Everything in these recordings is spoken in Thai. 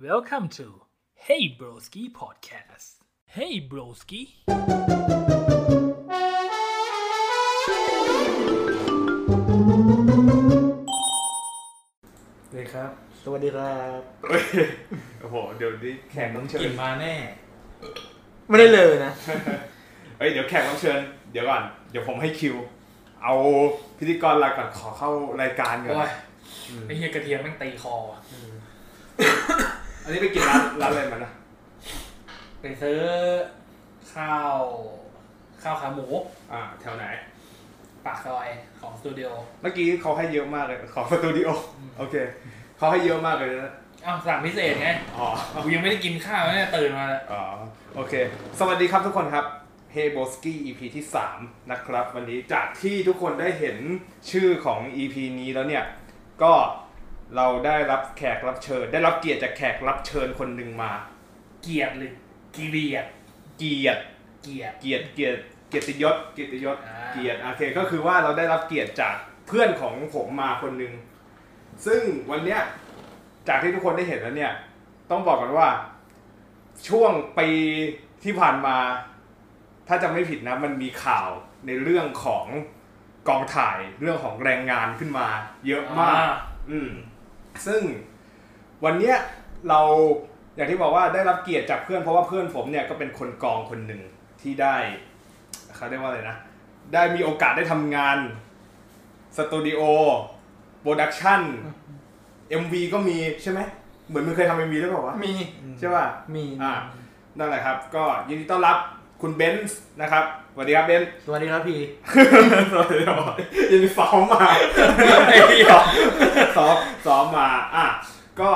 Welcome to Hey Broski Podcast. Hey Broski. เลยครับ สวัสดีครับ โอ้โห เดี๋ยวนี้แขกต้องเชิ กิ ญ นมาแน่ ไม่ได้เลยนะ เอ้ย เดี๋ยวแขกต้องเชิญ เดี๋ยวก่อน เดี๋ยวผมให้คิว เอาพิธีกรลาก่อนขอเข้ารายการก่อ โอ้ น ย อืม ไอเฮียกระเทียมแม่งตีคอว่ะ อันนี้ไปกินร้านร้านอะไรมานะ ไปซื้อข้าว ข้าวขาหมู อ่า แถวไหน ปากซอยของสตูดิโอ เมื่อกี้เขาให้เยอะมากเลย ขอสตูดิโอ โอเค เขาให้เยอะมากเลยนะ อ้าวสั่งพิเศษไง อ๋อ กูยังไม่ได้กินข้าวเนี่ยตื่นมาแล้ว อ๋อ โอเค สวัสดีครับทุกคนครับ เฮโบสกี้ EP ที่ 3 นะครับ วันนี้จากที่ทุกคนได้เห็นชื่อของ EP นี้แล้วเนี่ย ก็เราได้รับแขกรับเชิญ ได้รับเกียรติจากแขกรับเชิญคนหนึ่งมา เกลียดหรือเกลียด เกียรติ เกลียด เกียรติเกียรติเกียรติยศเกียรติยศ อ่า เกียรติโอเคก็คือว่าเราได้รับเกียรติจากเพื่อนของผมมาคนหนึ่งซึ่งวันเนี้ยจากที่ทุกคนได้เห็นแล้วเนี่ย ต้องบอกกันว่า ช่วงปีที่ผ่านมา ถ้าจะไม่ผิดนะ มันมีข่าวในเรื่องของกองถ่ายเรื่องของแรงงานขึ้นมา เยอะมาก อืมซึ่งวันเนี้ยเราอย่างที่บอกว่าได้รับเกียรติจากเพื่อนเพราะว่าเพื่อนผมเนี่ยก็เป็นคนกองคนหนึ่งที่ได้เขาเรียกว่าอะไรนะ ได้มีโอกาสได้ทำงานสตูดิโอโปรดักชั่น MV ก็มีใช่ไหมเหมือนมึงเคยทำ MV ด้วยเปล่าวะ มี ใช่ป่ะ มี อ่า นั่นแหละครับ ก็ยินดีต้อนรับคุณเบนซ์นะครับสวัสดีครับเบนซ์ สวัสดีครับพี่ สวัสดีครับยินดีซ้อมมาไอ้เหี้ยซ้อมซ้อมมาอ่ะก็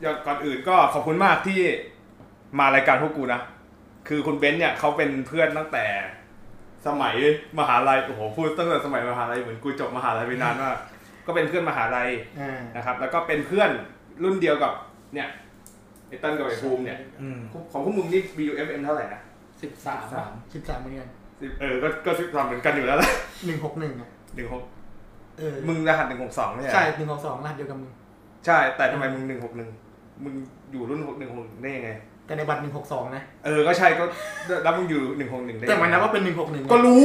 อย่างก่อนอื่นก็ขอบคุณมากที่มารายการพวกกูนะ คือคุณเบนซ์เนี่ยเขาเป็นเพื่อนตั้งแต่สมัยมหาลัยโอ้โหพูดตั้งแต่สมัยมหาลัยเหมือนกูจบมหาลัยไปนานมากก็เป็นเพื่อนมหาลัย อ่า นะครับ แล้วก็เป็นเพื่อนรุ่นเดียวกับเนี่ยไอ้เตั้นกับไอ้ภูมิเนี่ย อืม ของพวกมึงนี่ BUFM เท่าไหร่นะ สิบสาม สามสิบสามเหมือนกัน สิบเออก็ก็สิบสามเหมือนกันอยู่แล้วละ หนึ่งหกหนึ่งอ่ะ หนึ่งหก เออ มึงรหัสหนึ่งหกสองใช่ไหม ใช่หนึ่งหกสองรหัสเดียวกับมึง ใช่ แต่ทำไมมึงหนึ่งหกหนึ่งมึงอยู่รุ่นหกหนึ่งหกได้ยังไง แต่ในบัตรหนึ่งหกสองนะ เออ ก็ใช่ก็แล้วมึงอยู่หนึ่งหกหนึ่งได้ยัง แต่ ไง มันนับว่าเป็นหนึ่งหกหนึ่ง ก็รู้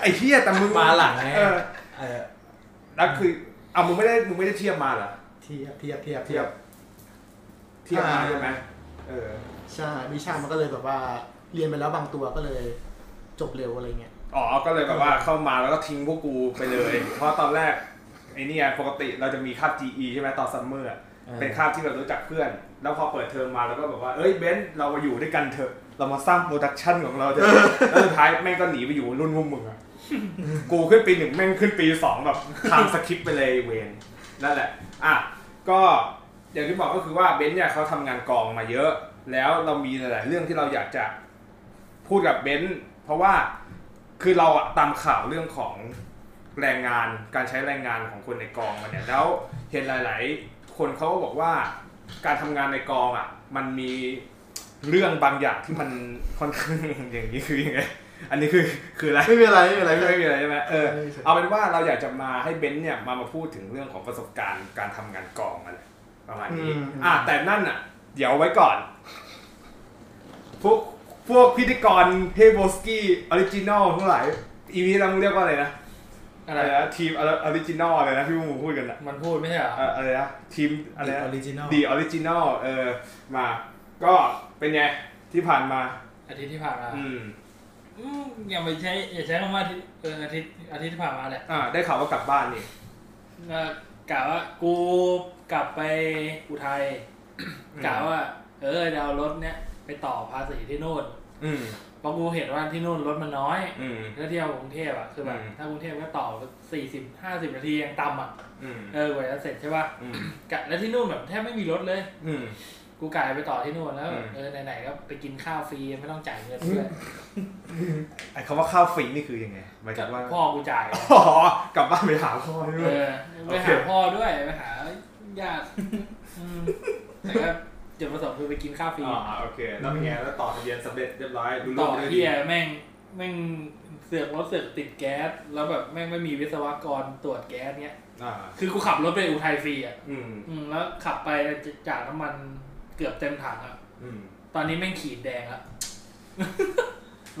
ไอ้เหี้ยแต่มึง มาหลังไง เออ เออ แล้วคือเอามึงไม่ได้มึงไม่ได้เทียบมาเหรอ เทียบเทียบเทียบ เทียบ เทียบมาใช่ไหมเออ ใช่วิชามันก็เลยแบบว่า เรียนไปแล้วบางตัวก็เลย จบเร็วอะไรเงี้ย อ๋อก็เลยแบบว่าเข้ามาแล้วก็ทิ้งพวกกูไปเลย เพราะตอนแรกไอ้เนี่ยปกติเราจะมีคาบ GE ใช่ไหมตอนซัมเมอร์อะเป็นคาบที่เรารู้จักเพื่อน แล้วพอเปิดเทอมมาแล้วก็แบบว่าเอ้ยเบนซ์เรามาอยู่ด้วยกันเถอะ เรามาสร้างโปรดักชันของเราเถอะแล้วสุดท้ายแม่งก็หนีไปอยู่รุ่นพวกมึงอะ กูขึ้นปีหนึ่งแม่งขึ้นปีสองแบบทำสคริปต์ไปเลยเวนนั่นแหละ อ่ะ ก็อย่างที่บอกก็คือว่าเบนซ์เนี่ยเขาทำงานกองมาเยอะ แล้วเรามีหลายๆเรื่องที่เราอยากจะพูดกับเบนซ์เพราะว่าคือเราอะตามข่าวเรื่องของแรงงานการใช้แรงงานของคนในกองมาเนี่ยแล้วเห็นหลาย ๆ คนเขาก็บอกว่าการทำงานในกองอ่ะ มันมีเรื่องบางอย่างที่มันค่อนข้างอย่างนี้คือยังไง อันนี้คือคืออะไร ไม่มีอะไรไม่มีอะไร ไม่ ไม่ ไม่ มี มีอะไรใช่ไหมเออ ไม่มีอะไร เอาเป็นว่าเราอยากจะมาให้เบนซ์เนี่ยมามาพูดถึงเรื่องของประสบการณ์การทำงานกองอะไรประมาณนี้ อืม อ่ะแต่นั่นอ่ะ เดี๋ยวไว้ก่อน พวกพวกพิธีกรเฮโบสกี้ออริจินอลทั้งหลายอีวีเราเรียกว่าอะไรนะ อะ อะไร ไรนะทีมออริจินอลอะไรนะที่พวกมึงพูดกันอะ มันพูดไม่ใช่เหรอ เอ่ออะไรนะทีม อะ อะไร ไร อ นะ อริจินอล ดีออริจินอลเออมาก็เป็นไงที่ผ่านมา อาทิตย์ที่ผ่านมา อืม อืมอย่าไปใช้อย่าใช้คำว่าอาทิตย์เอออาทิตย์อาทิตย์ที่ผ่านมาแหละ อ่า ได้ข่าวว่ากลับบ้านนี่ เออกะว่ากูกลับไปอุทัยกะว่า เออเดาวรถเนี้ยไปต่อภาษีที่นู่น อืม เพราะกูเห็นว่าที่นู่นรถมันน้อย อืม แล้วเที่ยวกรุงเทพอ่ะคือแบบ อืม ถ้ากรุงเทพก็ต่อสี่สิบห้าสิบนาทียังต่ำอ่ะ อืม เออกว่าจะเสร็จใช่ป่ะ อืม กะแล้วที่นู่นแบบแทบไม่มีรถเลย อืม กูกะจะไปต่อที่นู่นแล้ว อืม เออไหนๆก็ไปกินข้าวฟรีไม่ต้องจ่ายเงินด้วย ไอ้คำว่าข้าวฟรีนี่คือยังไงหมายถึงว่า พ่อกูจ่าย อ๋อกลับบ้านไปหาพ่อ เอ ด้วย อไป โอเค หาพ่อด้วยไปหาญาติอืมแต่ก็จุดประสงค์คือไปกินข้าวฟรี อ่าโอเค แล้วเป็นไงแล้วต่อทะเบียนสำเร็จเรียบร้อยดู ต่ เรื่ อ องได้ดี เที่ยแม่งแม่งเสือกรถเสือกติดแก๊ส แล้วแบบแม่งไม่มีวิศวกรตรวจแก๊สเนี้ย อ่า คือกูขับรถไปอุทัยฟรีอ่ะ อืม อืมแล้วขับไปจะจ่ายน้ำมัน เกือบเต็มถังอะ อืม ตอนนี้แม่งขีดแดงละ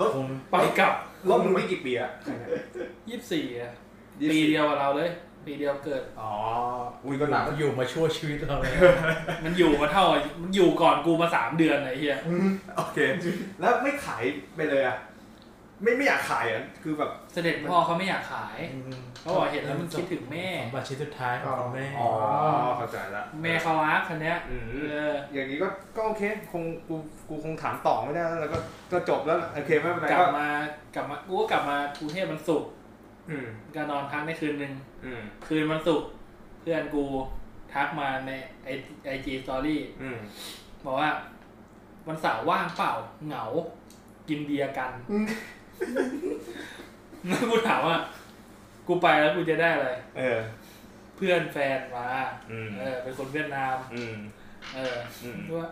รถ คง ไปกลับ รถมึงไม่กี่ปีอะ ยี่สิบสี่อะปีเดียวกับเราเลย ปีเดียวเกิด อ๋ออุ้ยก็หนัก อยู่มาชั่วชีวิตเรา เลย มันอยู่มาเท่ามันอยู่ก่อนกูมาสามเดือนไอ้เหี้ย อืม โอเค แล้วไม่ขายไปเลยอะไม่ไม่อยากขายอะคือแบบ เสด็จพ่อเขาไม่อยากขาย เขาบอกเห็นแล้วมันคิดถึงแม่ สมบัติชิ้นสุดท้ายของคุณแม่ อ๋อเข้าใจละ แม่เขารักคันเนี้ย อื เอ ม อ อย่างนี้ก็ก็โอเคคงกูกูคงถามต่อไม่ได้แล้วแล้วก็ก็จบแล้วล่ะโอเคไม่เป็นไร กลั ก็ บมากลับมากูก็กลับมากรุงเทพมันสุกร์ อืม ก็นอนพักในคืนหนึ่ง อืม คืนวันศุกร์เพื่อนกูทักมาในไอจีสตอรี่ อืม บอกว่า วันเสาร์ว่างเปล่าเหงา กินเบียร์กัน อืม แล้วกูถามว่า กูไปแล้วกูจะได้อะไร เออ เพื่อนแฟนมา อืม เออ เป็นคนเวียดนาม อืม เอออ ม กูว่า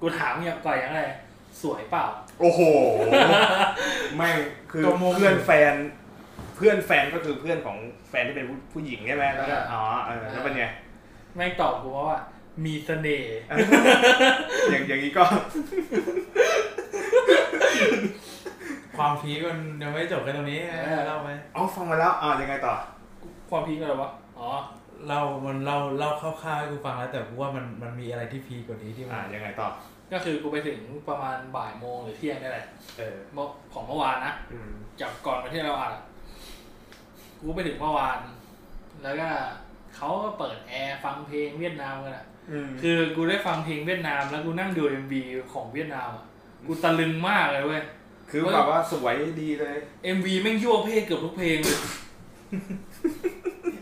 กูถามอย่างก่อนอย่างไรสวยเปล่า โอ้โหแม่งคือ ก็โม้ เพื่อนแฟน เพื่อนแฟนก็คือเพื่อนของแฟนที่เป็นผู้ผู้หญิงใช่ไหมแล้วก็ เอออ๋ อ๋อเออแล้วเป็นไง แม่งตอบกูว่า มีเสน่ห์ อย่างอย่างนี้ก็ ความพีคมันยังไม่จบกันตรงนี้นะเล่าไหม อ๋อฟังมาแล้วอ่ายังไงต่อ ความพีคอะไรวะอ๋อ เล่ามันเล่าเล่าคร่าวๆให้กูฟังแล้วแต่กูว่ามันมันมีอะไรที่พีคกว่านี้ที่มั อ่าน ยังไงต่อ ก็คือกูไปถึงประมาณบ่ายโมงหรือเที่ยงนี่แหละ เออ เมื่อของเมื่อวานนะ อืม จากก่อนวันที่เราอัดอะกูไปถึงเมื่อวาน แล้วก็เขาก็เปิดแอร์ฟังเพลงเวียดนามกันอ่ะ อืม คือกูได้ฟังเพลงเวียดนาม แล้วกูนั่งดูเอ็มบีของเวียดนามอ่ะ กูตะลึงมากเลยเว้ย คือแบบว่าสวยดีเลย เอ็มวีแม่งยั่วเพศเกือบทุกเพลง เลย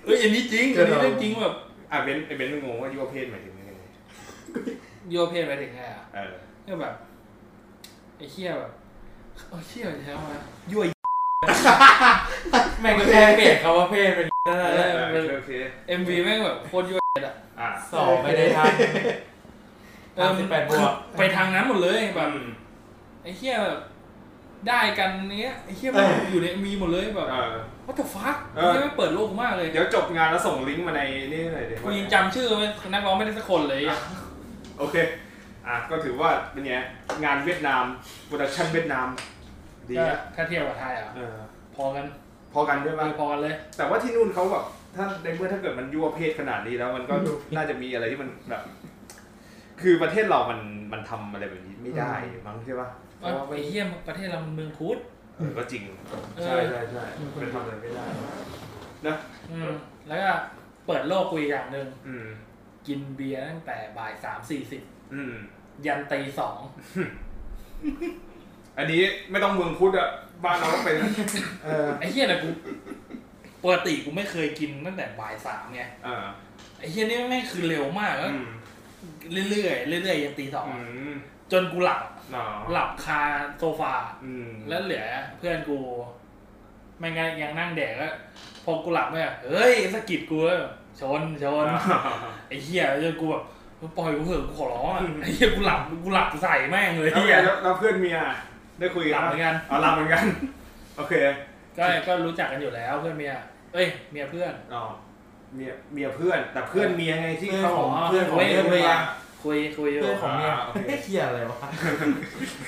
เอ้ยอันนี้จริง อันนี้เรื่องจริงแบบ อ่ะเบนซ์ไอ้เบนซ์ไม่งงว่ายุวเพศหมายถึงยังไง ยั่วเพศไปถึงไงอ่ะ เออ ก็แบบไอ้เชี่ยแบบไอ้เชี่ย ใช่ไหม ยั่ว แม่งก็แค่เปลี่ยน คำว่าเพศเป็น เอ เออ อ โอเคโอเค เอ็มวีแม่งแบบโคตรยั่วเพศอ่ะ อ่า สอบไปได้ทาง เออ ทางสิบแปดบวก ไปทางนั้นหมดเลยแบบ อืม ไอ้เหี้ยแบบได้กันเนี้ยไอ้เหี้ยมันอยู่ในมีหมดเลยแบบ เออ what the fuck เอ ไอ้ อ เหี้ยมันเปิดโลกมากเลย เดี๋ยวจบงานแล้วส่งลิงก์มาในนี่หน่อยเดี๋ยว กูยังจำชื่อไม่นักร้องไม่ได้สักคนเลยอ่ะ โอเค อ่ะก็ถือว่าเป็นไงงานเวียดนามโปรดักชั่นเวียดนาม ดี ก็ นะ ถ้าเทียบกับไทยอ่ะ เออ พอกัน พอกันด้วย เอ ป่ะ อพอกันเลย แต่ว่าที่นู่นเขาแบบถ้าในเมื่อถ้าเกิดมันยั่วเพศขนาดนี้แล้วมันก็น่าจะมีอะไรที่มันแบบ คือประเทศเรามันมันทำอะไรแบบนี้ไม่ได้มั้งใช่ป่ะเพ ไอ้ ราะว่าไม่ เหี้ยประเทศเรามันเมืองพุทธ เออก็จริง เออ ใช่ใช่ใช่มันทำอะไรไม่ได้นะ อืมแล้วก็เปิดโลกกูอีกอย่างหนึ่ง อืม กินเบียร์ตั้งแต่บ่ายสามสี่สิบ อืม ยันตีสอง อันนี้ไม่ต้องเมืองพุทธอะบ้านเราก็เป็น เออ ไอ้เหี้ยนะกู ปกติกูไม่เคยกินตั้งแต่บ่ายสามไง เออ ไอ้เหี้ยนี่แม่งคือเร็วมากแล้ว อืม เรื่อยๆเรื่อยๆยันตีสอง อืม จนกูหลับ หนอ หลับคาโซฟา อืม แล้วเหลือเพื่อนกูไม่งั้นยังนั่งแดกแล้วพอกูหลับไม่อะเฮ้ยสะกิดกูแล้วชนช อ่ นา ไอ้เหี้ยจนกูแบบปล่อยกูเถอะกูขอร้องอะไอ้เหี้ยกูหลับกูหลับใส่แม่งเลย แล้ว เหี้ ไง ย แล้วแล้วเพื่อนเมียได้คุย ห กั ลั น บเหมือนกัน อ๋อหลับเหมือน กัน โอเค ก็ก็รู้จักกันอยู่แล้วเพื่อนเมียเอ้ยเมียเพื่อน อ๋อเมียเมียเพื่อนแต่เพื่อนเมียไงที่ เพื่อน เขา ของ อ๋อ เพื่อนของเพื่อนเมีย คุยคุยอยู่ เพื่อนของเมีย าโอเค เฮียอะไรวะ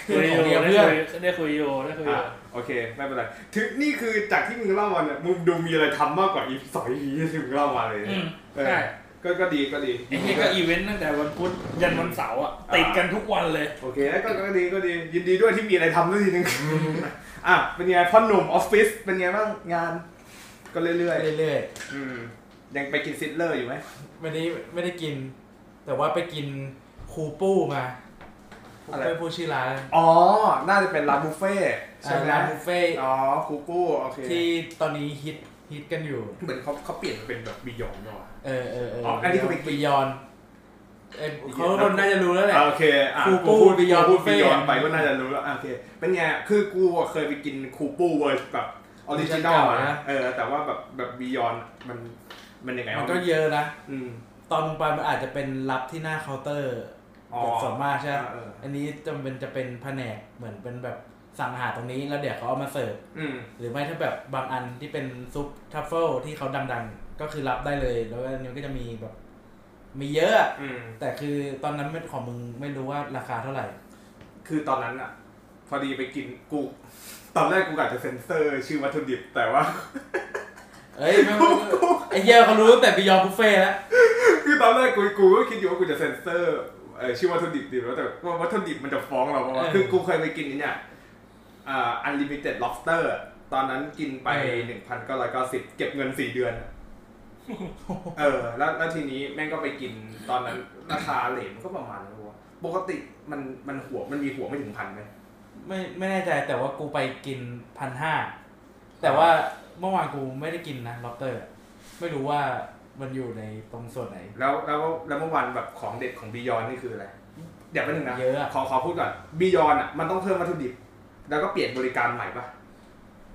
เพื่ คุ อน ยอของ ยู่ เมีย ได้ เพื่อคุนยได้คุยอยู่ได้คุยอ อ่ะ ยู่ โอเคไม่เป็นไรถึงนี่คือจากที่มึงเล่ามาเนี่ยมึงดูมีอะไรทำมากกว่าอี สอยอีที่มึงเล่ามาเลย อืม เออ ใช่ ก็ก็ดีก็ดี ไอ้เหี้ยก็อีเวนต์ตั้งแต่วันพุธยันวันเสาร์อะ อ่า ติดกันทุกวันเลย โอเคก็ก็ดีก็ดียินดีด้วยที่มีอะไรทำด้วยทีนึง อ่ะ เป็นไงพ่อหนุ่มออฟฟิศเป็นไงบ้างงาน ก็เรื่อย เรื่อย ๆอืมยังไปกินซิดเลอร์อยู่ไหม ๆวันนี้ไม่ได้กิน แต่ว่าไปกินคูปู้มาคูปู้ผู้ชื่อร้าน อ๋อ น่าจะเป็นร้านบุฟเฟ่ต์ใช่ อ่า ไหม ร้านบุฟเฟ่ต์ อ๋อคูปูโอเค ที่ตอนนี้ฮิตฮิตกันอยู่ เหมือนเขาเขาเปลี่ยนมาเป็นแบบบียองเนาะ เออเออเออ อ๋ออั อั นนี้คือเป็น บียอนเออเขา Beyond คนน่าจะรู้แล้วแหละ โอเคอ่ะ คูปู กูพูด Beyond กูพูด Buffet Beyond ไปก็น่าจะรู้แล้วอ่ะโอเค เป็นไงคือกูอ่ะเคยไปกินคูปูเวอร์แบบออริจินอล เวอร์ชันเก่า นะ นะ เออ แต่ว่าแบบแบบบียอนมันมันยังไง มั วะ นก็เยอะนะ อืม ตอนลงไปมันอาจจะเป็นรับที่หน้าเคาน์เตอร์ อ๋อ แบบส่วนมากใช่ไหม เออ อันนี้จำเป็นจะเป็นแผนกเหมือนเป็นแบบสั่งอาหารตรงนี้แล้วเดี๋ยวเขาเอามาเสิร์ฟ อืม หรือไม่ถ้าแบบบางอันที่เป็นซุปทัฟเฟิลที่เขาดังๆ ก็คือรับได้เลย แล้วก็อันนี้ก็จะมีแบบ มีเยอะ อืม แต่คือตอนนั้นของมึงไม่รู้ว่าราคาเท่าไหร่ คือตอนนั้นอะพอดีไปกินกู ตอนแรกกูกะจะเซ็นเซอร์ชื่อวัตถุดิบแต่ว่า เอ้ยไม่ไม่ไอ้เหี้ยเขารู้ตั้งแต่บิยอนบุฟเฟ่แล้ว คือตอนแรกกูกูก็คิดอยู่ว่ากูจะเซ็นเซอร์เอ่อชื่อวัตถุดิบดีแล้วแต่ว่าวัตถุดิบมันจะฟ้องเราเพราะว่า เออ คือกูเคยไปกินนี่เนี่ยอันลิมิเต็ดล็อบสเตอร์ตอนนั้นกินไป เออ หนึ่งพันเก้าร้อยเก้าสิบเก็บเงินสี่เดือน เออ แล้วแล้วทีนี้แม่งก็ไปกินตอนนั้นราคาเหลมนก็ประมาณนั้นวะปกติมันมันหัวมันมีหัวไม่ถึงพันไหม ไม่ไม่แน่ใจแต่ว่ากูไปกินพันห้าแต่ว่าเมื่อวานกูไม่ได้กินนะล็อบเตอร์ ไม่รู้ว่ามันอยู่ในตรงส่วนไหน แล้วแล้วแล้วเมื่อวันแบบของเด็ดของบียอนนี่คืออะไร เดี๋ยวไปบนึงนะ เยอะอะ ขอขอพูดก่อนบียอนอ่ะมันต้องเพิ่มวัตถุดิบ แล้วก็เปลี่ยนบริการใหม่ปะ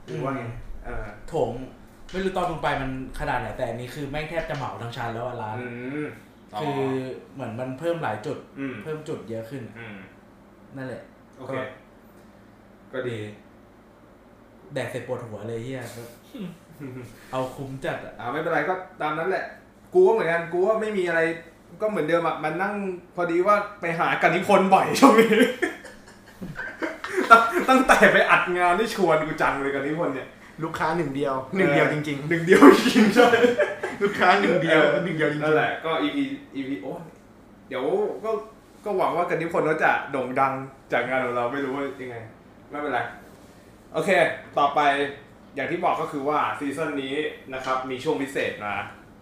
หรือว่าไงเออ โถงไม่รู้ตอนลงไปมันขนาดไหนแต่อันนี้คือแม่งแทบจะเหมาทั้งชั้นแล้วอะร้าน อืม คือเหมือนมันเพิ่มหลายจุด อืม เพิ่มจุดเยอะขึ้น อืม นั่นแหละ โอเค ก็ดี แดกเสร็จปวดหัวเลยเฮีย เอาคุ้มจัดอะ อ่าไม่เป็นไรก็ตามนั้นแหละ กูก็เหมือนกัน กูก็ไม่มีอะไร ก็เหมือนเดิมอ่ะ มันนั่งพอดีว่าไปหากันนิพนธ์บ่อยช่วงนี้ ตั้งตั้งแต่ไปอัดงานที่ชวนกูจังเลยกันนิพนธ์เนี่ย ลูกค้าหนึ่งเดียวหนึ่งเดียวจริง หนึ่งเดียวจริงๆใช่ ๆ ลูกค้าหนึ่งเดียวหนึ่งเดียวจริง นั่นแหละก็ EP EP โอ้ยเดี๋ยวก็ก็หวังว่ากันนิพนธ์เขาจะโด่งดังจากงานของเราไม่รู้ว่ายังไง ไม่เป็นไร โอเค ต่อไปอย่างที่บอกก็คือว่าซีซั่นนี้นะครับ มีช่วงพิเศษมา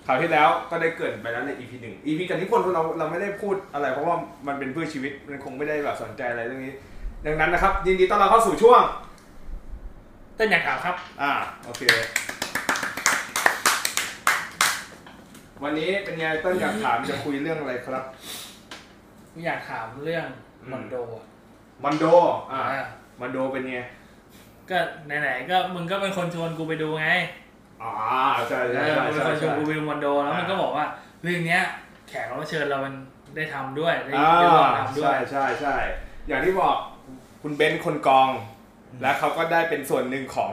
คราวที่แล้วก็ได้เกรินไปแล้วใน EP หนึ่ง EP กันนิพนธ์เราเราไม่ได้พูดอะไร เพราะว่ามันเป็นเพื่อชีวิตมันคงไม่ได้แบบสนใจอะไรเรื่องนี้ ดังนั้นนะครับ ยินดีต้อนรับเข้าสู่ช่วง เต้นอย่างเก่าครับ อ่าโอเค วันนี้เป็นไงต้นอยากถามจะคุยเรื่องอะไรครับ อยากถามเรื่อง อืม มอนโดอะ มันโดอ่า อ่า มันโดเป็นไง ก็ไหนๆก็มึงก็เป็นคนชวนกูไปดูไง อ่าใช่ เอ ใช่ อ ใช่ มึงเป็นคนชใช่ใช่ วนกูไปดูมอนโดแล้ว อ่ามั มันก็บอกว่าเรื่องเนี้ย แขกรับเชิญเรามันได้ทำด้วยได้ อ่า ได้ลองทำด้ว ใช่ ย ใช่ใช่อย่างที่บอกคุณเบนซ์คนกอง อืม และเขาก็ได้เป็นส่วนหนึ่งของ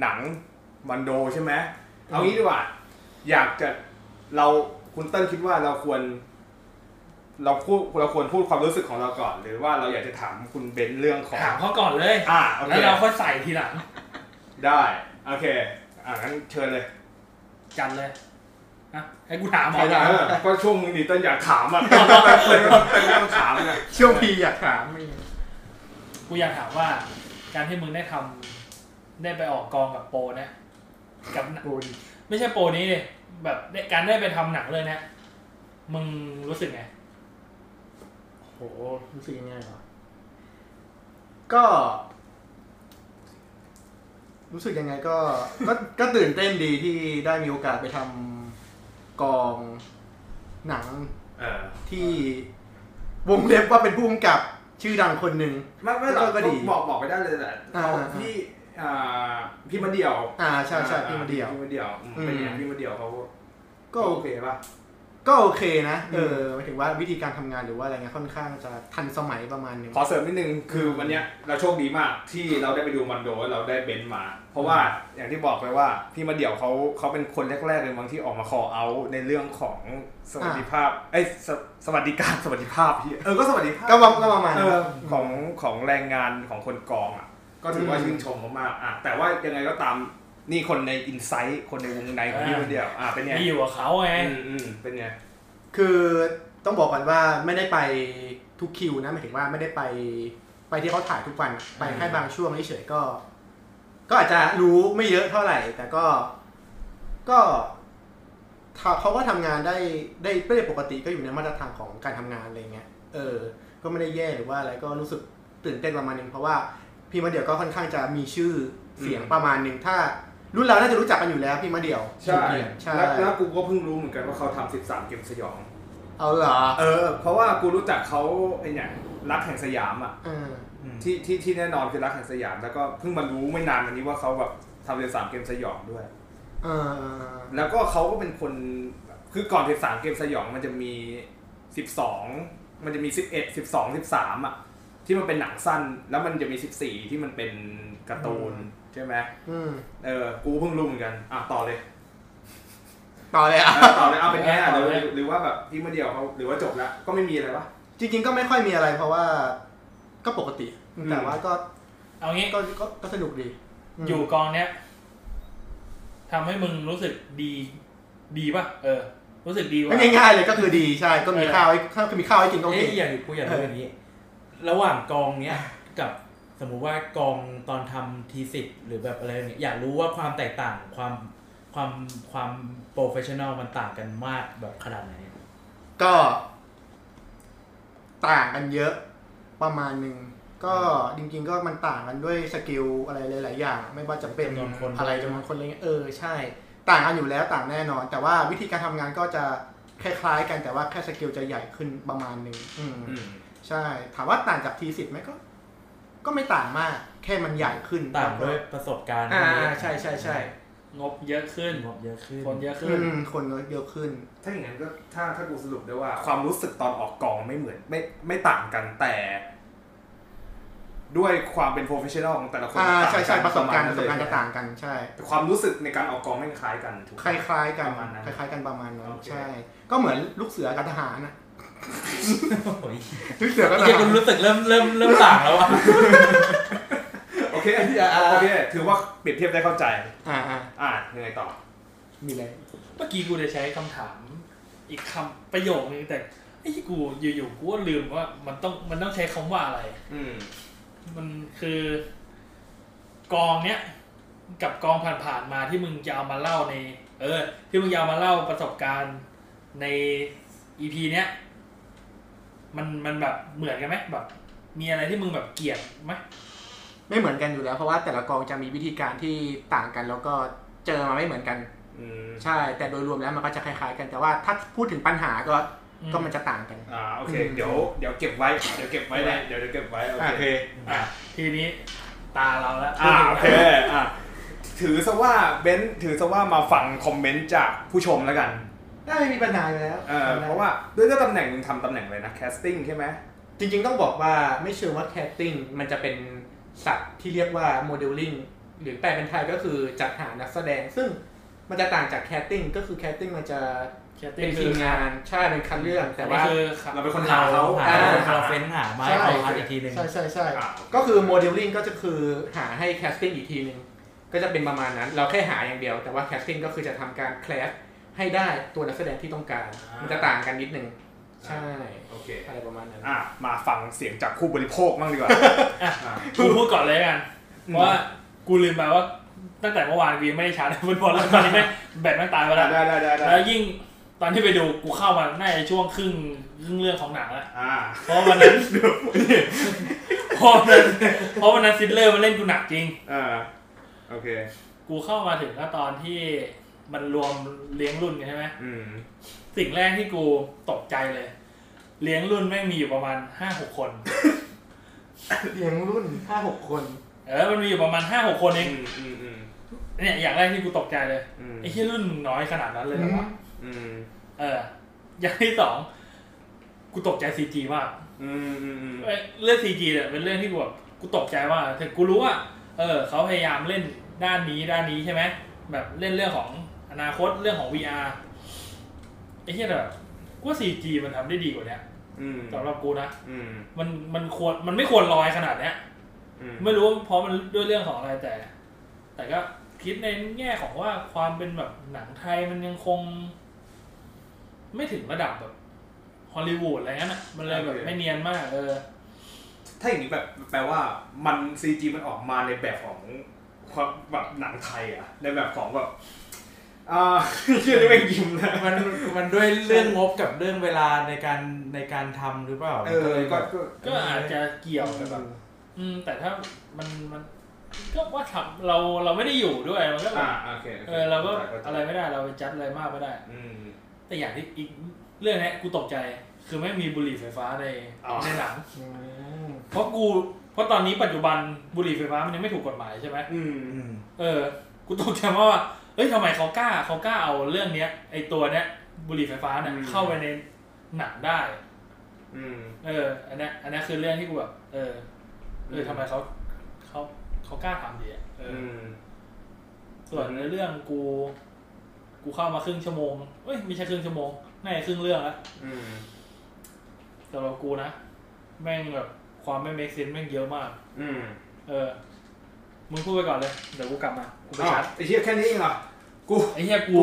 หนังมันโดใช่ไหมเอางี้ดีกว่า อยากจะเราคุณเต้นคิดว่าเราควร เราพูดเราควรพูดความรู้สึกของเราก่อน หรือว่าเราอยากจะถามคุณเบนซ์เรื่องของ ถามเขาก่อนเลย อ่าโอเค แล้วเราค่อยใส่ทีหลัง ได้โอเคอ่างั้นเชิญเลย จัดเลยนะให้กูถามหม เอ อ อก็ช่วงมึงนี่ต้นอยากถามอ่ะ ต้นเป็นเรื่องถามเนี่ย ๆช่วงพีอยากถามไม่มี กูอยากถามว่า การที่มึงได้ทำได้ไปออกกองกับโปรนะกับหนัง โอ้ย ไม่ใช่โปรนี้เลยแบบได้การได้ไปทำหนังเลยนะ มึงรู้สึกไง โหรู้สึกยังไงเหรอก็ รู้สึกยังไงก็ก็ก็ตื่นเต้นดีที่ได้มีโอกาสไปทำกองหนัง เออ ที่วงเล็บว่าเป็นผู้กำกับชื่อดังคนหนึ่ง ไม่ไม่หรอก ก็ดี บอกบอกไปได้เลยแหละ อ่า เอาพี่อ่าพี่มาเดียว อ่าใช่ใช่พี่มาเดียว พี่มาเดียวอืมเป็นไงพี่มาเดียวเขา ก็ โอเคป่ะ ก็โอเคนะเออหมายถึงว่าวิธีการทำงานหรือว่าอะไรเงี้ยค่อนข้างจะทันสมัยประมาณหนึง ขอเสริมนิดนึงคือวันเนี้ยเราโชคดีมากที่เราได้ไปดูมอนโดเราได้เบนซ์มา เพราะว่าอย่างที่บอกไปว่าพี่มาเดี่ยวเขาเขาเป็นคนแรกๆเลยบางที่ออกมาคอเอาในเรื่องของสวัสดิภาพเอ้ยสสวัสดิการสวัสดิภาพพี่เออก็สวัสดิภาพ ก็ประมาณ เอ นั้น อของของแรงงานของคนกองอ่ะก็ถือว่า อืม ชื่นชมมากๆอ่ะแต่ว่ายังไงก็ตามนี่คนในอินไซต์คนในวงในของพี่มาเดี่ยวอ่ะเป็นไง ไม่อยู่กับเขาไง อืมอืมเป็นไง คือต้องบอกก่อนว่าไม่ได้ไปทุกคิวนะหมายถึงว่าไม่ได้ไปไปที่เขาถ่ายทุกวันไปแค่บางช่วงเฉยๆก็ ก็อาจจะรู้ไม่เยอะเท่าไหร่ แต่ก็ก็ถ้าเขาก็ทำงานได้ได้ไม่ได้ปกติก็อยู่ในมาตรฐานของการทำงานอะไรเงี้ยเออ ก็ไม่ได้แย่หรือว่าอะไรก็รู้สึกตื่นเต้นประมาณนึงเพราะว่าพี่มาเดี่ยวก็ค่อนข้างจะมีชื่อเสียงประมาณนึงถ้ารุ่นเราน่าจะรู้จักกันอยู่แล้วพี่มาเดี่ยว ใช่ ใช่ แล้วแล้วกูก็เพิ่งรู้เหมือนกันว่าเขาทำ13 เกมสยอง เอาเหรอ เออ เพราะว่ากูรู้จักเขาไอ้เนี่ยรักแห่งสยามอ่ะ เออ อืม ที่ที่ที่แน่นอนคือรักแห่งสยามแล้วก็เพิ่งมารู้ไม่นานมานี้ว่าเขาแบบทำเทสามเกมสยองด้วย เออ แล้วก็เขาก็เป็นคนคือก่อนเทสามเกมสยองมันจะมีสิบสองมันจะมีสิบเอ็ดสิบสองสิบสามอ่ะที่มันเป็นหนังสั้น แล้วมันจะมีสิบสี่ที่มันเป็นการ์ตูน อืม ใช่ไหม อืม เออกูเพิ่งรู้เหมือนกันอ่ะต่อเลย ต่อเลยอ่ะ แล้ว ต่อเลยเอาเป็นไงอ่ะหรือหรือว่าแบบที่เมื่อเดียวเขาหรือว่าจบแล้วก็ไม่มีอะไรวะ จริงๆก็ไม่ค่อยมีอะไรเพราะว่าก็ปกติ อืม แต่ว่าก็ เอางี้ ก็ก็ก็สนุกดีม อยู่กองเนี้ยทำให้มึงรู้สึกดี ดีป่ะเออ รู้สึกดีว่ะ ก็ง่ายๆเลยก็คือดีใช่ ก็มี เออ ข้าวให้ข้าวมีข้าวให้กินก็โอเค เอ้ยอย่างกูอยากรู้อย่างนี้ ระหว่างกองเนี้ยกับสมมุติว่ากองตอนทำทีสิบหรือแบบอะไรเนี่ยอยากรู้ว่าความแตกต่างความความความโปรเฟชชั่นอลมันต่างกันมากแบบขนาดไหน ก็ ต่างกันเยอะประมาณหนึ่งก็จริง ๆ ก็มันต่างกันด้วยสกิลอะไรหลายๆอย่าง ไม่ว่าจะเป็น จำนวนคน อะไรจำนวนคนอะไรเงี้ยเออใช่ ต่างกันอยู่แล้วต่างแน่นอน แต่ว่าวิธีการทำงานก็จะคล้ายๆกันแต่ว่าแค่สกิลจะใหญ่ขึ้นประมาณหนึ่งอืม ใช่ ถามว่าต่างจากทีสิทธ์ไหมก็ ก็ไม่ต่างมาก แค่มันใหญ่ขึ้น ต่างด้วยประสบการณ์ อ่า เยอะ ใช่ใช่ใช่ งบเยอะขึ้น งบเยอะขึ้น คนเยอะ ๆ ขึ้น อืมคนก็เยอะขึ้น ถ้าอย่างนั้นก็ถ้าถ้ากูสรุปได้ว่า ความรู้สึกตอนออกกองไม่เหมือนไม่ไม่ต่างกันแต่ ด้วยความเป็นโปรเฟชชั่นอลของแต่ละคน อ่า มันต่าง ใช่ กัน ใช่ประสบการณ์ประสบการณ์ มณ จะ นั้นเลย ต่างกัน ใช่ แต่ความรู้สึกในการออกกองไม่คล้ายกันถูกไหม คล้ายๆกัน ประมาณนั้น คล้ายๆกันประมาณนั้น โอเค ใช่ ก็เหมือนลูกเสือกับทหารนะ โอ้ย ลูกเสือกับท เดี๋ยว หา กู ร รู้สึกเริ่มเริ่มเริ่มต่างแล้วอ่ะ โอเคโอเค ถือว่าเปรียบเทียบได้เข้าใจ อ่าอ่า อ่ายังไงต่อ มีอะไร เมื่อกี้กูจะใช้คำถาม อีกคำประโยคนึงแต่ไอ้ที่กูอยู่ๆกูก็ลืมว่ามันต้องมันต้องใช้คำว่าอะไร อืม มันคือกองเนี้ยกับกองผ่านๆมาที่มึงจะเอามาเล่าใน เออ ที่มึงจะเอามาเล่าประสบการณ์ในอีพีเนี้ยมันมันแบบเหมือนกันไหมแบบ มีอะไรที่มึงแบบเกลียดไหม ไม่เหมือนกันอยู่แล้ว เพราะว่าแต่ละกองจะมีวิธีการที่ต่างกันแล้วก็เจอมาไม่เหมือนกัน อืม ใช่ แต่โดยรวมแล้วมันก็จะคล้ายๆ กัน แต่ว่าถ้าพูดถึงปัญหาก็ อื ก็มันจะต่างกัน อ่าโอเค เดี๋ยวเดี๋ยวเก็บไว้ เดี๋ยวเก็บไว้เลยเดี๋ยวเดี๋ยวเก็บไว้ โอเค อ่ะทีนี้ตาเราแล้ว อ่าโอเคอ่าถือซะว่าเบนซ์ถือซะว่ามาฟังคอมเมนต์จากผู้ชมแล้วกัน ได้ไม่มีปัญหาอยู่แล้ว เออเพราะว่าด้วยด้วยตำแหน่งมึงทำตำแหน่งอะไรนะ แคสติ้งใช่ไหม จริงๆต้องบอกว่าไม่เชื่อว่าแคสติ้งมันจะเป็นศัพท์ที่เรียกว่าโมเดลลิ่งหรือแปลเป็นไทยก็คือจัดหานักแสดง ซึ่งมันจะต่างจากแคสติ้งก็คือแคสติ้งมันจะ แคทติ้ เป็น งคื ที อ มงานใช่เป็นคัดเลือกแต่ว่า อันนี้คือครับ เราเป็นคน เรา หาเขา หา อ่า เราเฟ้นหาไม้ ใช่ เอาพัดอีกทีหนึ่ง ใช่ใช่ใช่ อ่า ก็คือโมเดลลิ่งก็จะคือหาให้แคสติ้งอีกทีหนึ่งก็จะเป็นประมาณนั้น เราแค่หาอย่างเดียว แต่ว่าแคสติ้งก็คือจะทำการแคสให้ได้ตัวนักแสดงที่ต้องการ อ่ามั มันจะต่างกันนิดนึงใช่ โอเค อะไรประมาณนั้น อ่ามาฟังเสียงจากผู้บริโภคบ้างดีกว่า อ่ะ อ่า กูพูดก่อนเลยละกัน เพราะว่ากูลืมไปว่า ตั้งแต่เมื่อวานกูยังไม่ได้ชาร์จ ฟุตบอลแล้วตอนนี้แม่งแบตแม่งตายไป ได้ แล้ว ได้ได้ได้ แล้วยิ่งตอนที่ไปดูกูเข้ามาน่าจะช่วงครึ่งครึ่งเรื่องของหนังละ อ่า เพราะวันนั้นเพราะวันนั้นเพราะวันนั้นซิดเลอร์มันเล่นกูหนักจริง อ่าโอเค กูเข้ามาถึงก็ตอนที่มันรวมเลี้ยงรุ่นกันใช่ไหม อืม สิ่งแรกที่กูตกใจเลย เลี้ยงรุ่นแม่งมีอยู่ประมาณห้าหกคน เลี้ยงรุ่นห้าหกคน เออมันมีอยู่ประมาณห้าหกคนเอ อื ง มอืมอืม เนี่ยอย่างแรกที่กูตกใจเลย อืม ไอ้ที่รุ่นมึงน้อยขนาดนั้นเลยเหรอวะ อืม เออ อย่างที่สองกูตกใจซีจีมาก อืมอืมอืม เอ้ยเรื่อง CG เนี่ยเป็นเรื่องที่กูแบบกูตกใจว่ากแต่กูรู้ว่าเออเขาพยายามเล่นด้านนี้ด้านนี้ใช่ไหมแบบเล่นเรื่องของอนาคตเรื่องของ VR ไอ้เหี้ยแต่แบบกูว่า 4G มันทำได้ดีกว่าเนี้ย อืม สำหรับกูนะ อืม มันมันควรมันไม่ควรลอยขนาดเนี้ย อืม ไม่รู้ว่าเพราะมันด้วยเรื่องของอะไรแต่ แต่ก็คิดในแง่ของว่าความเป็นแบบหนังไทยมันยังคง ไม่ถึงระดับแบบฮอลลีวูดอะไรเงี้ยนะมันเลยแบบไม่เนียนมาก เออ ถ้าอย่างนี้แบบแปลว่ามันซีจีมันออกมาในแบบของความแบบหนังไทยอ่ะ ในแบบของแบบอ่าเชื่อได้ไม่งยิ้มนะ มันมันด้วยเรื่องงบกับเรื่องเวลาในการในการทำหรือเปล่า เอ มันอก็เลย ก็ แบบ ก็ ก็อาจจะเกี่ยวแต่แบบ อืมแต่ถ้ามันมันก็ว่าทำเราเราไม่ได้อยู่ด้วยมันก็แบบ อ่าโอเคโค เออเราก็ ข้ใจ อะไรไม่ได้เราไปจัดอะไรมากไม่ได้ อืม แต่อย่างที่อีกเรื่องเนี้ยกูตกใจคือไม่มีบุหรี่ไฟฟ้าใน อ๋อ ในหนังเพราะกูเพราะตอนนี้ปัจจุบันบุหรี่ไฟฟ้ามันยังไม่ถูกกฎหมายใช่ไหม อืม เออกูตกใจมากว่าเอ้ยทำไมเขากล้าเขากล้าเอาเรื่องเนี้ยไอตัวเนี้ยบุหรี่ไฟฟ้าเนี่ยเข้าไปในหนังได้ อืม เออ อันเนี้ยอันเนี้ยคือเรื่องที่กูแบบเออเออทำไมเขาเขาเขากล้าทำดีอ่ะเออ อืม ส่วนในเรื่องกู กูเข้ามาครึ่งชั่วโมงเอ้ยไม่ใช่ครึ่งชั่วโมงน่าจะครึ่งเรื่องละ อืม สำหรับกูนะ แม่งแบบความไม่เมคเซนแม่งเยอะมาก อืม เออ มึงพูดไปก่อนเลย เดี๋ยวกูกลับมากูไป อ้าว ชาร์จ ไอ้เชี่ยแค่นี้เองเหรอ กู ไอ้เหี้ยกู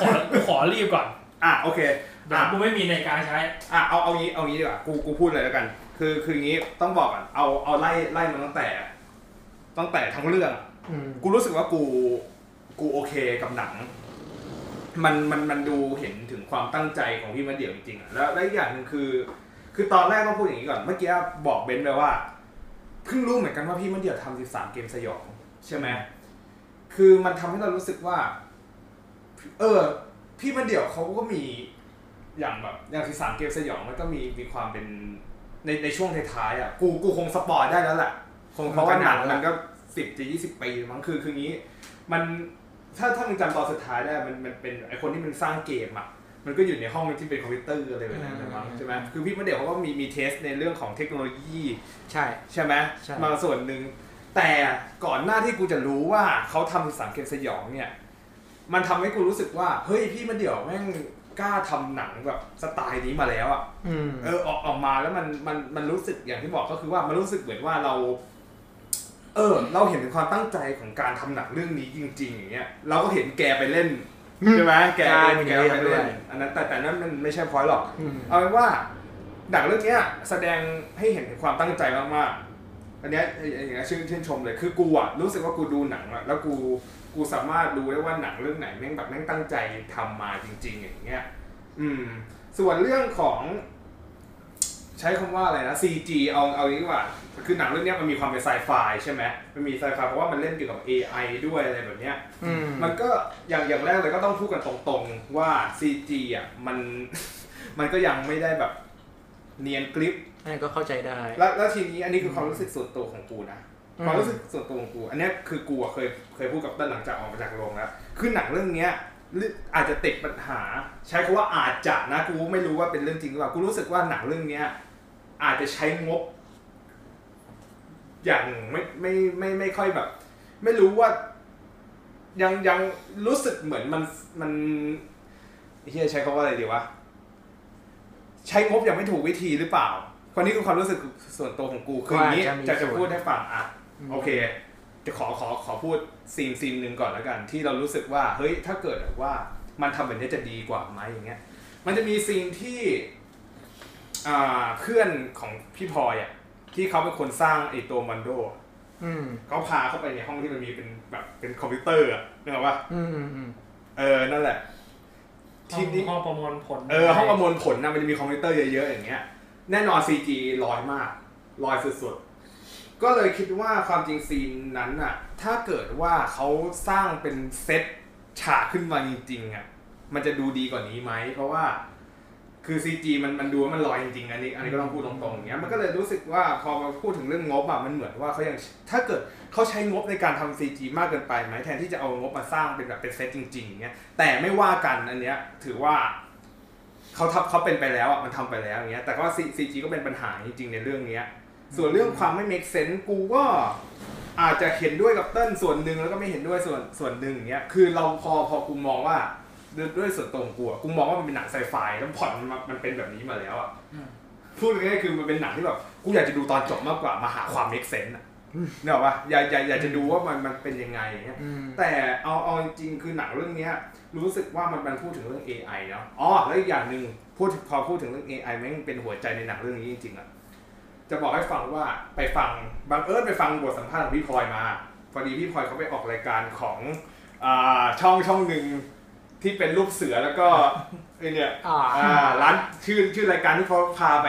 กูขอกูขอรีบก่อน อ่ะโอเค เดี๋ยว อ่ะ กูไม่มีในาฬิการใช้ อ่ะเอาเอางี้เอางี้ดีกว่ากูกูพูดเลยแล้วกัน คือคืออย่างงี้ต้องบอกก่อนเอาเอาไล่ไล่มันตั้งแต่ ตั้งแต่ทั้งเรื่อง อืม กูรู้สึกว่ากูกูโอเคกับหนัง มันมันมันดูเห็นถึงความตั้งใจของพี่มันเดี่ยวจริงๆอะแล้วและอีกอย่างหนึ่งคือ คือตอนแรกต้องพูดอย่างนี้ก่อนเมื่อกี้บอกเบนซ์ไปว่าเพิ่งรู้เหมือนกันว่าพี่มันเดี่ยวทำ 13 เกมสยองใช่ไหมคือมันทำให้เรารู้สึกว่า เออ พี่มันเดี่ยวเขาก็มีอย่างแบบอย่าง 13 เกมสยองมันก็มีมีความเป็นในในช่วงท้ายๆอ่ะกูกูคงสปอยได้แล้วแหละคงเพราะว่าหนังมันก็สิบจะยี่สิบปีมั้งคือคืองี้ มันถ้าถ้ามึงจำตอนสุดท้ายได้มันมันเป็นไอคนที่มันสร้างเกมอ่ะมันก็อยู่ในห้องที่เป็นคอมพิวเตอร์อะไรแบบนั้นนะมั้งใช่ไหมคือพี่มันเดี่ยวเขาก็มีมีเทสในเรื่องของเทคโนโลยี ใช่ ใช่ไหม ใช่ บางส่วนหนึ่งแต่ก่อนหน้าที่กูจะรู้ว่าเขาทำสามเกมสยองเนี่ย มันทำให้กูรู้สึกว่า เฮ้ยพี่มันเดี๋ยวแม่งกล้าทำหนังแบบสไตล์นี้มาแล้วอ่ะ อืม เออออกออกมาแล้วมันมันมันรู้สึกอย่างที่บอกก็คือว่ามันรู้สึกเหมือนว่าเรา เออ เราเห็นถึงความตั้งใจของการทำหนังเรื่องนี้จริง ๆ อย่างเงี้ยเราก็เห็นแกไปเล่น อืม ใช่ไหมแกไปเล่น ใช่ แกไป ด้ว เล่ ย นอันนั้นแต่แต่นั้นมันไม่ใช่พอยหรอก อืม เอาเป็นว่าหนังเรื่องเนี้ยแสดงให้เห็นถึงความตั้งใจมากๆ อันเนี้ยอย่างเงี้ยชื่นชื่นชมเลยคือกูอะรู้สึกว่ากูดูหนังอะแล้วกูกูสามารถดูได้ว่าหนังเรื่องไหนแม่งแบบแม่งตั้งใจทำมาจริง ๆ อย่างเงี้ย อืม ส่วนเรื่องของ ใช้คำว่าอะไรนะ CG เอาเอาอย่างนี้ดีกว่า คือหนังเรื่องเนี้ยมันมีความเป็นไซไฟใช่ไหมมันมีไซไฟเพราะว่ามันเล่นเกี่ยวกับ AI ด้วยอะไรแบบเนี้ย อืม มันก็อย่างอย่างแรกเลยก็ต้องพูดกันตรงๆว่า CG อ่ะมัน มันก็ยังไม่ได้แบบเนียนกริป อันนั้นก็เข้าใจได้ แล้วแล้วทีนี้อันนี้คือความรู้สึกส่วนตัวของกูนะ อืม ความรู้สึกส่วนตัวของกู อันเนี้ยคือกูอะเคยเคยพูดกับเต้นหลังจากออกมาจากโรงแล้วคือหนังเรื่องเนี้ยหรืออาจจะติดปัญหา ใช้คำว่าอาจจะนะกูไม่รู้ว่าเป็นเรื่องจริงหรือเปล่ากูรู้สึกว่าหนังเรื่องเนี้ย อาจจะใช้งบ อย่างไม่ไม่ไม่ไม่ค่อยแบบ ไม่รู้ว่า ยังยังรู้สึกเหมือนมันมันเฮียใช้คำว่าอะไรดีวะใช้งบยังไม่ถูกวิธีหรือเปล่าคนนี้คือความรู้สึกส่วนตัวของกูคืออย่างนี้ ว่าอาจจะจะจะมีส่วน พูดให้ฟังอ่ะโอเค จะขอขอขอพูดซีนซีนหนึ่งก่อนแล้วกัน ที่เรารู้สึกว่า เฮ้ยถ้าเกิดแบบว่า มันทำแบบนี้จะดีกว่าไหมอย่างเงี้ย มันจะมีซีนที่ อ่าเพื่อนของพี่พลอยอ่ะที่เขาเป็นคนสร้างไอ้ตัวมันโดอะ อืม เขาพาเข้าไปในห้องที่มันมีเป็นแบบเป็นคอมพิวเตอร์อ่ะนึกออกปะ อืมอืมอืม เออนั่นแหละ ทีนี้ ห้องประมวลผล เออห้องประมวลผลนะมันจะมีคอมพิวเตอร์เยอะๆอย่างเงี้ยแน่นอน CG ลอยมากลอยสุดๆ ก็เลยคิดว่าความจริงซีนนั้นอ่ะ ถ้าเกิดว่าเขาสร้างเป็นเซตฉากขึ้นมาจริงๆอ่ะมันจะดูดีกว่านี้ไหมเพราะว่า คือ CG มันมันดูว่ามันลอยจริงๆอันนี้อันนี้ก็ต้องพูดตรงๆอย่างเงี้ยมันก็เลยรู้สึกว่าพอมาพูดถึงเรื่องงบอะมันเหมือนว่าเขายังถ้าเกิดเขาใช้งบในการทำ CG มากเกินไปไหมแทนที่จะเอางบมาสร้างเป็นแบบเป็นเซตจริงๆอย่างเงี้ยแต่ไม่ว่ากันอันเนี้ยถือว่าเขาทำเขาเป็นไปแล้วอะมันทำไปแล้วอย่างเงี้ยแต่ก็ CG ก็เป็นปัญหาจริงๆในเรื่องเนี้ย ส่วนเรื่องความไม่ make sense กูก็อาจจะเห็นด้วยกับเต้นส่วนหนึ่งแล้วก็ไม่เห็นด้วยส่วนส่วนหนึ่งอย่างเงี้ยคือเราพอพอกูมองว่า ด้วยด้วยส่วนตัวของกูอะกูมองว่ามันเป็นหนังไซไฟแล้วพล็อตมันมามันเป็นแบบนี้มาแล้วอ่ะ อืม พูดง่ายๆคือมันเป็นหนังที่แบบกูอยากจะดูตอนจบมากกว่ามาหาความเมคเซนต์อ่ะเนี่ยว่าอยากอยากอยากจะดูว่ามันมันเป็นยังไงอย่างเงี้ย อืม แต่เอาเอาจริงๆคือหนังเรื่องเนี้ยรู้สึกว่ามันมันพูดถึงเรื่อง AI เนาะอ๋อแล้วอีกอย่างหนึ่งพูดพอพูดถึงเรื่อง AI แม่งเป็นหัวใจในหนังเรื่องนี้จริงๆอ่ะจะบอกให้ฟังว่าไปฟังบังเอิญไปฟังบทสัมภาษณ์ของพี่พลอยมาพอดีพี่พลอยเขาไปออกรายการของอ่าช่องช่องหนึ่ง ที่เป็นรูปเสือแล้วก็ ไอเนี่ย อ่า อ่าร้านชื่อชื่อรายการที่เขาพาไป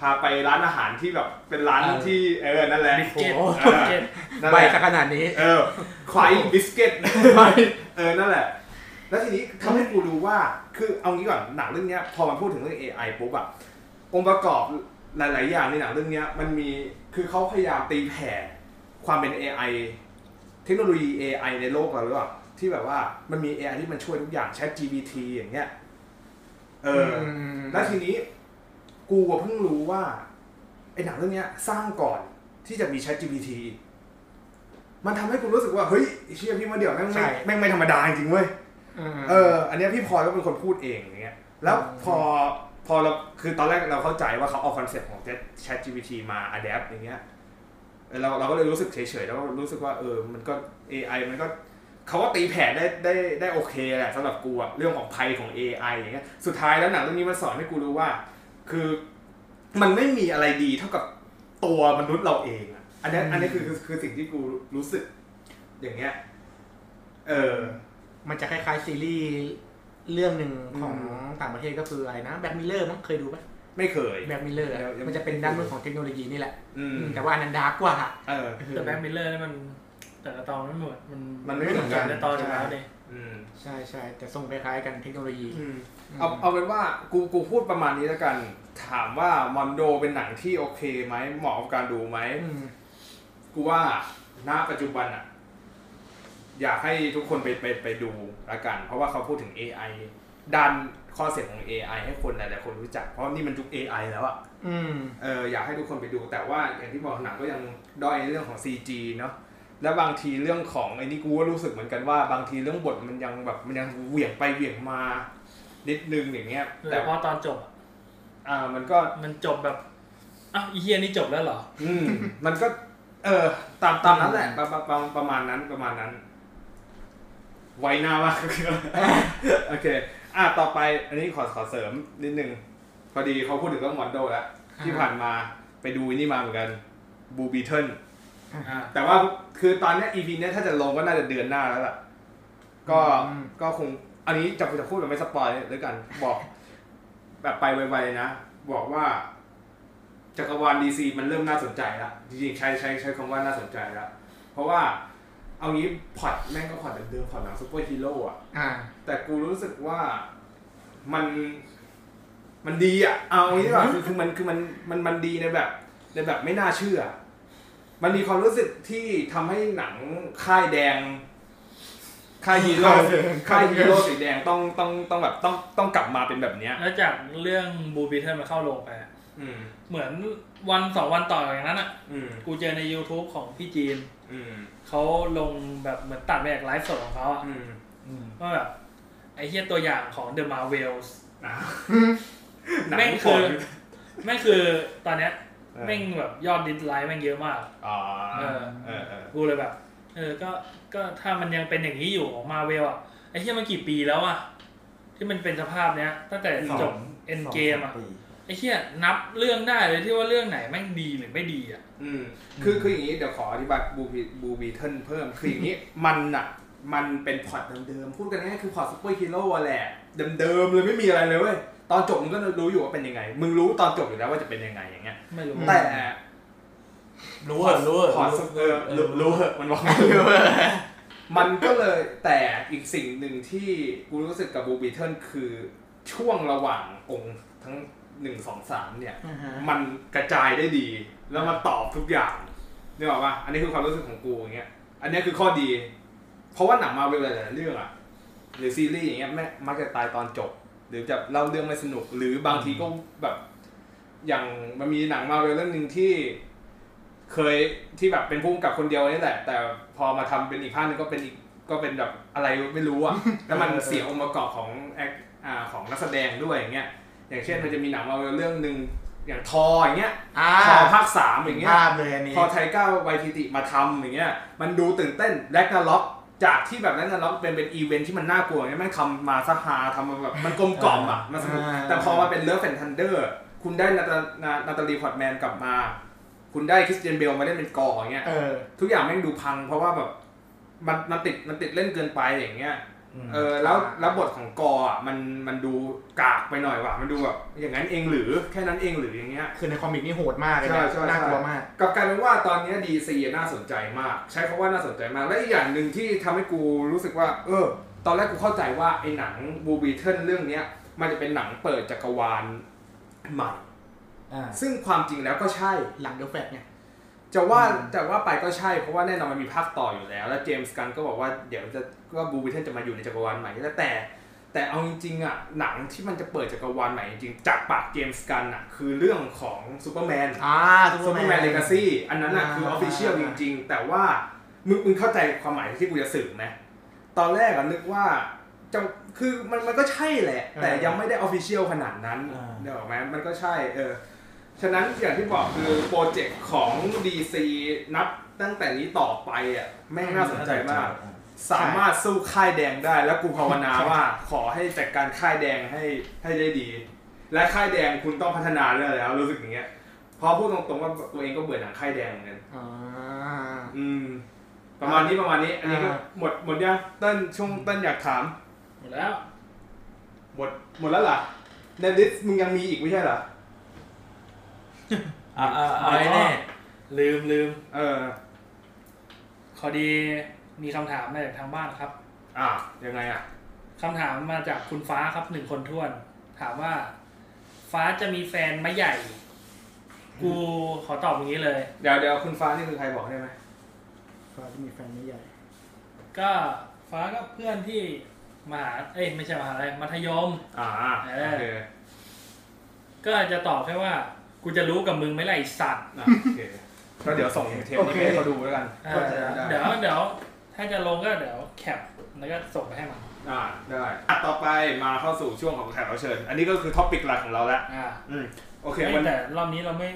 พาไปร้านอาหารที่แบบเป็นร้าน อ่า ที่เออนั่นแหละ เจ็ด โอ้โห เจ็ด นั่น ใบ แหละ ซะขนาดนี้ เออควายบิสกิตเออนั่นแหละ แล้วทีนี้ทำให้กูรู้ว่าคือเอางี้ก่อนหนังเรื่องเนี้ยพอมันพูดถึงเรื่อง AI ปุ๊บอะองค์ประกอบหลาย ๆ อย่างในหนังเรื่องเนี้ยมันมีคือเขาพยายามตีแผ่ความเป็น AI เทคโนโลยี AI ในโลกเราหรือเปล่าที่แบบว่ามันมี AI ที่มันช่วยทุกอย่าง Chat GPT อย่างเงี้ยเอออ แล้วทีนี้กูก็เพิ่งรู้ว่าไอ้หนังเรื่องเนี้ย สร้างก่อนที่จะมี ChatGPT มันทำให้กูรู้สึกว่า เฮ้ยไอ้เชี่ยพี่มาเดี๋ยวแม่ง ใช่ ไม่แม่งไม่ธรรมดาจริงๆเว้ย เออ อันเนี้ยพี่พลอยก็เป็นคนพูดเองอย่างเงี้ย แล้วพอพอเราคือตอนแรกเราเข้าใจว่าเขาเอาคอนเซ็ปต์ของ Chat GPT มา adapt อย่างเงี้ยเออเราเราก็เลยรู้สึกเฉยๆ แล้วก็รู้สึกว่าเออ มันก็ AI มันก็เขาก็ตีแผนได้ได้ได้โอเคแหละสำหรับกูอะเรื่องของภัยของ AI อย่างเงี้ย สุดท้ายแล้วหนังเรื่องนี้มันสอนให้กูรู้ว่า คือมันไม่มีอะไรดีเท่ากับตัวมนุษย์เราเองอะอันเนี้ยอันเนี้ยคือคือคือสิ่งที่กูรู้สึกอย่างเงี้ย เออ มันจะคล้ายๆซีรีส์เรื่องหนึ่งของ อืม ต่างประเทศก็คืออะไรนะแบ็กมิเลอร์มั้งเคยดูปะ ไม่เคย แบ็กมิเลอร์ ยังยัง มันจะเป็นด้านมืดของเทคโนโลยีนี่แหละ อืม แต่ว่าอันนั้นดาร์กกว่า เออ แต่แบ็กมิลเลอร์นี่มันแต่ละตอนไม่เหมือนมัน มันไม่เหมือนกัน แต่ละตอนอยู่แล้วเนี่ย อืม ใช่ใช่ๆแต่ทรงคล้ายๆกันเทคโนโลยี เอาเอาเป็นว่ากูกูพูดประมาณนี้แล้วกัน ถามว่ามอนโดเป็นหนังที่โอเคไหมเหมาะกับการดูไหม อืม กูว่าณปัจจุบันอ่ะ อยากให้ทุกคนไปไปไปดูละกัน เพราะว่าเขาพูดถึง AI ดันข้อเสียของ AI ให้คนหลายๆคนรู้จัก เพราะนี่มันยุค AI แล้วอ่ะ อืม เอออยากให้ทุกคนไปดูแต่ว่าอย่างที่บอกหนังก็ยังด้อยในเรื่องของ CG เนาะและบางทีเรื่องของไอ้นี่กูก็รู้สึกเหมือนกันว่าบางทีเรื่องบทมันยังแบบมันยังเหวี่ยงไปเหวี่ยงมานิดนึงอย่างเงี้ย แต่ แต่ พอตอนจบอะ อ่ามันก็ มันจบแบบอ้าวอีเฮียนี่จบแล้วเหรอ อื ม มันก็ เออตามตามนั้นแหละประประประประมาณนั้นประมาณนั้น ไวหน้ามาก โอเค อ่ะต่อไป อันนี้ขอขอเสริมนิดนึงพอดีเขาพูดถึงเรื่องมอนโดแล้วที่ผ่านมาไปดูไอ้นี่มาเหมือนกันบูบีเทิล อ่า แต่ว่าคือตอนเนี้ย EP เนี้ยถ้าจะลงก็น่าจะเดือนหน้าแล้วล่ะ ก็ อืม ก็คงอันนี้จะจะพูดแบบไม่สปอยแล้วกัน บอก แบบไปไวๆนะ บอกว่า จักรวาล DC มันเริ่มน่าสนใจละจริงๆใช้ใช้ใช้คำว่าน่าสนใจละเพราะว่าเอางี้พล็อดแม่งก็พล็อดเดิมๆพล็อดหนังซูเปอร์ฮีโร่อะ อ่า แต่กูรู้สึกว่ามันมันดีอ่ะ เอาอย่างนี้ดีกว่าคือคือมันคือมันมันมันดีในแบบในแบบไม่น่าเชื่อ มันมีความรู้สึกที่ทำให้หนังค่ายแดง ค่ายฮีโร่ค่ายฮีโร่สีแดงต้องต้องต้องแบบต้องต้องกลับมาเป็นแบบเนี้ย แล้วจากเรื่องบูบีเทิลมาเข้าลงไปอะ อืม เหมือนวันสองวันต่ออย่างนั้นอ่ะ อืม กูเจอใน YouTube ของพี่จีน อืม เขาลงแบบเหมือนตัดมาจากไลฟ์สดของเขาอ่ะ อืม อืม ว่าแบบ ไอ้เฮียตัวอย่างของเดอะมาเวลส์ อ่ะ แม่งคือ หนั แม่งคือตอนเนี้ย ก่อน แม่งแบบยอดดิสไลค์แม่งเยอะมาก อ๋อ เออ เออเออ กูเลยแบบ เออ ก็ ก็ถ้ามันยังเป็นอย่างนี้อยู่ของมาเวลอ่ะ ไอ้เฮียมันกี่ปีแล้วอ่ะ ที่มันเป็นสภาพเนี้ย ตั้งแต่จบเอ็นเกมอ่ะ ไอ้เชี่ยนับเรื่องได้เลยที่ว่าเรื่องไหนแม่งดีหรือไม่ดีอ่ะ อืมคือคืออย่างนี้เดี๋ยวขออธิบายบูบีบูบีเทิลเพิ่มคืออย่างนี้ มันอ่ะ มันเป็นพล็อร์ตเดิมๆ พูดกันง่ายๆคือพล็อร์ตซุปเปอร์ฮีโร่อะแหละ เดิมๆเลยไม่มีอะไรเลยเว้ย ตอนจบมึงก็รู้อยู่ว่าเป็นยังไง มึงรู้ตอนจบอยู่แล้วว่าจะเป็นยังไงอย่างเงี้ย ไม่รู้ อืม แต่ รู้เหรอรู้เหรอ พล็อร์ตเออรู้รู้เหอะมันบอกไม่รู้เหอะมันก็เลยแต่อีกสิ่งหนึ่งที่กูรู้สึกกับบูบีเทิลคือช่วงระหว่างองค์ทั้งหนึ่งสองสามเนี่ย อ่าฮะ มันกระจายได้ดี แล้วมันตอบทุกอย่างนึกออกปะอันนี้คือความรู้สึกของกูอย่างเงี้ย อันเนี้ยคือข้อดี เพราะว่าหนังมาเวลหลายๆเรื่องอะหรือซีรีส์อย่างเงี้ยแม่มักจะตายตอนจบ หรือจะเล่าเรื่องไม่สนุก หรือบางทีก็แบบ อย่างมันมีหนังมาเวลเรื่องหนึ่งที่ เคยที่แบบเป็นพุ่มกับคนเดียวนี่แหละ แต่พอมาทำเป็นอีกภาคหนึงก็เป็นอีกก็เป็นแบบอะไรไม่รู้อะแล้วมันเสียองค์ประกอบของแอคอ่าของนักแสดงด้วยอย่างเงี้ย อย่างเช่นมันจะมีหนังมาเวลเรื่องหนึ่งอย่างทออย่างเงี้ย อ่า ทอภาคสามอย่างเงี้ย ภาพเลยอันนี้ พอไทก้าไวทีติมาทำอย่างเงี้ย มันดูตื่นเต้นแลกนาล็อก จากที่แบบแลกนาล็อกเป็นเป็นอีเวนท์ที่มันน่ากลัวอย่างเงี้ยแม่งทำมาซะฮาทำมาแบบมันกลมกล่อมอ่ะ มันสนุก แต่พอมาเป็นเลิฟแอนทันเดอร์ คุณได้นาตานานาตาลีพอร์ตแมนกลับมา คุณได้คริสเตียนเบลมาเล่นเป็นกออย่างเงี้ย เออ ทุกอย่างแม่งดูพัง เพราะว่าแบบมันมันติดมันติดเล่นเกินไปอย่างเงี้ย ม เออแล้วแล้วบทของกออ่ะมันมันดูกากไปหน่อยว่ะมันดูแบบอย่างนั้นเองหรือแค่นั้นเองหรืออย่างเงี้ย คือในคอมิกนี่โหดมากเลย ใช่ นะ ใช่ น่ากลัว ใช่ มาก กลับกลารเป็นว่าตอนเนี้ดีซีน่าสนใจมาก ใช้คำว่าน่าสนใจมาก และอีกอย่างหนึ่งที่ทำให้กูรู้สึกว่า เออ ตอนแรกกูเข้าใจว่าไอ้หนังบูบีเทิลเรื่องเนี้ย มันจะเป็นหนังเปิดจักรวาลใหม่ อ่า ซึ่งความจริงแล้วก็ใช่ หลังเดลแฟตเนี่ย จะว่าจะว่าไปก็ใช่เพราะว่าแน่นอนมันมีภาคต่ออยู่แล้ว แล้วเจมส์กันก็บอกว่าเดี๋ยวจะก็บูบิเทนจะมาอยู่ในจักรวาลใหม่แต่แต่ แต่เอาจริงๆอ่ะหนังที่มันจะเปิดจักรวาลใหม่จริงๆจากปากเจมส์กันอ่ะคือเรื่องของซูเปอร์แมน อ่า ซูเปอร์แมนเลกาซี่อันนั้นอ่ะคือออฟฟิเชียลจริงๆ แต่ว่ามึงมึงเข้าใจความหมายที่กูจะสื่อไหมตอนแรกอะนึกว่า จังคือมันมันก็ใช่แหละ แต่ เออ ยังไม่ได้ออฟฟิเชียลขนาดนั้น อ่า เดี๋ยวไหมมันก็ใช่เออฉะนั้นอย่างที่บอกคือโปรเจกต์ของ DC นับตั้งแต่นี้ต่อไปอ่ะแม่งน่าสนใจมาก สามารถสู้ค่ายแดงได้แล้วกูภาวนาว่าขอให้จัดการค่ายแดงให้ให้ได้ดี และค่ายแดงคุณต้องพัฒนาเรื่อยแล้วรู้สึกอย่างเงี้ยเพราะพูดตรงๆว่าตัวเองก็เบื่อหนังค่ายแดงเหมือนกัน อ่า อืม ประมาณนี้ประมาณนี้ อันนี้ก็ อ่า หมดหมดยังเต้นช่วงเต้นอยากถาม หมดแล้ว หมดหมดแล้วเหรอในลิสต์มึงยังมีอีกไม่ใช่เหรอ อ่าอ่าอ่าแน่ ลืมลืม เออ ขอดีมีคำถามมาจากทางบ้านครับ อ่ะยังไงอ่ะ คำถามมาจากคุณฟ้าครับหนึ่งคนท้วน ถามว่า ฟ้าจะมีแฟนไหมใหญ่ กูขอตอบอย่างนี้เลย เดี๋ยวเดี๋ยวคุณฟ้านี่คือใครบอกได้ไหม ฟ้าจะมีแฟนไม่ใหญ่ ก็ฟ้าก็เพื่อนที่มหาเอ้ยไม่ใช่มหาลัยมัธยม อ่า เออ โอเค ก็จะตอบแค่ว่า กูจะรู้กับมึงไหมล่ะไอสัตว์ อ่ะโอเคก็เดี๋ยวส่งเทป โอ นี้ เค ให้เขาดูแล้วกัน เออ เข้าใจแล้ว เดี๋ยวเดี๋ยวถ้าจะลงก็เดี๋ยวแคปแล้วก็ส่งไปให้มัน อ่าได้อ่ะต่อไปมาเข้าสู่ช่วงของแขกรับเชิญ อันนี้ก็คือท็อปิกหลักของเราแล้ว อ่า อืมโอเค เฮ้ย วัน แต่รอบนี้เราไม่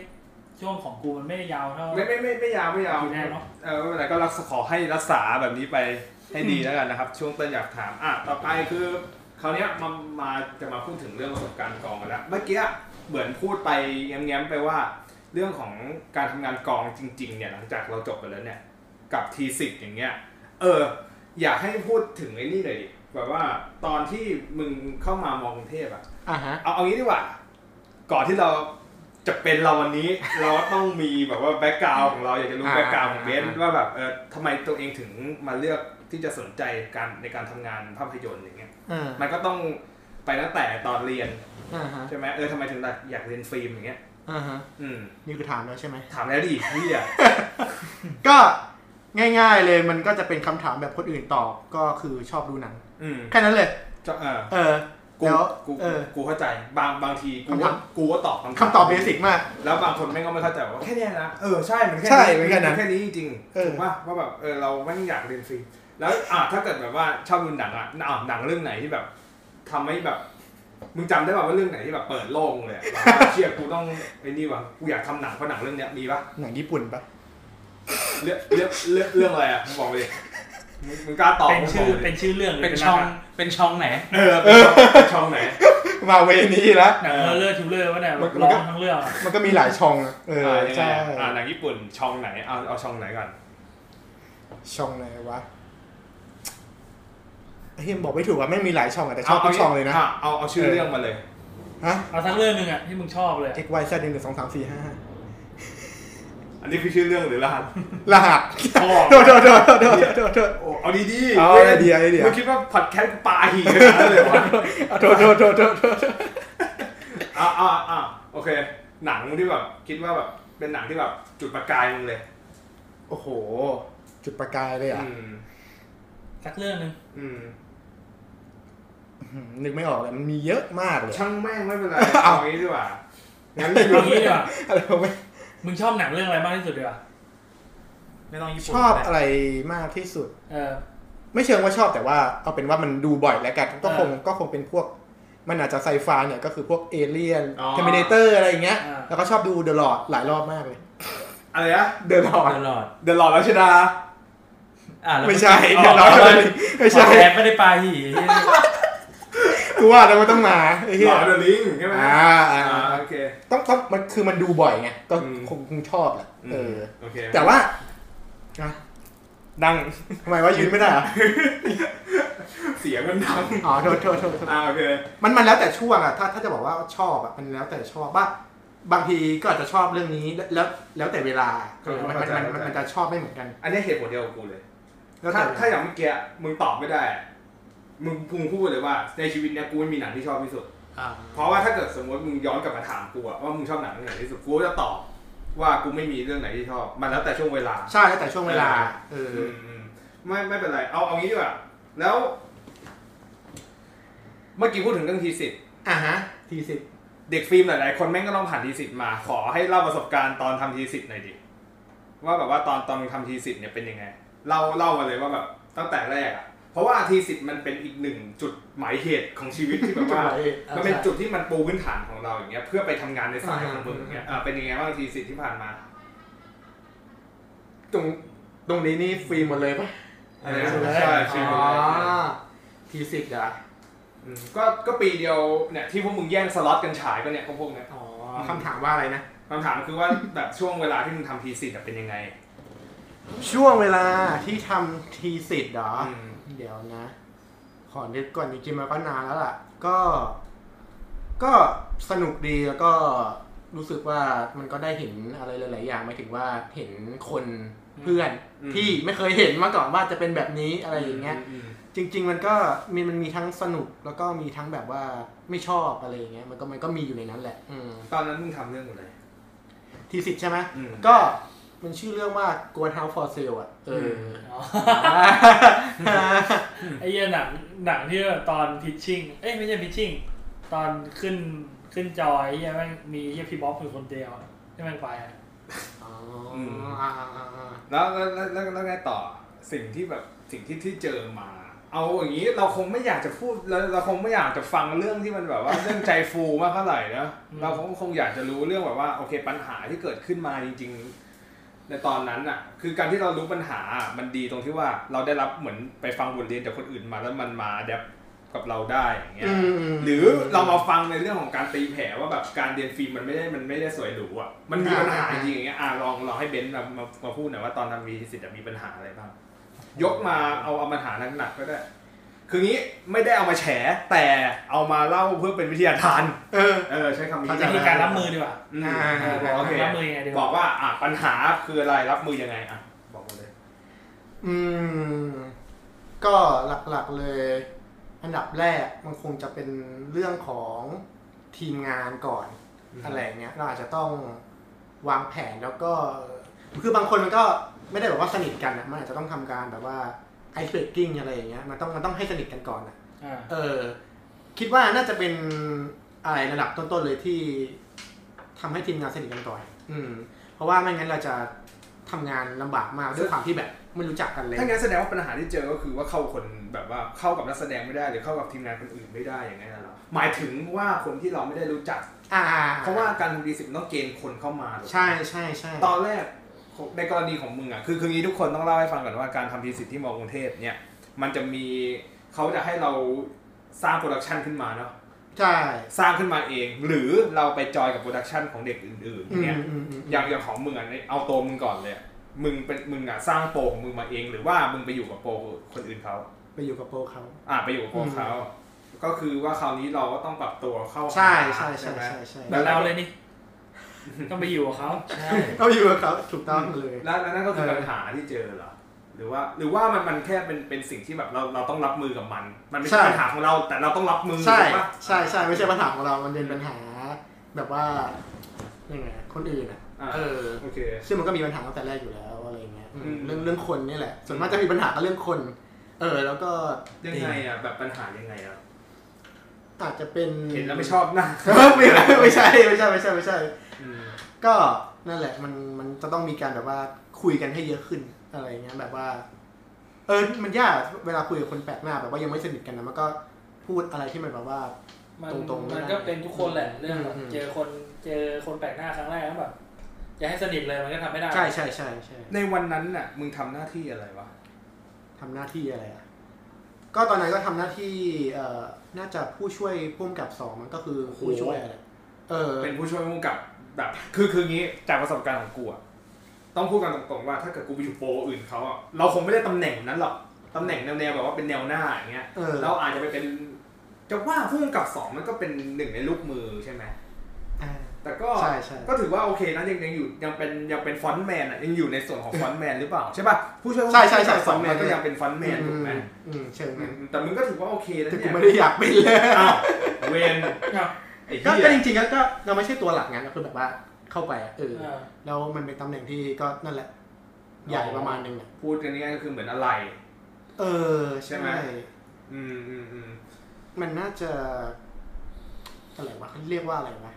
ช่วงของกูมันไม่ได้ยาวเท่า ไม่ไม่ไม่ไม่ยาวไม่ยาว อยู่แน่เนอะ เออไม่เป็นไรก็รักษาขอให้รักษาแบบนี้ไปให้ดีแล้วกันนะครับ ช่วงเต้นอยากถามอ่ะต่อไปคือคราวเนี้ยมามาจะมาพูดถึงเรื่องประสบการณ์กองกันแล้วเมื่อกี้เหมือนพูดไปแง้มๆไปว่า เรื่องของการทำงานกองจริง ๆ เนี่ยหลังจากเราจบไปแล้วเนี่ย กับทีสิบอย่างเงี้ย เออ อยากให้พูดถึงไอ้นี่หน่อยดิแบบว่าตอนที่มึงเข้ามามองกรุงเทพอะ อ่าฮะ เอาเอางี้ดีกว่า ก่อนที่เราจะเป็นเราวันนี้ เราต้องมีแบบว่าแบ็กกราวของเราอยากจะรู้ อ่า แบ็กกราวของเบน อ่า ว่าแบบเออทำไมตัวเองถึงมาเลือกที่จะสนใจการในการทำงานภาพยนตร์อย่างเงี้ย อ่า มันก็ต้องไปตั้งแต่ตอนเรียน อ่าฮะ ใช่ไหมเออทำไมถึงอยากเรียนฟิล์มอย่างเงี้ย อ่าฮะ อืม นี่คือถามแล้วใช่ไหม ถามแล้วดิพี่อ่ะ ก็ง่าย ๆเลยมันก็จะเป็นคำถามแบบคนอื่นตอบก็คือชอบดูหนัง อืม แค่นั้นเลย จะเออ เออ กู แล้ว กู เออ กูเข้าใจบางบางทีกูก็คำถาม กูก็ตอบ คำตอบเบสิกมาก แล้วบางคนแม่งก็ไม่เข้าใจว่าแค่เนี้ยนะเออใช่มันแค่ ใช่ มั มันแค่นั้น แค่นี้จริงๆ เออ ถูกป่ะว่าแบบเออเราไม่งอยากเรียนฟรีแล้วอ่ะถ้าเกิดแบบว่าชอบดูหนังอ่ะอ่ะหนังเรื่องไหนที่แบบทำให้แบบมึงจำได้ป่ะว่าเรื่องไหนที่แบบเปิดโล่งเลยอะแบบว่าเชียกูต้องไอ้นี่วะกูอยากทำหนังเพราะหนังเรื่องเนี้ยมีป่ะ หนังญี่ปุ่นปะ เรื่องเรื่องเรื่องเรื่องอะไรอ่ะมึงบอกเลยมึงมึงกล้าตอบ เป็น มึง ชื่อบ กลย เป็นชื่อเรื่องหรื เป็นช่อง หา เป็นช่องไหน เออเป็นช่องเป็นช่องไหน มาเวนี้ละ หนัง เออ เออเรื่องทิวเลอร์วะเนี่ย มันก็ ร้องทั้งเรื่องอะ มันก็มีหลายช่องอะเออ อ่ะยังไง ใช่ อ่ะอ่ะหนังญี่ปุ่นช่องไหนเอาเอาช่องไหนก่อน ช่องไหนวะเฮียบอกไม่ถูกว่าไม่งมีหลายช่องอะแต่ชอบ า ทุกช่องเลยนะ ะเอาเอาชื่อ เออ เรื่องมาเลย ฮะ เอาทั้งเรื่องหนึงอ่ะที่มึงชอบเลย x y z หนึ่งสองสามสี่ห้า อันนี้คือชื่อเรื่องหรือรหัส รหัส พ่อ โดดโดดโดดโดดโดดโดด โอ้เอาดีดี เอาไอเดียไอเดีย มึงคิดว่าพอดแคสต์กูปาหีขนาดนั้นเลยเหรอ วะ โดดโดดโดดโดดโดด อ่าอ่าอ่าโอเค หนังที่แบบคิดว่าแบบเป็นหนังที่แบบจุดประกายมึงเลย โอ้โห จุดประกายเลยอ่ะ อืม สักเรื่องหนึง อืม อืมนึกไม่ออกเลยมันมีเยอะมากเลย ช่างแม่งไม่เป็นไร เอา เอางี้ดีกว่างั้น เอางี้ดีกว่า อะไรไม่ มึงชอบหนังเรื่องอะไรมากที่สุดดีกว่า ไม่ต้องญี่ปุ่ ช น อบ ก็ อะ ด้ ไรมากที่สุด เออ ไม่เชิงว่าชอบแต่ว่าเอาเป็นว่ามันดูบ่อยแล้วกันก็คงก็คงเป็นพวก มันอาจจะไซไฟเนี่ยก็คือพวกเอเลียนเทมิเนเตอร์อะไรอย่างเงี้ย อ่า แล้วก็ชอบดูเดอะลอดหลายรอบมากเลย อะไรนะ เดอะลอด ตลอด เดอะหลอดรัชดา อ่า ไม่ใช่ แ เดอะลอดไม่ใช่ แอบไม่ได้ปลาหี กูว่าแล้วมันต้องมาไอ้เหี้ หล ย อดเดอะลิงใช่ไหม อ่าอ่า อ่าโอเค ต้องต้องมันคือมันดูบ่อยไงก็ อืม คงคงชอบแหละ อืม เออ โอเค แต่ว่าอ่ะ ดัง ทำไมว่ายืนไม่ได้เหรอ เสียงมันดัง อ๋อโทษโทษโทษโทษ อ่าโอเค มันมันแล้วแต่ช่วงอะถ้าถ้าจะบอกว่าชอบอะมันแล้วแต่ชอบบ้างบางทีก็อาจจะชอบเรื่องนี้แล้วแล้วแล้วแต่เวลาเออมันมันมันมันมันจะชอบไม่เหมือนกัน อันนี้เหตุผลเดียวกับกูเลย แล้วแต่ ถ้าถ้าอย่างเมื่อกี้มึงตอบไม่ได้อะมึงพูดพูดเลยว่าในชีวิตเนี้ยกูไม่มีหนังที่ชอบที่สุด อ่า เพราะว่าถ้าเกิดสมมติมึงย้อนกลับมาถามกูอะว่ามึงชอบหนังเรื่องไหนที่สุดกูก็จะตอบว่ากูไม่มีเรื่องไหนที่ชอบ มันแล้วแต่ช่วงเวลา ใช่แล้วแต่ช่วงเวลาเออ อืมอืมไม่ไม่เป็นไร เอาเอางี้ดีกว่าแล้ว เมื่อกี้พูดถึงเรื่องทีสิทธิ์ อ่ะฮะทีสิบ เด็กฟิล์มหลายๆคนแม่งก็ต้องผ่านทีสิทธิ์มา ขอให้เล่าประสบการณ์ตอนทำทีสิทธิ์หน่อยดิว่าแบบว่าตอนตอนทำทีสิทธิ์เนี่ยเป็นยังไงเล่าเล่ามาเลยว่าแบบตั้งแต่แรกอะ เพราะว่าทีสิทธิ์มันเป็นอีกหนึ่งจุดหมายเหตุของชีวิตที่แบบ ว่า มันเป็นจุดที่มันปูพื้นฐานของเราอย่างเงี้ย เพื่อไปทำงานในสายของมึงอย่างเงี้ยอ่ะเป็นยังไงบ้างทีสิทธิ์ที่ผ่านมา ตรงตรงนี้นี่ฟรีหมดเลยปะ ใช่ ใช่ ใช่ อ๋อทีสิบเหรอ อืมก็ก็ปีเดียวเนี่ยที่พวกมึงแย่งสล็อตกันฉายกันเนี่ยพวกพวกเนี่ย อ๋อคำถามว่าอะไรนะ คำถามคือว่าแบบช่วงเวลาที่มึงทำทีสิทธิ์อะเป็นยังไง ช่วงเวลาที่ทำทีสิทธ์เหรออ อืม เดี๋ยวนะ ขอนึกก่อนจริงๆมันก็นานแล้วล่ะ ก็ ก็สนุกดีแล้วก็รู้สึกว่ามันก็ได้เห็นอะไรหลาย ๆ อย่างหมายถึงว่าเห็นคนเพื่อนที่ไม่เคยเห็นมาก่อนว่าจะเป็นแบบนี้อะไรอย่างเงี้ย มอืม จริง ๆ มันก็มีมันมีทั้งสนุกแล้วก็มีทั้งแบบว่าไม่ชอบอะไรอย่างเงี้ยมันก็มันก็มีอยู่ในนั้นแหละ อืม ตอนนั้นมึงทำเรื่องอะไร ทีสิทธ์ใช่ไหม อืม ก็มันชื่อเรื่องว่า Go and House for Sale อ่ะเอออ อ๋อไอ้เหี้ยหนังหนังที่ตอนพิชชิ่งเอ้ยไม่ใช่พิชชิ่งตอนขึ้นขึ้นจอยไอ้เหี้ยแม่งมีไอ้เหี้ยพี่บ๊อบอยู่คนเดียวที่แม่งไปอะ อ๋อ อืม อ่าอ่าอ่า แล้วแล้วแล้วแล้วแล้วไงต่อสิ่งที่แบบสิ่งที่ที่เจอมา เอาอย่างนี้เราคงไม่อยากจะพูดเราเราคงไม่อยากจะฟังเรื่องที่มันแบบ ว่า เรื่องใจฟูมากเท่าไหร่นะเราคงคงอยากจะรู้เรื่องแบบว่าโอเคปัญหาที่เกิดขึ้นมาจริง ๆ ในตอนนั้นอ่ะ คือการที่เรารู้ปัญหาอะมันดีตรงที่ว่าเราได้รับเหมือนไปฟังบทเรียนจากคนอื่นมาแล้วมันมาแดบกับเราได้อย่างเงี้ย อืมม หรือเรามาฟังในเรื่องของการตีแผลว่าแบบการเรียนฟิล์มมันไม่ได้มันไม่ได้สวยหรูอ่ะมันมีปัญหาจริงๆอย่างเงี้ยอ่ะลองลองให้เบนซ์มามามาพูดหน่อยว่าตอนทำมีสิทธิ์อะมีปัญหาอะไรบ้างยกมาเอาเอาปัญหาหนักๆก็ได้ คืองี้ไม่ได้เอามาแฉแต่เอามาเล่าเพื่อเป็นวิทยาทาน เออ เออใช้คำนี้ เข้าใจ วิธีการรับมือดีกว่า อืม อ่า เออบอกโอเค รับมือยังไงดี บ วะ อกว่าอ่ะปัญหาคืออะไรรับมือยังไงอ่ะบอกมาเลย อืม ก็หลักๆเลย อันดับแรกมันคงจะเป็นเรื่องของทีมงานก่อน อืม อะไรอย่างเงี้ย เราอาจจะต้องวางแผนแล้วก็ คือบางคนมันก็ไม่ได้แบบว่าสนิทกันนะมันอาจจะต้องทำการแบบว่าไอซ์เบรกกิ้งอะไรอย่างเงี้ยมันต้องมันต้องให้สนิทกันก่อนนะ อ่า เออคิดว่าน่าจะเป็นอะไรระดับต้นๆเลยที่ทำให้ทีมงานสนิทกันก่อนอืม เพราะว่าไม่งั้นเราจะทำงานลำบากมากด้วยความที่แบบไม่รู้จักกันเลย ถ้างั้นแสดงว่าปัญหาที่เจอก็คือว่าเข้าคนแบบว่าเข้ากับนักแสดงไม่ได้หรือเข้ากับทีมงานคนอื่นไม่ได้อย่างนั้นน่ะเหรอหมายถึงว่าคนที่เราไม่ได้รู้จัก อ่า เพราะว่าการทำดีสิบต้องเกณฑ์คนเข้ามาถูกไหม ใช่ใช่ใช่ ตอนแรกในกรณีของมึงอ่ะคือคืออย่างนี้ทุกคนต้องเล่าให้ฟังก่อนว่าการทำดีสิบที่มอกรุงเทพเนี่ย มันจะมีเขาจะให้เราสร้างโปรดักชันขึ้นมาเนาะ ใช่ สร้างขึ้นมาเอง หรือเราไปจอยกับโปรดักชันของเด็กอื่น อื ๆ ม เนี่ย อืมอืม อย่างอย่างของมึงอ่ะเอาตัวมึงก่อนเลยอะมึงเป็นมึงอ่ะสร้างโปรของมึงมาเอง หรือว่ามึงไปอยู่กับโปรคนอื่นเขา ไปอยู่กับโปรเขา อ่าไปอยู่กับพวกเขา ก็คือว่าคราวนี้เราก็ต้องปรับตัวเข้าหา ใช่ใช่ใช่ ไหม ใช่ใช่ แล้ แต่ ว เราเลยนี่ต้องไปอยู่กับเขา เราอยู่กับเขาถูกต้องเลย แล้วแล้วนั่นก็คือ เออ ปัญหาที่เจอเหรอหรือว่าหรือว่ามันมันแค่เป็นเป็นสิ่งที่แบบเราเราต้องรับมือกับมัน มันไม่ใช่ปัญหาของเราแต่เราต้องรับมือ ใช่ ถูกปะ ใช่ใช่ไม่ใช่ปัญหาของเรา มันเป็นปัญหา แบบว่ายังไงอะคนอื่นอ่ะ อ่า เออ โอเค ซึ่งมันก็มีปัญหาตั้งแต่แรกอยู่แล้วอะไรเงี้ยอืม อืม เรื่องเรื่องคนนี่แหละ ส่วนมากจะมีปัญหากับเรื่องคน เออ แล้วก็ ยังไงอ่ะแบบปัญหายังไงอ่ะ อาจจะเป็น เห็นแล้วไม่ชอบห น้า ไม่ใช่ไม่ใช่ไม่ใช่ไม่ใช่ไม่ใช่ อืม ก็นั่นแหละมันมันจะต้องมีการแบบว่าคุยกันให้เยอะขึ้นอะไรเงี้ยแบบว่า เออมันยากเวลาคุยกับคนแปลกหน้าแบบว่ายังไม่สนิทกันนะมันก็พูดอะไรที่มันแบบว่า มัน ตรงๆไม่ได้ มันก็เป็นทุกคนแหละเรื่องแบบ อืม เจอคนเจอคนแปลกหน้าครั้งแรกแล้วแบบจะให้สนิทเลยมันก็ทำไม่ได้ ใช่ใช่ใช่ใช่ ในวันนั้นน่ะมึงทำหน้าที่อะไรวะ ทำหน้าที่อะไรอ่ะก็ตอนนั้นก็ทำหน้าที่เอ่อน่าจะผู้ช่วยพ่วงกับสองมันก็คือผู้ช่วยอะไรเออ เป็นผู้ช่วยผู้กำกับแบบ คือคืองี้จากประสบการณ์ของกูอ่ะต้องพูดกันตรงๆว่าถ้าเกิดกูไปอยู่โปรอื่นเขาอ่ะเราคงไม่ได้ตำแหน่งนั้นหรอกตำแหน่งแนวๆแบบว่าเป็นแนวหน้าอย่างเงี้ย เออ เราอาจจะไปเป็นจะว่าพุ่งกับสองมันก็เป็นหนึ่งในลูกมือใช่ไหม อ่า แต่ก็ ใช่ใช่ ก็ถือว่าโอเคนะยังยังอยู่ยังเป็นยังเป็นฟอนต์แมนอ่ะยังอยู่ในส่วนของฟอนต์แมนหรือเปล่าใช่ป่ะผู้ช่วย ใช่ใช่ใช่ ฟอนต์แมน frontman ก็ยังเป็นฟอนต์แมนถูกไหม อืมเชิงนั้น แต่มึงก็ถือว่าโอเคนะ แต่กู เนี่ย ไม่ได้อยากเป็นเลย อ้าวเวน ครับ ไอ้ ก็ เหี้ ก็ ย จริงๆก็ก็เราไม่ใช่ตัวหลักไงก็คือแบบว่าเข้าไปอะเออ เออ แล้วมันเป็นตำแหน่งที่ก็นั่นแหละ ใหญ่ประมาณนึงอะ พูดกันง่ายๆก็คือเหมือนอะไร เออ ใช่ ใช่ ไหม อืมอืมอืม มันน่าจะอะไรวะเขาเรียกว่าอะไรวะ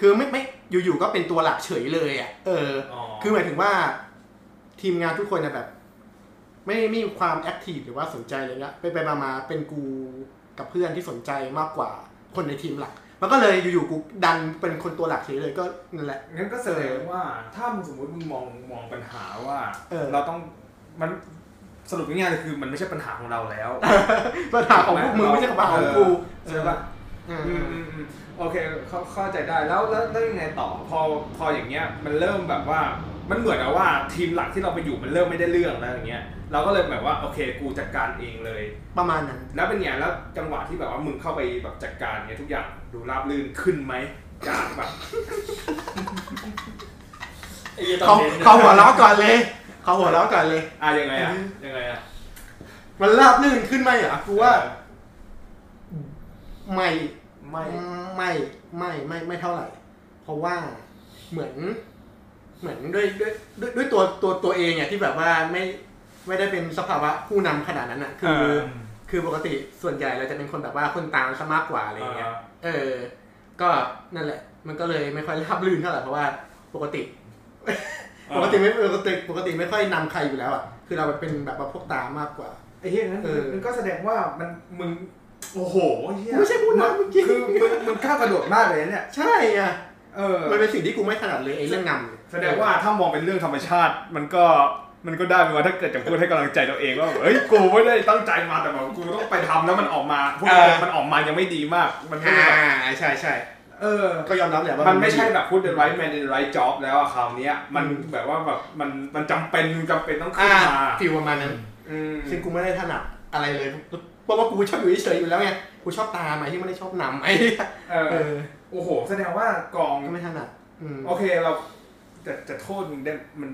คือไม่ไม่อยู่ๆก็เป็นตัวหลักเฉยเลยอ่ะเออ อ๋อ คือหมายถึงว่าทีมงานทุกคนนะแบบ ไม่ไม่มีความแอคทีฟหรือว่าสนใจเลยละไปไปมามาเป็นกูกับเพื่อนที่สนใจมากกว่าคนในทีมหลัก มันก็เลยอยู่ๆกูดันเป็นคนตัวหลักเฉยเลยก็นั่นแหละ งั้นก็แสดงว่าถ้ามึงสมมติมึงมองมองปัญหาว่า เออ เราต้องมันสรุปง่ายๆเลยคือมันไม่ใช่ปัญหาของเราแล้ว ปัญหาของพวกมึงไม่ใช่ปัญหาของกู ใช่ปะ เออ อืมอืมอืมโอเคเข้าเข้าใจได้แล้วแล้วแล้วยังไงต่อพอพออย่างเงี้ยมันเริ่มแบบว่ามันเหมือนกับว่าทีมหลักที่เราไปอยู่มันเริ่มไม่ได้เรื่องแล้วอย่างเงี้ยเราก็เลยแบบว่าโอเคกูจัดการเองเลย ประมาณนั้น แล้วเป็นไงแล้วจังหวะที่แบบว่ามึงเข้าไปแบบจัดการเงี้ยทุกอย่างดูราบรื่นขึ้นไหมจากแบบ ไอ้เหี้ยตอ เขา นเรียน เขาหัวเราะก่อนเลย เขาหัวเราะก่อนเลย อ่ะยังไงอ่ะยังไงอ่ะ มันราบลื่นขึ้นไหมเหรอกูว่าไม่ ไม่ ไม่ไม่ไม่ไม่เท่าไหร่ เพราะว่าเหมือน เหมือนด้วยด้วยด้วยด้วยตัวตัวตัวเองเนี่ยที่แบบว่าไม่ไม่ได้เป็นสภาวะผู้นำขนาดนั้นอ่ะ คือ เออ คือปกติส่วนใหญ่เราจะเป็นคนแบบว่าคนตามซะมากกว่าอะไรอย่างเงี้ย อ่า เออ ก็นั่นแหละ มันก็เลยไม่ค่อยราบลื่นเท่าไหร่เพราะว่าปกติ อ่า ปกติไม่ปกติปกติไม่ค่อยนำใครอยู่แล้วอ่ะ คือเราเป็นแบบว่าพวกตามมากกว่า ไอ้เหี้ยนั้น เออ มันก็แสดงว่ามันมึงโอ้โหอ้เหี้ย ไม่ใช่พูดนะ มึง จริง คือมึงมึงกล้ากระโดดมากเลยนะเนี่ย ใช่อ่ะ เออ มันเป็นสิ่งที่กูไม่ถนัดเลยไอ้เรื่องงำเนี่ย แสดงว่าถ้ามองเป็นเรื่องธรรมชาติมันก็มันก็ได้ไหมว่าถ้าเกิดจะพูดให้กำลังใจตัวเองว่าแบบเฮ้ยกูไม่ได้ตั้งใจมาแต่แบบกูต้องไปทำแล้วมันออกมาพูดตรงๆมันออกมายังไม่ดีมาก มันก็เลอ่ายแบบ ใช่ใช่ เออ ก็ยอมรับแหละว่า มั มัน ไม่ใช่แบบพูด the right man in the right job แล้วอะคราวเนี้ยมันแบบว่าแบบมันมันจำเป็นจำเป็นต้องขึ้ อ่าน มา ฟิลประมาณนั้น อืม ซึ่งกูไม่ได้ถนัดอะไรเลย เพราะว่ากูชอบอยู่เฉยๆอยู่แล้วไง กูชอบตามไอ้ที่ไม่ได้ชอบนำไอ้ เอ เอ อ อ โอ้โห แสดงว่ากอง ก็ไม่ถนัดอืม โอเคเราจะจะโทษมึงได้มัน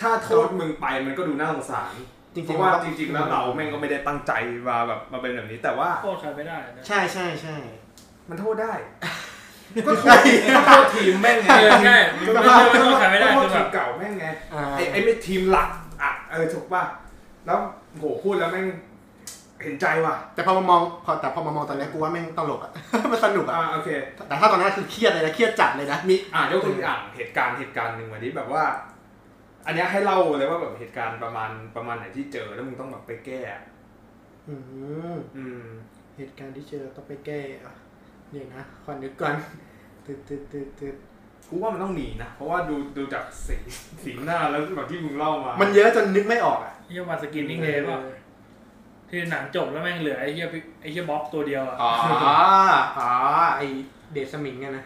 ถ้าโทษมึงไปมันก็ดูน่าสงสาร จริงๆ เพราะว่า ครับ จริง ๆ แล้วเราแม่งก็ไม่ได้ตั้งใจมาแบบมาเป็นแบบนี้แต่ว่า โทษใครไม่ได้นะ ใช่ใช่ใช่ มันโทษได้ ก็ ก็ โท โทษษโทษทีมแม่งไง เออใช่มันไม่ใช่ว่าโทษใครไม่ได้ โทษ คือแบบทีมเก่าแม่งไง อ่า ไอ้ไอ้ไม่ทีมหลักอ่ะเออถูกป่ะแล้วโหพูดแล้วแม่งเห็นใจว่ะ แต่พอมามองพอแต่พอมามองตอนนี้กูว่าแม่งตลกอ่ะ มันสนุกอ่ะ อ่าโอเค แต่ถ้าตอนนั้นคือเครียดเลยนะ เครียดจัดเลยนะ มี อ่ะยกตัวอย่างเหตุการณ์เหตุการณ์หนึ่งวันนี้แบบว่า อันเนี้ยให้เล่าเลยว่าแบบเหตุการณ์ประมาณประมาณไหนที่เจอแล้วมึงต้องแบบไปแก้อ่ะ อืม อืม เหตุการณ์ที่เจอต้องไปแก้อ่ะเดี๋ยวนะขอนึกก่อนตึ๊ดตึ๊ดตึ๊ดตึ๊ด กูว่ามันต้องมีนะ เพราะว่าดูดูจากสีสีหน้าแล้วแบบที่มึงเล่ามา มันเยอะจนนึกไม่ออกอ่ะ ไอ้เหี้ยมาสกินนิ่งเลยป่ะที่หนังจบแล้วแม่งเหลือไอ้เหี้ยไอ้เหี้ยบ๊อบตัวเดียวอะ อ๋อ อ๋อไอเดชสมิงไงนะ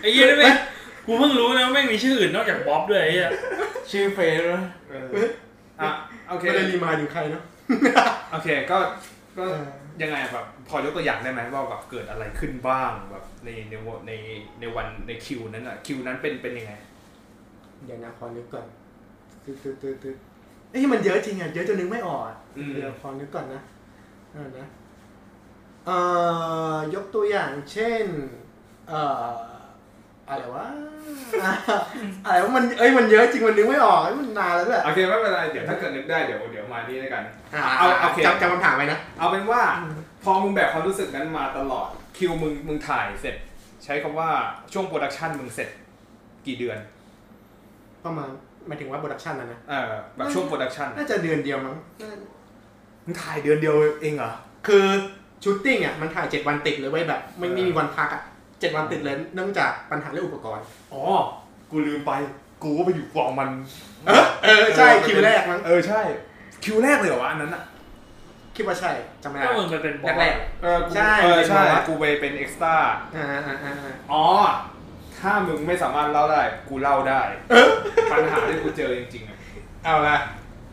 ไอ้เหี้ยนี่แม่งกูเพิ่งรู้นะว่าแม่งมีชื่ออื่นนอกจากบ๊อบด้วยไอ้เหี้ย ชื่อเฟซด้วย เอออ่ะโอเค ไม่ได้รีมายถึงใครเนาะ โอเคก็ก็ เออ ยังไงแบบพอยกตัวอย่างได้ไหมว่าแบบเกิดอะไรขึ้นบ้างแบบในในวในในวันในคิวนั้นอะคิวนั้นเป็นเป็นยังไง เดี๋ยวนะขอนึกก่อนตึ๊ดตึ๊ดตึ๊ดตึ๊ดเอ้ยมันเยอะจริงอ่ะ เยอะจนนึกไม่ออกอ่ะ อืม เดี๋ยวขอนึกก่อนนะเออนะเอ่อยกตัวอย่างเช่น เอ่อ อะไรวะ อะไรวะมัน เอ้ย มันเยอะจริง มันนึกไม่ออกเอ้ยมันนานแล้วด้วย โอเคไม่เป็นไรเดี๋ยวถ้าเกิดนึกได้เดี๋ยวเดี๋ยวมานี่ด้วยกัน อ่า เอาโอเค จำจำคำถามไว้นะ เอาเป็นว่าพอมึงแบบความรู้สึกนั้นมาตลอดคิวมึงมึงถ่ายเสร็จ ใช้คำว่าช่วงโปรดักชันมึงเสร็จกี่เดือน ประมาณหมายถึงว่าโปรดักชันนะนะ เออแบบช่วงโปรดักชัน น่าจะเดือนเดียวมั้งน่า มึงถ่ายเดือนเดียวเองเหรอ คือชูตติ้งอ่ะ มันถ่ายเจ็ดวันติดเลยเว้ยแบบ ไม่ไม่มีวันพักอ่ะเจ็ดวันติดเลย เนื่องจากปัญหาเรื่องอุปกรณ์ อ๋อกูลืมไปกูก็ไปอยู่กองมัน เออเออใช่คิวแรกมั้ง เออใช่คิวแรกเลยเหรอวะอันนั้นอะ คิดว่าใช่จำไม่ ก็ ได้ มึงไปเป็นบ๊อบ แรก เออกู ใช่ เออใช่ เป็นหมอ กูไปเป็นเอ็กซ์ต้า ๆอ่าอ่าอ่าอ่า อ๋อ ถ้ามึงไม่สามารถเล่าได้ กูเล่าได้ ปัญหาที่กูเจอจริงๆอะ เอาละ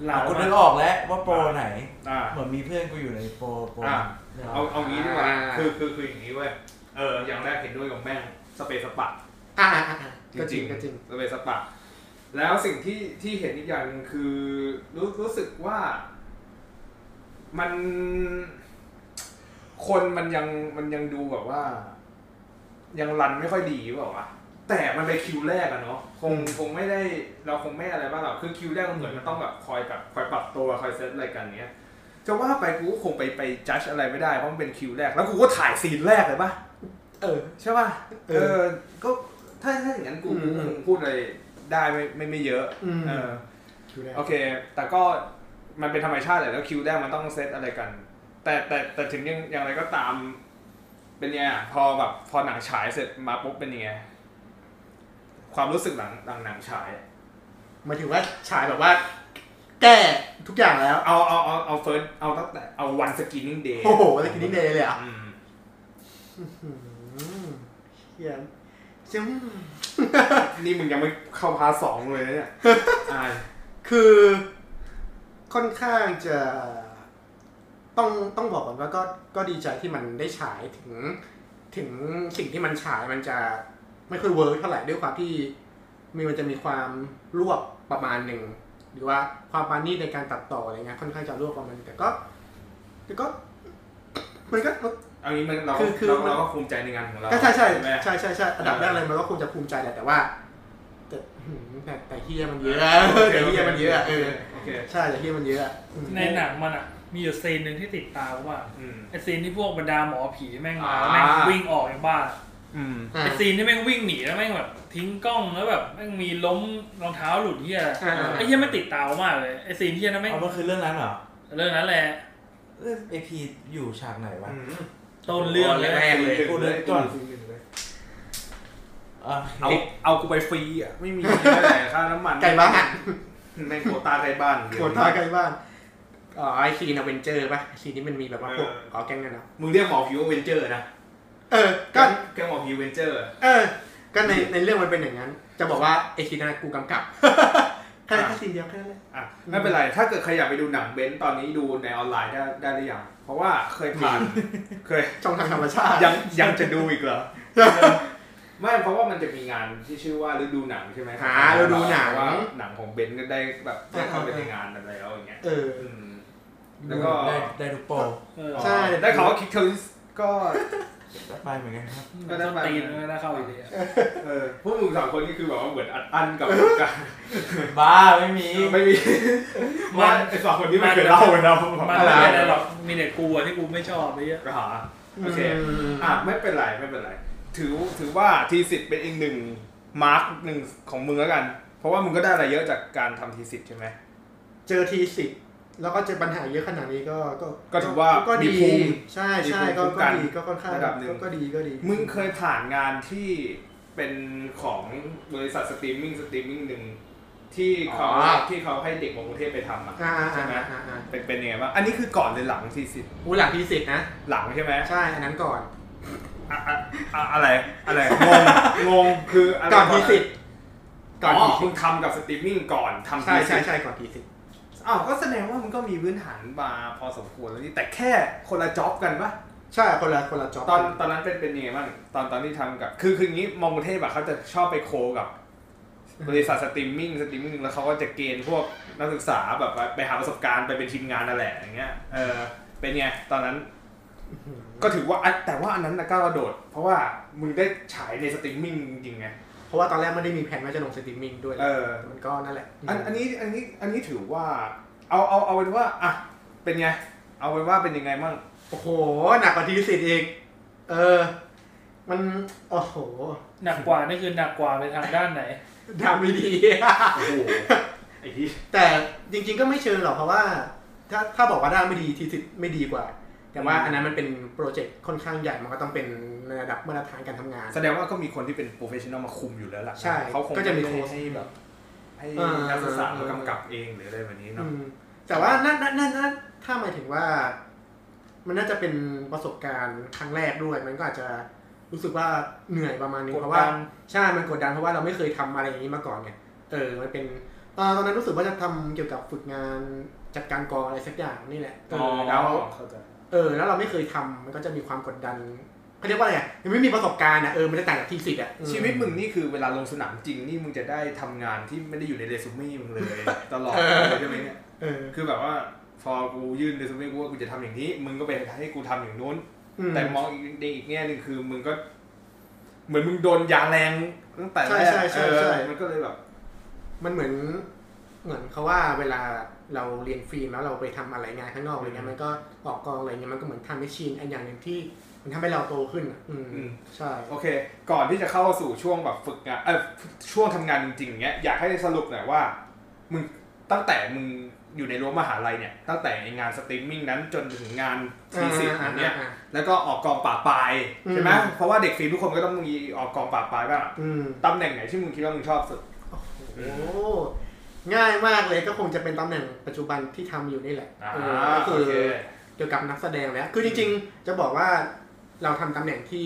เราคุณนึกออกแล้วว่าโปรไหน อ่า เหมือนมีเพื่อนกูอยู่ในโปรโปร อ่ะ เนี่ย เอาเอางี้ดีกว่า อ่า คือคือคืออย่างนี้เว้ย เออ อย่างแรกเห็นด้วยกับแม่งสเปซสปะ อ่าอ่าอ่าก็จริงก็จริง สเปซสปะ แล้วสิ่งที่ที่เห็นอีกอย่างหนึ่งคือรู้รู้สึกว่า มัน คนมันยังมันยังดูแบบว่า ยังรันไม่ค่อยดีเปล่าวะแต่มันเป็นคิวแรกอะเนาะคง อืม คงไม่ได้เราคงไม่อะไรบ้างหรอกคือคิวแรกมันเหมือนมันต้องแบบคอยแบบคอยปรับตัวคอยเซตอะไรกันเนี้ยจะว่าไปกูก็คงไปไปจัดอะไรไม่ได้เพราะมันเป็นคิวแรกแล้วกูก็ถ่ายซีนแรกเลยปะ เออ ใช่ปะ เอ เอ อ อ ก็ถ้าถ้าอย่างนั้นกู อืม กูคงพูดอะไรได้ไม่ไม่ไม่เยอะ อืม เออ คิวแรก โอเค แต่ก็มันเป็นธรรมชาติแหละแล้วคิวแรกมันต้องเซตอะไรกัน แต่แต่แต่ถึงยังอย่างไรก็ตาม เป็นไงอะพอแบบพอหนังฉายเสร็จมาปุ๊บเป็นยังไง ความรู้สึกหลังหลังหนังฉายอะ หมายถึงว่าฉายแบบว่า แก้ทุกอย่างแล้ว เอาเอาเอาเอาเฟิร์สเอาตั้งแต่เอาวันสกินนิ่งเดย์ โอ้โหอะไรกินนี่เดย์เลยอ่ะ อืม อืมเฮียจึ้ม นี่มึงยังไม่เข้าพาร์ทสองเลยนะเนี่ย อาย คือค่อนข้างจะต้องต้องบอกก่อนว่าก็ก็ดีใจที่มันได้ฉายถึง ถึงสิ่งที่มันฉายมันจะไม่ค่อยเวิร์กเท่าไหร่ด้วยความที่มีมันจะมีความรวบประมาณหนึ่งหรือว่าความปานนี่ในการตัดต่ออะไรเงี้ยค่อนข้างจะรวบประมาณหนึ่งแต่ก็แต่ก็ มันก็ เอางี้มันเราก็ คือคือ เราเราก็ภูมิใจในงานของเรา ใช่ใช่ใช่ ไหม ใช่ใช่ใช่อันดับแรกเลยมันก็คงจะภูมิใจแหละแต่ว่า แต่หืมแต่แต่เฮียมันเยอะแต่เฮียมันเยอะเออ โอเค ใช่แต่เฮียมันเยอะอืม ในหนังมันอ่ะ มีอยู่ซีนหนึ่งที่ติดตามว่า อืม ไอซีนที่พวกบรรดาหมอผีแม่งมา อ่า แม่งวิ่งออกจากบ้าน อืม ไอซีนที่แม่งวิ่งหนีแล้วแม่งแบบทิ้งกล้องแล้วแบบแม่งมีล้มรองเท้าหลุดเหี้ย อ่า ไอเหี้ยไม่ติดตามมากเลยไอซีนเหี้ยนั้นแม่ง เอามันคือเรื่องนั้นเหรอ เรื่องนั้นแหละ ไอพีอยู่ฉากไหนวะ ต้นเรื่องเลย แรกเลย พูดเลยก่อน อ่ะ เอาเอากูไปฟรีอ่ะ ไม่มีไม่ได้ค่าน้ำมัน ไก่บ้าน ในโควต้าไก่บ้าน โคตาไก่บ้านอ๋อไอซีนอเวนเจอร์ป่ะซีนนี้มันมีแบบว่าพวก เออ อ๋อแก๊งกันเนาะ มึงเรียกหมอผิวว่าเวนเจอร์นะ เออก็ แกหมอผิวเวนเจอร์อะ เออก็ในในเรื่องมันเป็นอย่างนั้น จะบอกว่าไอซีนนั้นกูกำกับแค่แค่ซีนเดียวแค่นั้นแหละ อ่ะไม่เป็นไร ถ้าเกิดใครอยากไปดูหนังเบนซ์ตอนนี้ดูในออนไลน์ได้ได้หรือยัง เพราะว่าเคยผ่าน เคย ช่องทางธรรมชาติ ยังยังจะดูอีกเหรอ ไม่เพราะว่ามันจะมีงานที่ชื่อว่าฤดูหนังใช่ไหม หาฤดูหนัง ว่าหนังของเบนซ์ก็ได้แบบได้เข้าไปในงานอะไรแล้วอย่างเงี้ย เออ อืม แล้วก็ ได้ได้ทุกโปร เออ ใช่ ได้ข่าวว่าคิกเทอร์ก็ ไปเหมือนกันครับ ก็ได้ไป ตีนก็ได้เข้าอีกทีอะ เออพวกมึงสามคนนี่คือแบบว่าเหมือนอัดอั้น กับการ บ้าไม่มี ไม่ มีว่าไอสองคนนี้ไม่เคยเล่าเลยนะผม มัน อะไร ไม่ได้อะไรหรอกมีแต่กูอะที่กูไม่ชอบไอ้เหี้ย หาโอเค ม อ่ะไม่เป็นไรไม่เป็นไร ถือถือว่าทีสิทธิ์เป็นอีกหนึ่งมาร์กหนึ่งของมึงแล้วกัน เพราะว่ามึงก็ได้อะไรเยอะจากการทำทีสิทธิ์ใช่ไหม เจอทีสิบแล้วก็เจอปัญหาเยอะขนาดนี้ก็ก็ ก็ถือว่า ก็ มี ดี ภูมิ ใช่ มี ใช่ ภูมิ ก็ คุ้ม ก็ กัน ดีก็ค่อนข้าง ระดับหนึ่ง ก็ก็ดีก็ดี มึงเคยผ่านงานที่เป็นของบริษัทสตรีมมิ่งสตรีมมิ่งหนึ่งที่เขาที่เขาให้เด็กของกรุงเทพไปทำอ่ะ อ่าอ่า ใช่ไหม อ่าอ่าอ่า เป็นเป็นยังไงบ้างอันนี้คือก่อนหรือหลังทีสิทธิ์ อู้หลังทีสิบนะ หลังใช่ไหม ใช่อันนั้นก่อน อะอะอะอะไรอะไรงงงงคืออะไร ก่อนทีสิบ ก่ ก่ อ อน น ที่ ที มึ สิ ง บ ทำกับสตรีมมิ่งก่อนทำ ใช่ ที ใช่ใช่ก่อนทีสิบ อ้าวก็แสดงว่ามันก็มีพื้นฐานมาพอสมควรแล้วนี่แต่แค่คนละจ็อบกันปะ ใช่คนละคนละจ็อบ ตอนตอนนั้นเป็นเป็นยังไงบ้างตอนตอนที่ทำกับ คือคืออย่างงี้มองกรุงเทพอะเขาจะชอบไปโคกับบริษัทสตรีมมิ่งสตรีมมิ่งแล้วเขาก็จะเกณฑ์พวกนักศึกษาแบบว่าไปหาประสบการณ์ไปเป็นทีมงานนั่นแหละอย่างเงี้ยเออเป็นไงตอนนั้น ก็ถือว่าอันแต่ว่าอันนั้นนะก้าวกระโดด เพราะว่ามึงได้ฉายในสตรีมมิ่งจริงๆไง เพราะว่าตอนแรกไม่ได้มีแผนว่าจะลงสตรีมมิ่งด้วย เออ มันก็นั่นแหละ อันอันนี้อันนี้อันนี้ถือว่า เอาเอาเอาเป็นว่าอ่ะเป็นไง เอาเป็นว่าเป็นยังไงมั่ง โอ้โหหนักกว่าทีสิทธิ์อีกเออ มันโอ้โห หนักกว่านี่คือหนักกว่าในทางด้านไหน ดาไม่ดี โอ้โห ไอ้ที่ แต่จริง ๆ ก็ไม่เชิงหรอกเพราะว่า ถ้าถ้าบอกว่าด้านไม่ดีทีสิทธิ์ไม่ดีกว่า แต่ว่าอันนั้นมันเป็นโปรเจกต์ค่อนข้างใหญ่มันก็ต้องเป็นในระดับมาตรฐานการทำงาน แสดงว่าก็มีคนที่เป็นโปรเฟชชั่นอลมาคุมอยู่แล้วล่ะ ใช่ เขาคง ก็จะมี ไได้ โค้ช ให้แบบ ให้ เออ นักศึกษามากำกับเองหรืออะไรแบบนี้ อื เนาะ มแต่ว่านั่นนั่นนั่นนั่นถ้าหมายถึงว่า มันน่าจะเป็นประสบการณ์ครั้งแรกด้วย มันก็อาจจะรู้สึกว่าเหนื่อยประมาณนึงเพราะว่าใช่มันกดดันเพราะว่าเราไม่เคยทำอะไรอย่างนี้มาก่อนไงเออ มันเป็นเอ่อตอนนั้นรู้สึกว่าจะทำเกี่ยวกับฝึกงานจัดการกองอะไรสักอย่างนี่แหละเอออแล้ว เข้าใจ เออ แล้วเราไม่เคยทำมันก็จะมีความกดดันเขาเรียกว่าอะไรอะยังไม่มีประสบการณ์อ่ะเออมันจะต่างจากทีสิทธ์อ่ะ ชีวิตมึงนี่คือเวลาลงสนามจริงนี่มึงจะได้ทำงานที่ไม่ได้อยู่ในเรซูเม่มึงเลย ตลอดเลยใช่ไหมเนี่ย เออ คือแบบว่าพอกูยื่นเรซูเม่กูว่ากูจะทำอย่างนี้ มึงก็ไปให้กูทำอย่างนู้น อืม แต่มองอีกในอีกแง่หนึ่งคือมึงก็ เหมือนมึงโดนยาแรงตั้งแต่แรก ใช่ใช่ใช่ใช่ เออมันก็เลยแบบ มันเหมือนเหมือนเขาว่าเวลาเราเรียนฟิล์มแล้วเราไปทำอะไรงานข้างนอกอะไรเงี้ยมันก็ออกกองอะไรเงี้ยมันก็เหมือนทำแมชชีนอันอย่างหนึ่งที่มันทำให้เราโตขึ้นอ่ะอืมใช่ โอเค ก่อนที่จะเข้าสู่ช่วงแบบฝึกงานเออช่วงทำงานจริงๆเนี้ยอยากให้สรุปหน่อยว่า มึง ตั้งแต่มึงอยู่ในรั้วมหาลัยเนี่ยตั้งแต่ไอ้งานสตรีมมิ่งนั้นจนถึงงานทีสิทธิ์เนี่ย อ่า แล้วก็ออกกองป่าบปลายใช่ไหม อืม เพราะว่าเด็กฟิล์มทุกคนก็ต้องมีออกกองป่าบปลายบ้างอะ อืม ตำแหน่งไหนที่มึงคิดว่ามึงชอบสุด โอ้ง่ายมากเลยก็คงจะเป็นตำแหน่งปัจจุบันที่ทำอยู่นี่แหละ อ่า เออโอก็คือ เค เกี่ยวกับนักแสดงแล้ว คือจริงๆ จะบอกว่าเราทำตำแหน่งที่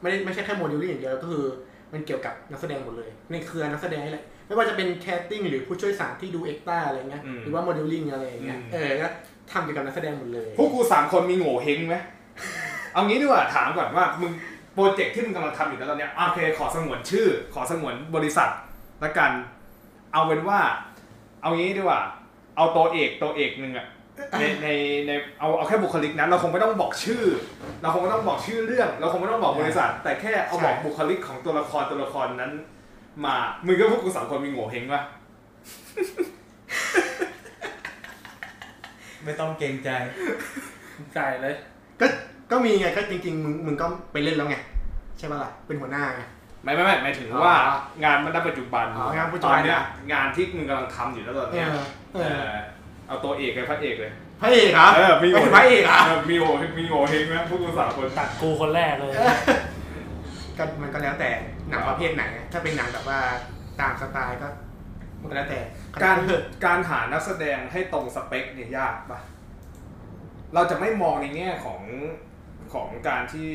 ไม่ได้ไม่ใช่แค่โมเดลลิ่งอย่างเดียวก็คือ มันเกี่ยวกับนักแสดงหมดเลย ในเครือนักแสดงนี่แหละไม่ว่าจะเป็นแคสติ้งหรือผู้ช่วยสารที่ดูเอ็กต้าอะไรเงี้ย อืม หรือว่าโมเดลลิ่งอะไรอย่างเงี้ย อืม เออก็ทำเกี่ยวกับนักแสดงหมดเลย พวกกูสามคนมีโง่เฮงไหม เอางี้ดีกว่าถามก่อนว่ามึงโปรเจกต์ที่มึงกำลังทำอยู่นะตอนเนี้ยอ่ะโอเค ขอสงวนชื่อ ขอสงวนบริษัทละกัน เอาเป็นว่า เอางี้ดีกว่า เอาตัวเอกตัวเอกหนึ่งอะในในในเอาเอาแค่บุคลิกนั้น เราคงไม่ต้องบอกชื่อ เราคงไม่ต้องบอกชื่อเรื่อง เราคงไม่ต้องบอกบริษัท แต่แค่เอาบอก ใช่ บุคลิกของตัวละครตัวละครนั้น มามึงก็พวกกูสามคนมีโง่เฮงปะ ไม่ต้องเกรงใจ ใส่เลย ก็ก็มีไงก็จริงๆมึงมึงก็ไปเล่นแล้วไงใช่ปะล่ะเป็นหัวหน้าไง ไม่ไม่ไม่หมายถึง อ๋อ ว่างานมันณปัจจุบัน อ๋องานปัจจุบัน ตอเนี้ยงานที่มึงกำลังทำอยู่แล้วตอน เอ เนี้ย อเอ เอ อ อเอาตัวเอกเลยพระเอกเลย พระเอกเหรอ เออมีโห ไม่ใช่พระเอกเหรอ มีโหมีโหเฮงไหมพวกกูสามคน ตัดกูคนแรกเลย ก็มันก็แล้วแต่หนังประเภทไหนอะถ้าเป็นหนังแบบว่าตามสไตล์ก็ มันก็แล้วแต่ การการหานักแสดงให้ตรงสเปคเนี่ยยากปะเราจะไม่มองในแง่ของของการที่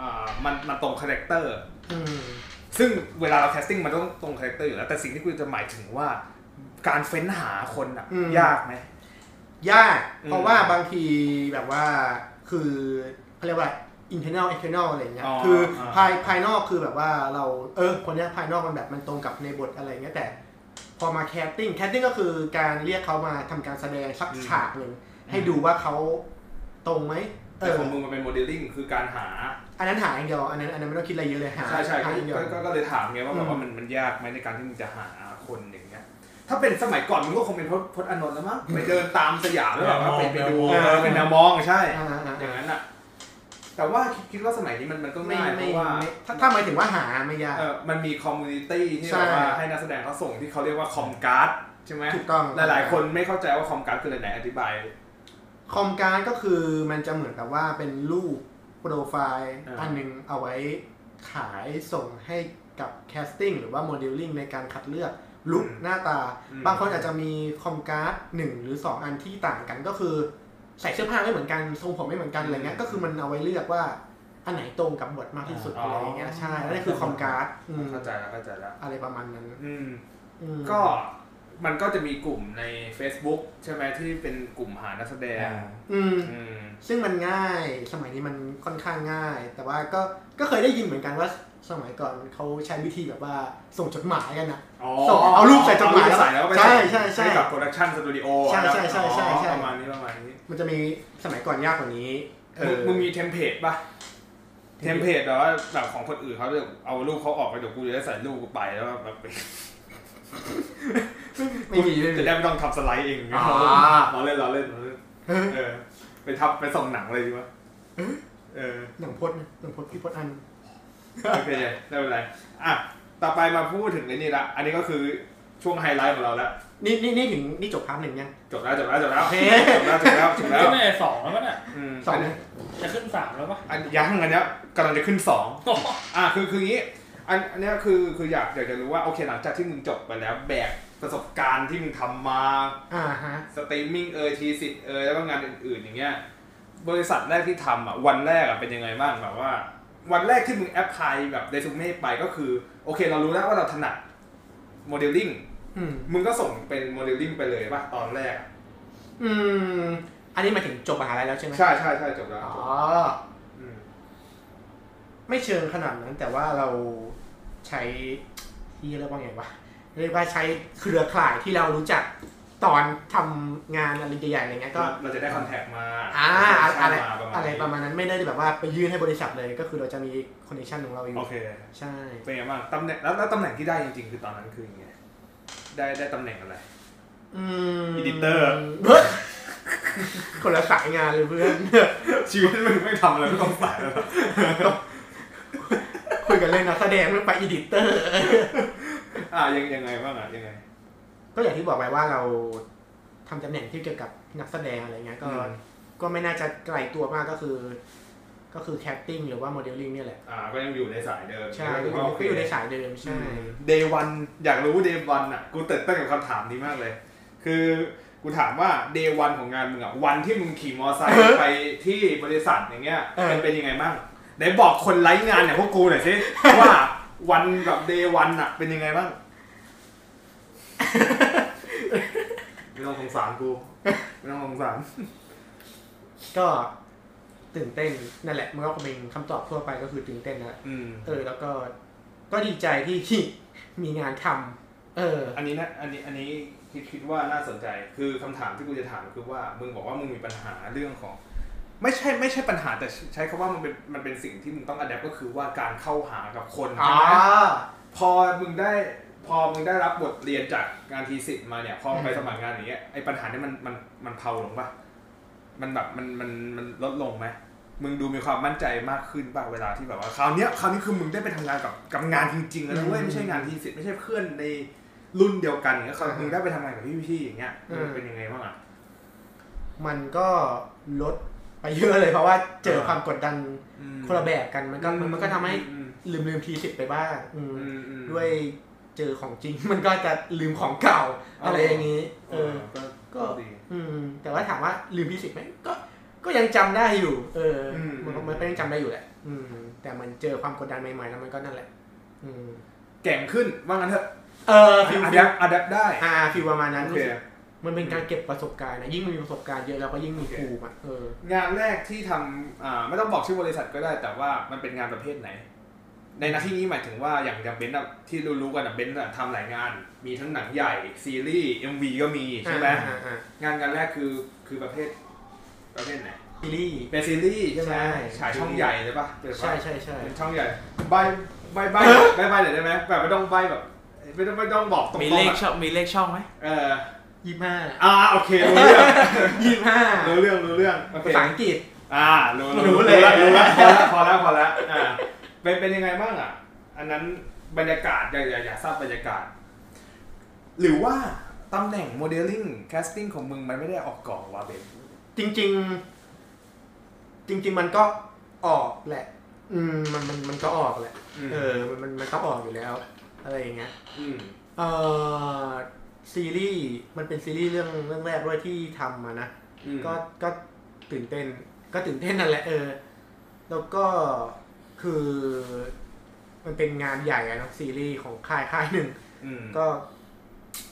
อ่ามันมันตรงคาแรคเตอร์ อืม ซึ่งเวลาเราแคสติ้งมันต้องตรงคาแรคเตอร์อยู่แล้ว แต่สิ่งที่กูจะหมายถึงว่าการเฟ้นหาคนอะยากไหม ยาก อืม เพราะว่าบางทีแบบว่าคือเขาเรียกว่า internal external อะไรเงี้ย อ๋อ คืออา ภายภายนอกคือแบบว่าเราเออคนเนี้ยภายนอกมันแบบมันตรงกับในบทอะไรเงี้ยแต่ พอมาแคสติ้งแคสติ้งก็คือการเรียกเขามาทำการแสดงสักฉากหนึ่งให้ดูว่าเขาตรงไหมเอ แต่ อ ของมึงมันเป็นโมเดลลิ่งคือการหา อันนั้นหาอย่างเดียวอันนั้นอันนั้นไม่ต้องคิดอะไรเยอะเลยหา ใช่ใช่ หา ก็ อย่างเดียว ก็ก็ก็เลยถามไงว่าแบบว่ามันมันยากไหมในการที่มึงจะหาคนอย่างเงี้ย ถ้าเป็นสมัยก่อนมึงก็คงเป็นพจน์พจน์อานนท์แล้วมั้งไปเดินตามสยามแล้วแบบว่าไปไปดู แนวมอง เออเป็นแนวมองใช่ อ่าๆๆ อย่างนั้นอ่ะ แต่ว่าคิดคิดว่าสมัยนี้มันมันก็ ไม่ ง่ายเพ ไม่ ราะว่า ไม่ถ้าถ้าหมายถึงว่าหาไม่ยาก เออมันมีคอมมูนิตี้ที่ ใช่ แบบว่าให้นักแสดงเขาส่งที่เขาเรียกว่าคอมการ์ดใช่ไหม ถูกต้อง หลาย ๆ คนไม่เข้าใจว่าคอมการ์ดคืออะไรไหนอธิบาย คอมการดก็คือมันจะเหมือนกับว่าเป็นรูปโปรไฟล์ อ่า อันหนึงเอาไว้ขายส่งให้กับแคสติ้งหรือว่าโมเดลลิ่งในการคัดเลือกลุคหน้าตา บางคนอาจจะมีคอมการ์ดหนึ่งหรือ 2 อันที่ต่างกันก็คือ ใส่เสื้อผ้าไม่เหมือนกันทรงผมไม่เหมือนกันอะไรเงี้ยก็คือมันเอาไว้เลือกว่าอันไหนตรงกับบทมากที่สุด อ๋ออ อะไรอย่างเงี้ยใช่แล้วนั่นคือคอมการ์ดอืม เข้าใจแล้วเข้าใจแล้ว อะไรประมาณนั้น อืม อืม ก็มันก็จะมีกลุ่มใน Facebook ใช่ไหมที่เป็นกลุ่มหานักแสดง อืม อืม ซึ่งมันง่ายสมัยนี้มันค่อนข้างง่าย แต่ว่าก็ก็เคยได้ยินเหมือนกันว่าสมัยก่อนเขาใช้วิธีแบบว่าส่งจดหมายกันนะ ส่งเอารูปใส่จดหมาย เอรูปใส่แล้วก็ไป ใช่ ส่ง ใช่ใช่ ห้กับโปรดักชันสตูดิโอ ใช่ใช่ใช่ใช่ใช่ ประมาณนี้ประมาณนี้ มันจะมีสมัยก่อนยากกว่านี้เอ มึง อ มึงมีเทมเพลตป่ะ เทมเพลตแบบว่าแบบของคนอื่นเขาจะเอารูปเขาออกไปเดี๋ยวกูจะได้ใส่รูปกูไปแล้วแบบ ไม่มีเลย จะได้ไม่ต้องทำสไลด์เอง อ่า เราเล่นเราเล่นเราเล่นเออไปทับไปส่งหนังเลยดีกว่าเออ หนังพดหนังพดพี่พดอัน โอเคไม่เป็นไรอ่ะต่อไปมาพูดถึงในนี่ละ อันนี้ก็คือช่วงไฮไลท์ของเราแล้ว นี่นี่นี่ถึงนี่จบพาร์ทหนึ่งยัง จบแล้วจบแล้วจบแล้ว โอเค จบแล้วจบแล้วจบแล้ว ขึ้นไม่สองแล้วมั้งน่ะ อืม สอง น นะ จะขึ้นสามแล้วปะ อันยังอันเนี้ยกำลังจะขึ้นสอง อ่ะคือคืออย่างงี้อันอันเนี้ยคือคืออยากอยากจะรู้ว่าโอเคหลังจากที่มึงจบไปแล้วแบกประสบการณ์ที่มึงทำมา อ่าฮะ สตรีมมิ่งเอยทีสิทธิ์เอยแล้วก็งานอื่นๆอย่างเงี้ยบริษัทแรกที่ทำอ่ะวันแรกอ่ะเป็นยังไงบ้างแบบว่า วันแรกที่มึงแอปพลายแบบเดซูเม่ไปก็คือ โอเคเรารู้แล้วว่าเราถนัดโมเดลลิ่ง อืม มึงก็ส่งเป็นโมเดลลิ่งไปเลยป่ะตอนแรก อืม อันนี้หมายถึงจบมหาลัยแล้วใช่ไหม ใช่ใช่ใช่จบแล้ว อ๋อ ม ไม่เชิงขนาดนั้นแต่ว่าเราใช้ที่เรียกว่าไงวะเรียกว่าใช้เครือข่ายที่เรารู้จักตอนทำงานอะไรใหญ่ๆอะไรเงี้ยก็ เราจะได้คอนแทคมา อ่าอะไร มาประมาณ อะไรประ นี้ มาณนั้นไม่ได้แบบว่าไปยื่นให้บริษัทเลยก็คือเราจะมีคอนเนคชั่นของเราอยู่ โอเค ใช่ เป็นไงบ้างตำแหน่งแล้วแล้วตำแหน่งที่ได้จริงๆ คือตอนนั้นคือยังไงได้ได้ตำแหน่งอะไร อืม Editor เฮ้ย คนละสายงานเลยเพื่อน ชีวิตมึงไม่ทำอะไรไม่ต้องใส่แล้ว คุยกันเล่นนะแสดงไม่ไปอีดิเตอร์ อ่ะยังยังไงบ้างอ่ะยังไง ก็ ก็อย่างที่บอกไว้ว่าเราทำตำแหน่งที่เกี่ยวกับนักแสดงอะไรเงี้ยก็ อืม ก็ไม่น่าจะไกลตัวมากก็คือ ก็คือแคสติ้งหรือว่าโมเดลลิ่งเนี่ยแหละ อ่าก็ยังอยู่ในสายเดิม ใช่ ก็ ก็ ถื อ ว่าโเค ยู่ก็อยู่ในสายเดิมใช่ เดวันอยากรู้เดวันอ่ะ กูตื่นเต้นกับคำถามนี้มากเลย คือกูถามว่าเดวันของงานมึงอ่ะ วันที่มึงขี่มอไซค์ไปที่บริษัทอย่างเงี้ย เออ มันเป็นยังไงบ้างไหนบอกคนไร้งานอย่างพวกกูหน่ อยสิ ว่าวันกับเดวันอ่ะ เป็นยังไงบ้าง ไม่ต้องสงสารกูไม่ต้องสงสาร ก็ตื่นเต้นนั่นแหละมันก็เป็นคำตอบทั่วไปก็คือตื่นเต้นนะ อืม เออ แล้วก็ก็ดีใจที่ มีงานทำเออ อันนี้นะอันนี้อันนี้คิดคิดว่าน่าสนใจ คือคำถามที่กูจะถามคือว่ามึงบอกว่ามึงมีปัญหาเรื่องของ ไม่ใช่ไม่ใช่ปัญหาแต่ใช้คำว่ามันเป็นมันเป็นสิ่งที่มึงต้องอัดแอก็คือว่าการเข้าหากับคน อ๋อ ใช่ไหมพอมึงได้พอมึงได้รับบทเรียนจากงานทีสิทธ์มาเนี่ยพอไป อืม สมัครงานอย่างเงี้ยไอ้ปัญหาเนี่ยมันมันมันเผาลงปะมันแบบมันมันมันลดลงไหมมึงดูมีความมั่นใจมากขึ้นป่ะเวลาที่แบบว่าคราวเนี้ยคราวนี้คือมึงได้ไปทำงานกับกับงานจริงๆแล้วนะเว้ยไม่ใช่งานทีสิทธ์ไม่ใช่เพื่อนในรุ่นเดียวกันอย่างเงี้ยคราวมึงได้ไปทำงานกับพี่ๆอย่างเงี้ยมึงเป็นยังไงบ้างอ่ะ มันก็ลดไปเยอะเลยเพราะว่าเจอ เออ ความกดดันคนละแบบกันมันก็มันมันก็ทำให้ อืม ลืมลืมทีสิบไปบ้างอืม อืมอืม ด้วยเจอของจ ริง มันก็จะลืมของเก่า อ๋ออ อะไรอย่างนี้ เออ ก็ ก็ ก็ดี อืม แต่ว่าถามว่าลืมทีสิบไหมก็ก็ยังจำได้อยู่ เอออ ม มันก็มันก็ยังจำได้อยู่แหละ อืม แต่มันเจอความกดดันใหม่ๆแล้วมันก็นั่นแหละ อืม แก่งขึ้นว่างั้นเถอะ เออฟิล อัด ฟิ แอ ล ปอัดแอปได้ อ่าฟิลประมาณนั้น โอเค มันเป็นการเก็บประสบการณ์นะยิ่งมันมีประสบการณ์เยอะแล้วก็ยิ่งมี โอเค ภูมิอ่ะเออ งานแรกที่ทำอ่าไม่ต้องบอกชื่อบริษัทก็ได้ แต่ว่ามันเป็นงานประเภทไหน ในหนาที่นี้หมายถึงว่าอย่างอย่างเบนซ์อะที่รู้ๆกันอะเบนซ์อะทำหลายงาน มีทั้งหนังใหญ่ ซีรีส์ MV ก็มีใช่ไหม อ่าอ่าอ่าง านงานแรกคือคือประเภทประเภทไหน ซีรีส์ เป็นซีรีส์ใช่ไหม ใช่ ฉายช่องใหญ่เลยปะเปิดปะ ใช่ใช่ใช่ เป็นช่องใหญ่ใบใบใบใบใบหน่อยได้ไหมแบบไม่ต้องใบแบบไม่ต้องไม่ต้องบอกตรง มี ๆ เลข อะ ช่องมีเลขช่องไหม เออ ยี่ห้า อ่าโอเครู้เรื่อง ยี่ห้า รู้เรื่องรู้เรื่องโอเค ภาษาอังกฤษ อ่ารู้ รู้เลย ะรู้ละพอละพอละพอละอ่าเป็นเป็นยังไงบ้างอ่ะ อันนั้นบรรยากาศอยากอยากอยากทราบบรรยากาศ หรือว่าตำแหน่งโมเดลลิ่งแคสติ้งของมึงมันไม่ได้ออกกล่องว่าเบน จริง ๆ จริง ๆ มันก็ออกแหละ อืมมันมันมันก็ออกแหละ เออมันมันมันก็ออกอยู่แล้ว อะไรอย่างเงี้ย อืม เออซีรีส์มันเป็นซีรีส์เรื่องเรื่องแรกด้วยที่ทำมานะ อืม ก็ก็ตื่นเต้น ก็ตื่นเต้นนั่นแหละเออ แล้วก็คือ มันเป็นงานใหญ่อะเนาะซีรีส์ของค่ายค่ายหนึ่ง อืม ก็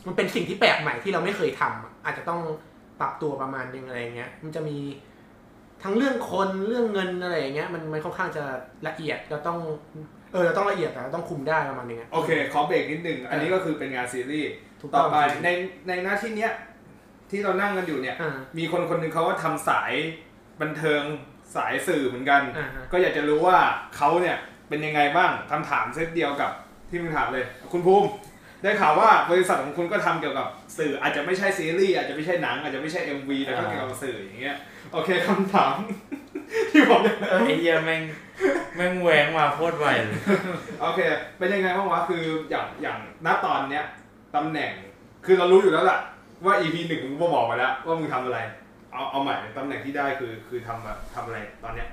มันเป็นสิ่งที่แปลกใหม่ที่เราไม่เคยทำอะอาจจะต้องปรับตัวประมาณนึงอะไรอย่างเงี้ย มันจะมีทั้งเรื่องคนเรื่องเงินอะไรอย่างเงี้ย มันมันค่อนข้างจะละเอียดเราต้อง เออเราต้องละเอียดแต่เราต้องคุมได้ประมาณนึงอะ โอเค ขอเบรกนิดนึงอันนี้ก็คือเป็นงานซีรีส์ ถูก ต่ ต้ อ อง ไปในในหน้าที่เนี้ยที่เรานั่งกันอยู่เนี่ย อ่า มีคนคนหนึ่งเขาก็ทำสายบันเทิงสายสื่อเหมือนกัน อ่าฮะ ก็อยากจะรู้ว่าเขาเนี่ยเป็นยังไงบ้างคำถามเซตเดียวกับที่มึงถามเลย คุณภูมิ ได้ข่าวว่าบริษัทของคุณก็ทำเกี่ยวกับสื่ออาจจะไม่ใช่ซีรีส์อาจจะไม่ใช่หนัง อาจจะไม่ใช่ MV แต่ก็ อ่า เกี่ยวกับสื่ออย่างเงี้ยโอเคคำถาม ที่ผมจะ ไอ้เหี้ยแม่งแม่งแหวงมาโคตรไวเลย โอเค เป็นยังไงบ้างวะคืออย่างอย่างณตอนเนี้ยตำแหน่งคือเรารู้อยู่แล้วล่ะ ว่า EP หนึ่งมึงก็บอกไปแล้ว ว่ามึงทำอะไร เอาเอาใหม่ตำแหน่งที่ได้คือคือทำแบบทำอะไรตอนเนี้ย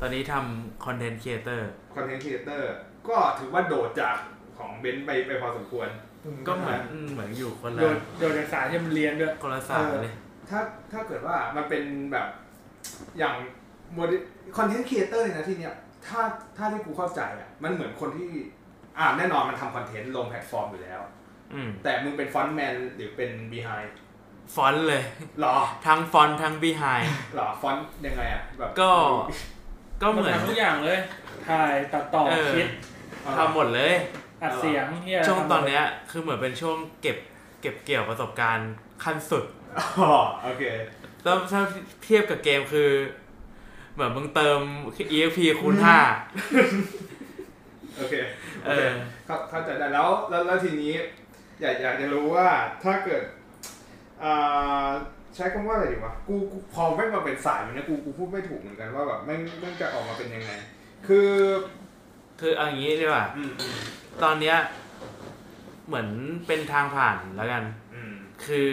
ตอนนี้ทำคอนเทนต์ครีเอเตอร์ คอนเทนต์ครีเอเตอร์ก็ถือว่าโดดจากของเบนซ์ไปไปพอสมควร ก็เหมือนอืมเหมือนอยู่คน โด ละ นโดนสารที่มันเรียนด้วย คนละสายเลย ถ้าถ้าเกิดว่ามันเป็นแบบอย่างโมเดลคอนเทนต์ครีเอเตอร์เนี่ยนะที่เนี้ยถ้าถ้าที่กูเข้าใจอ่ะมันเหมือนคนที่อ่าแน่นอนมันทำคอนเทนต์ลงแพลตฟอร์มอยู่แล้ว อืม แต่มึงเป็นฟอนต์แมนหรือเป็นบีไฮ ฟอนต์เลย หรอ ทั้งฟอนต์ทั้งบีไฮ หรอฟอนต์ยังไงอ่ะแบบ ก็ ก็เหมือน ทำทุกอย่างเลย ถ่าย ตัดต่อ เออ คิด อ่า ทำหมดเลย อัดเสียงเฮีย ช่วงตอนเนี้ยคือเหมือนเป็นช่วงเก็บเก็บเกี่ยวประสบการณ์ขั้นสุด อ๋อโอเค แล้วถ้าเทียบกับเกมคือ เหมือนมึงเติม EXP คูณห้า โอเค เออ เข้าเข้าใจได้แล้วแล้วแล้วทีนี้ อยากอยากจะรู้ว่าถ้าเกิดอ่าใช้คำว่าอะไรดีวะกูกูพอแม่งมาเป็นสายมันนะกูกูพูดไม่ถูกเหมือนกันว่าแบบแม่งแม่งจะออกมาเป็นยังไง คือ คือเอาอย่างนี้ดีกว่า อืม ตอนเนี้ยเหมือนเป็นทางผ่านแล้วกัน อืม คือ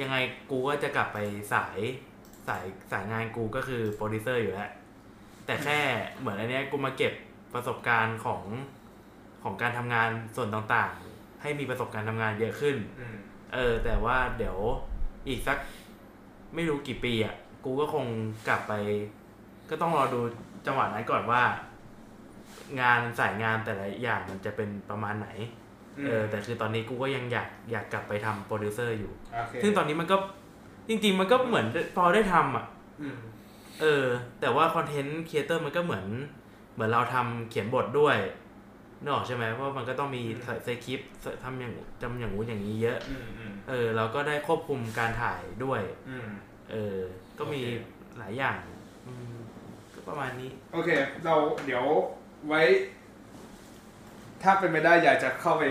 ยังไงกูก็จะกลับไปสายสายสายงานกูก็คือโปรดิวเซอร์อยู่แล้ว แต่แค่เหมือนอันเนี้ยกูมาเก็บประสบการณ์ของของการทำงานส่วนต่างๆ ให้มีประสบการณ์ทำงานเยอะขึ้น อืม เออ แต่ว่าเดี๋ยวอีกสักไม่รู้กี่ปีอ่ะ กูก็คงกลับไป ก็ต้องรอดูจังหวะนั้นก่อนว่า งานสายงานแต่ละอย่างมันจะเป็นประมาณไหน เออแต่คือตอนนี้กูก็ยังอยากอยากกลับไปทำโปรดิวเซอร์อยู่ โอเค ซึ่งตอนนี้มันก็จริง ๆ มันก็เหมือนพอได้ทำอ่ะ อืม เออ แต่ว่าคอนเทนต์ครีเอเตอร์มันก็เหมือน เหมือนเราทำเขียนบทด้วยนึกออกใช่ไหมเพราะมันก็ต้องมีสคริปต์ทำอย่างจำอย่างงู้นอย่างนี้เยอะ อืมอืม เออเราก็ได้ควบคุมการถ่ายด้วย อืม เออ ก็โอมีเค หลายอย่างอืมก็ประมาณนี้ โอเค เราเดี๋ยวไว้ ถ้าเป็นไปได้อยากจะเข้าไป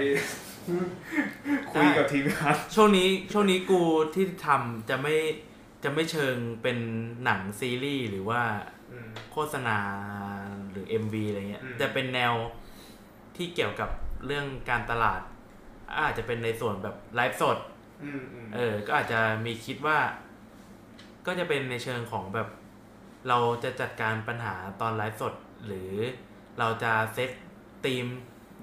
คุยกับทีมงาน ช่วงนี้ช่วงนี้กูที่ทำจะไม่จะไม่เชิงเป็นหนังซีรีส์หรือว่า โฆษณาหรือ MV อะไรเงี้ย อืม จะเป็นแนวที่เกี่ยวกับเรื่องการตลาด อาจจะเป็นในส่วนแบบไลฟ์สด อืมอืม เออ ก็อาจจะมีคิดว่า ก็จะเป็นในเชิงของแบบ เราจะจัดการปัญหาตอนไลฟ์สด หรือเราจะเซตธีม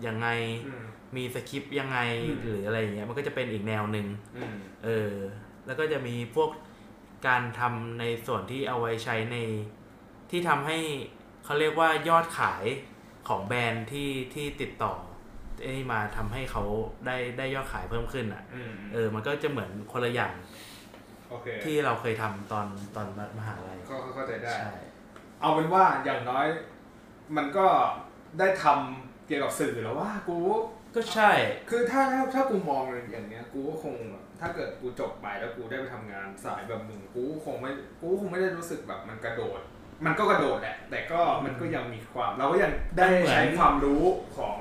ยังไง อืม มีสคริปต์ยังไง อืม หรืออะไรอย่างเงี้ยมันก็จะเป็นอีกแนวหนึ่ง อืม เออ แล้วก็จะมีพวกการทำในส่วนที่เอาไว้ใช้ในที่ทำให้เขาเรียกว่ายอดขายของแบรนด์ที่ที่ติดต่อไอ้นี่มาทำให้เขาได้ได้ยอดขายเพิ่มขึ้นอ่ะ อืม เออ มันก็จะเหมือนคนละอย่าง โอเค ที่เราเคยทำตอนตอนมหาลัย ก็เข้าใจได้ ใช่ เอาเป็นว่าอย่างน้อย มันก็ได้ทำเกี่ยวกับสื่อแล้วว่า กู ก็ใช่ คือถ้าถ้าถ้ากูมองอย่างเนี้ย กูก็คงแบบถ้าเกิดกูจบไปแล้วกูได้ไปทำงานสายแบบมึงกูคงไม่กูคงไม่ได้รู้สึกแบบมันกระโดด มันก็กระโดดแหละ แต่ก็มันก็ยังมีความ เราก็ยังได้ใช้ความรู้ของ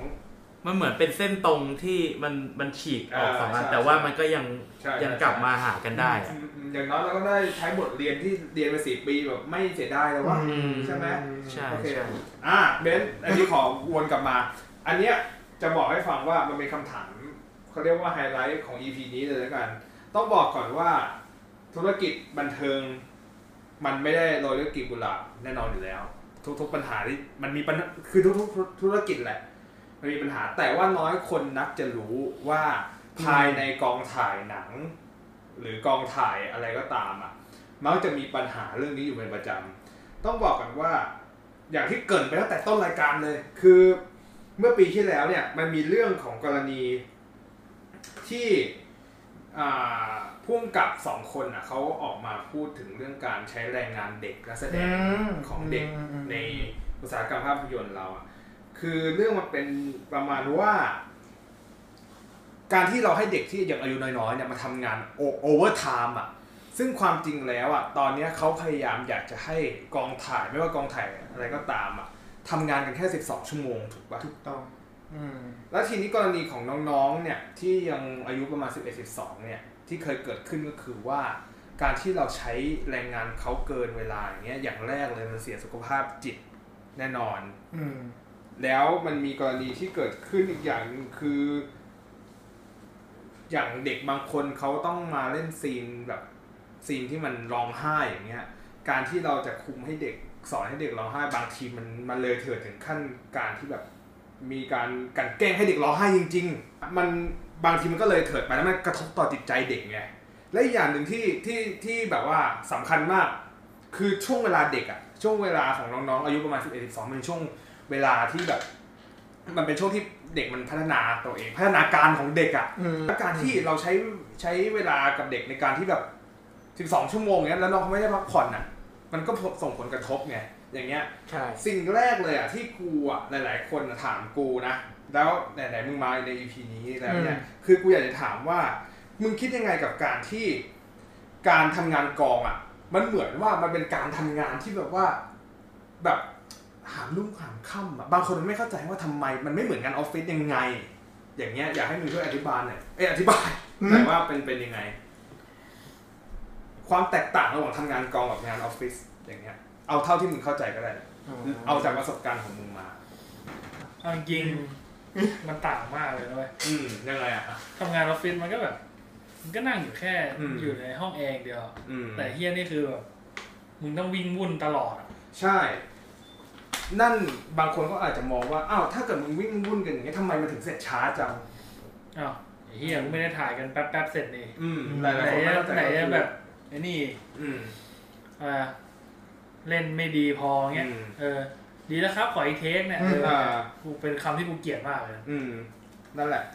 มันเหมือนเป็นเส้นตรงที่มันมันฉีกออกสองอัน อ่าใช่ แต่ว่ามันก็ยัง ใช่ใช่ ยังกลับมาหากันได้อะ อืมอืมอย่างน้อยเราก็ได้ใช้บทเรียนที่เรียนไปสี่ปีแบบไม่เสียดายแล้วว่า ม ใช่ไหม ใช่ โอเค ใช่ อ่ะเบนซ์อันนี้ขอวนกลับมา อันเนี้ยจะบอกให้ฟังว่ามันเป็นคำถามเขาเรียกว่าไฮไลท์ของ EP นี้เลยแล้วกัน ต้องบอกก่อนว่าธุรกิจบันเทิง มันไม่ได้โรยด้วยกลีบกุหลาบแน่นอนอยู่แล้ว ทุกๆปัญหาที่มันมีปัญหาคือทุกๆธุรกิจแหละ มันมีปัญหาแต่ว่าน้อยคนนักจะรู้ว่าภายในกองถ่ายหนัง หรือกองถ่ายอะไรก็ตามอ่ะมักจะมีปัญหาเรื่องนี้อยู่เป็นประจำต้องบอกกันว่า อย่างที่เกรินไปตั้งแต่ต้นรายการเลย คือเมื่อปีที่แล้วเนี่ยมันมีเรื่องของกรณีที่อ่าพ่วงกับสองคนอ่ะเขาออกมาพูดถึงเรื่องการใช้แรงงานเด็กนักแสดง ของเด็กในอุตสาหกรรมภาพยนตร์เราอะคือเรื่องมันเป็นประมาณว่า การที่เราให้เด็กที่ยังอายุน้อยๆเนี่ยมาทำงานโอเวอร์ไทม์อะซึ่งความจริงแล้วอะตอนเนี้ยเขาพยายามอยากจะให้กองถ่ายไม่ว่ากองถ่ายอะไรก็ตามอะทำงานกันแค่ 12 ชั่วโมงถูกปะ ถูกต้องอืม แล้วทีนี้กรณีของน้องๆ เนี่ยที่ยังอายุประมาณ 11 12 เนี่ยที่เคยเกิดขึ้นก็คือว่าการที่เราใช้แรงงานเขาเกินเวลาอย่างเงี้ยอย่างแรกเลยมันเสียสุขภาพจิตแน่นอน อืม แล้วมันมีกรณีที่เกิดขึ้นอีกอย่างหนึ่งคือ อย่างเด็กบางคนเขาต้องมาเล่นซีนแบบซีนที่มันร้องไห้อย่างเงี้ย การที่เราจะคุมให้เด็กสอนให้เด็กร้องไห้บางทีมันมันเลยเถิดถึงขั้นการที่แบบมีการกลันแกล้งให้เด็กร้องไห้จริง ๆ มันบางทีมันก็เลยเถิดไปแล้วมันกระทบต่อจิตใจเด็กไงและอีกอย่างหนึ่งที่ที่ที่แบบว่าสำคัญมาก คือช่วงเวลาเด็กอะช่วงเวลาของน้องๆอายุประมาณ 11 12เป็นช่วงเวลาที่แบบ มันเป็นช่วงที่เด็กมันพัฒนาตัวเอง พัฒนาการของเด็กอะ อืม และการที่เราใช้ใช้เวลากับเด็กในการที่แบบ 12 ชั่วโมงเนี้ยแล้วน้องเขาไม่ได้พักผ่อนอะมันก็ส่งผลกระทบไงอย่างเงี้ย ใช่ สิ่งแรกเลยอ่ะที่กูอ่ะหลาย ๆ คนอะถามกูนะ แล้วไหนๆมึงมาใน EP นี้แล้วเนี่ยคือกูอยากจะถามว่า มึงคิดยังไงกับการที่การทำงานกองอ่ะ มันเหมือนว่ามันเป็นการทำงานที่แบบว่าแบบหามลุ่งหามค่ำอ่ะบางคนมันไม่เข้าใจว่าทำไมมันไม่เหมือนงานออฟฟิศยังไง อย่างเงี้ยอยากให้มึงช่วยอธิบายหน่อยเอยอธิบายหน่อยว่าเป็นเป็นยังไง ความแตกต่างระหว่างทำงานกองกับงานออฟฟิศอย่างเงี้ยเอาเท่าที่มึงเข้าใจก็ได้ เอาจากประสบการณ์ของมึงมา เอาจริงๆมันต่างมากเลยนะเว้ย อืมยังไงอ่ะ ทำงานออฟฟิศมันก็แบบ มันก็นั่งอยู่แค่ อืม อยู่ในห้องแอร์อย่างเดียว อืม แต่เฮียนี่คือแบบมึงต้องวิ่งวุ่นตลอดอะ ใช่ นั่นบางคนก็อาจจะมองว่า อ้าว ถ้าเกิดมึงวิ่งวุ่นกันอย่างเงี้ยทำไมมันถึงเสร็จช้าจัง อ้าวไอ้เฮียมึงไม่ได้ถ่ายกันแป๊บๆเสร็จนี่ อืม อืม หลาย ไหนจะๆคนไม่เข้าใจ ไหน ก็ จะ คือ แบบไอ้นี่ อืม อ่าเล่นไม่ดีพอเงี้ย อืม เออ ดีแล้วครับขออีกเทคเนี่ยเอออ อ่า กูเป็นคำที่กูเกลียดมากเลย อืม นั่นแหละ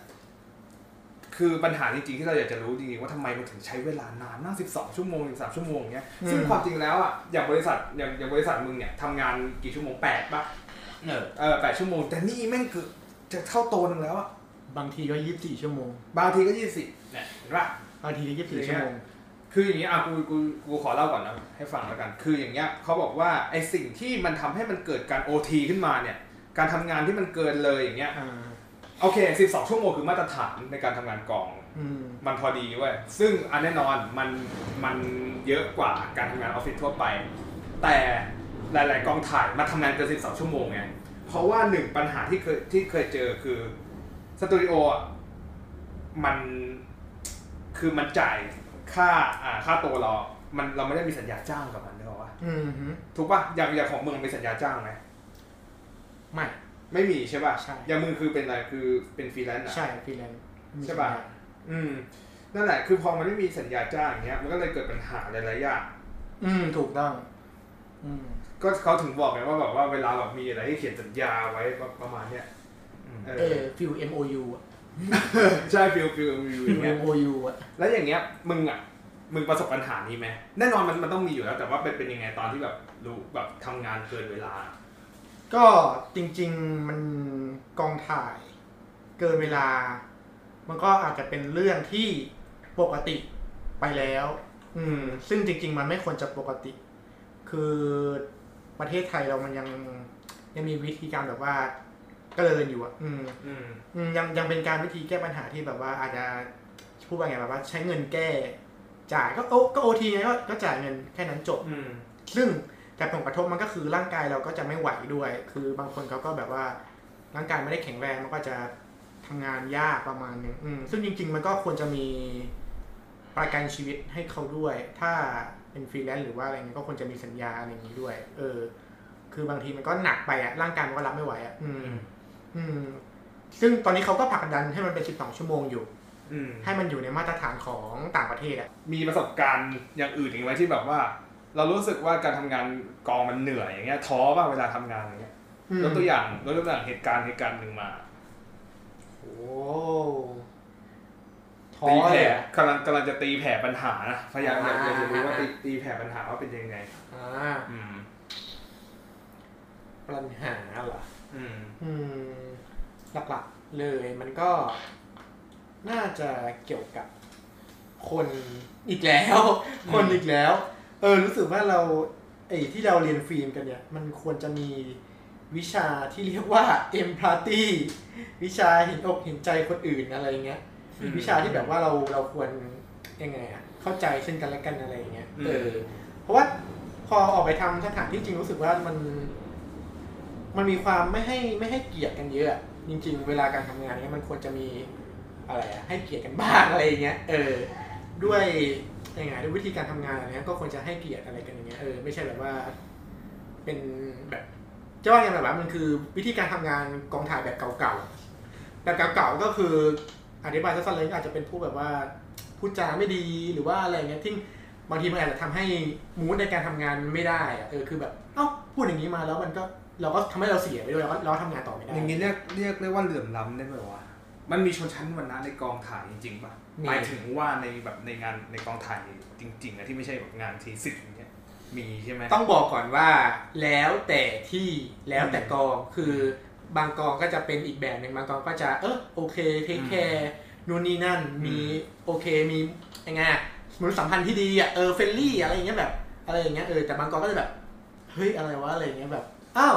คือปัญหาจริงๆที่เราอยากจะรู้จริงๆว่าทำไมมันถึงใช้เวลานานมาก12 ชั่วโมงถึง3ชั่วโมงเนี้ย ซึ่ง อืม ความจริงแล้วอ่ะ อย่างบริษัท อย่างอย่างบริษัทมึงเนี่ยทำงานกี่ชั่วโมง8ป่ะ เออ เออ8ชั่วโมง แต่นี่แม่งคือจะเท่าโตนึงแล้วอ่ะ บางทีก็ยี่สิบสี่ชั่วโมง บางทีก็20เนี่ยเห็นป่ะ บางทีก็ยี่สิบสี่ชั่วโมง คืออย่างนี้อ่ะกูกูกูขอเล่าก่อนนะให้ฟังแล้วกัน คืออย่างเงี้ยเขาบอกว่าไอสิ่งที่มันทำให้มันเกิดการ OT ขึ้นมาเนี่ย การทำงานที่มันเกินเลยอย่างเงี้ย อ่า โอเค 12 ชั่วโมงคือมาตรฐานในการทำงานกอง อืม มันพอดีเว้ยซึ่งอันแน่นอนมันมันเยอะกว่าการทำงานออฟฟิศทั่วไป แต่หลาย ๆ กองถ่ายมาทำงานเกิน12 ชั่วโมงไงเพราะว่าหนึ่งปัญหาที่เคยที่เคยเจอคือสตูดิโออ่ะมันคือมันจ่ายค่าอ่าค่าตัวเรา มันเราไม่ได้มีสัญญาจ้างกับมันเนกอะวะ อืมฮึ ถูกปะอย่างอย่างของเมืองมีสัญญาจ้างไหม ไม่ ไม่มีใช่ปะ ใช่ อย่างมึงคือเป็นอะไรคือเป็นฟรีแลนซ์อะ ใช่ฟรีแลนซ์มี ใช่ปะ สัญญา อืมนั่นแหละคือพอมันไม่มีสัญญาจ้างอย่างเงี้ยมันก็เลยเกิดปัญหาหลายๆอย่าง อืม ถูกต้อง อืม ก็เขาถึงบอกไงว่าแบบว่าเวลาแบบมีอะไรให้เขียนสัญญาไว้ประประมาณเนี้ยเอ เอ อ อฟิล MOU อะ ใช่ฟิลฟิลฟิลอย่างเงี้ย MOU อ่ะ แล้วอย่างเงี้ยมึงอ่ะมึงประสบปัญหานี้ไหมแน่นอนมันมันต้องมีอยู่แล้ว แต่ว่าเป็นเป็นยังไงตอนที่แบบรู้แบบทำงานเกินเวลา ก็จริง ๆ มันกองถ่าย เกินเวลา มันก็อาจจะเป็นเรื่องที่ปกติไปแล้ว อืม ซึ่งจริง ๆ มันไม่ควรจะปกติ คือประเทศไทยเรามันยังยังมีวิธีการแบบว่าเกรินอยู่อ่ะ อืม อืม อืมยังยังเป็นการวิธีแก้ปัญหาที่แบบว่าอาจจะพูดว่าไงแบบว่าใช้เงินแก้ จ่ายก็โอก็โอทีไงก็ก็จ่ายเงินแค่นั้นจบ อืม ซึ่งแต่ผลกระทบมันก็คือร่างกายเราก็จะไม่ไหวด้วย คือบางคนเขาก็แบบว่าร่างกายไม่ได้แข็งแรงมันก็จะทำงานยากประมาณหนึงอืมซึ่งจริง ๆ มันก็ควรจะมีประกันชีวิตให้เขาด้วย ถ้าเป็นฟรีแลนซ์หรือว่าอะไรเงี้ยก็ควรจะมีสัญญาอะไรอย่างนี้ด้วย เออ คือบางทีมันก็หนักไปอะร่างกายมันก็รับไม่ไหวอะอืม อืม ซึ่งตอนนี้เขาก็ผลักดันให้มันเป็น 12 ชั่วโมงอยู่ อืม ให้มันอยู่ในมาตรฐานของต่างประเทศอะ มีประสบการณ์อย่างอื่นอีกไหมที่แบบว่า เรารู้สึกว่าการทำงานกองมันเหนื่อยอย่างเงี้ยท้อป่ะเวลาทำงานอย่างเงี้ย อืม ยกตัวอย่างยกตัวอย่างเหตุการณ์เหตุการณ์หนึ่งมา โอ้ท้อ ตีแผ่ เลยอะ กำลังกำลังจะตีแผ่ปัญหานะพยายามอยากอยากจะรู้ว่าตีตีแผ่ปัญหาว่าเป็นยังไง อ่า อืม ปัญหาเหรอ อืม อืม หลักๆเลยมันก็ น่าจะเกี่ยวกับ คนอีกแล้ว คนอีกแล้ว เออ รู้สึกว่าเราไอ้ที่เราเรียนฟิล์มกันเนี่ย มันควรจะมีวิชาที่เรียกว่า empathy วิชาเห็นอกเห็นใจคนอื่นอะไรเงี้ย อืม วิชาที่แบบว่าเราเราควรยังไงอะเข้าใจซึ่งกันและกันอะไรอย่างเงี้ย อืม เออ เพราะว่าพอออกไปทำสถานที่จริงรู้สึกว่ามัน มันมีความไม่ให้ไม่ให้เกียรติกันเยอะอะจริง ๆ เวลาการทำงานเนี้ยมันควรจะมีอะไรอะให้เกียรติกันบ้างอะไรอย่างเงี้ยเออ ด้วยยังไงด้วยวิธีการทำงานอะไรเงี้ยก็ควรจะให้เกียรติอะไรกันอย่างเงี้ยเออไม่ใช่แบบว่า เป็นแบบจะว่าไงแบบว่ามันคือวิธีการทำงานกองถ่ายแบบเก่าๆแบบเก่าๆก็คืออธิบายสั้นๆเลยก็อาจจะเป็นผู้แบบว่าพูดจาไม่ดีหรือว่าอะไรเงี้ยที่บางทีมันอาจจะทำให้มูดในการทำงานไม่ได้อะเออคือแบบเอ้าพูดอย่างนี้มาแล้วมันก็เราก็ทำให้เราเสียไปด้วยเราก็เราก็ทำงานต่อไม่ได้ อย่างนี้เรียกเรียกเรียกว่าเหลื่อมล้ำได้ไหมวะ มันมีชนชั้นวรรณะในกองถ่ายจริงๆป่ะ มี หมายถึงว่าในแบบในงานในกองถ่ายจริงๆอะที่ไม่ใช่แบบงานทีสิทธิ์อย่างเงี้ย มีใช่ไหม ต้องบอกก่อนว่าแล้วแต่ที่แล้วแต่กองคือบางกองก็จะเป็นอีกแบบหนึ่งบางกองก็จะเออโอเคเทคแคร์นู่นนี่นั่นมี อืม โอเคมียังไงอะมนุษยสัมพันธ์ที่ดีอ่ะเออเฟรนลี่อะไรอย่างเงี้ยแบบ อะไรอย่างเงี้ยเออแต่บางกองก็จะแบบเฮ้ยอะไรวะอะไรอย่างเงี้ยแบบอ้าว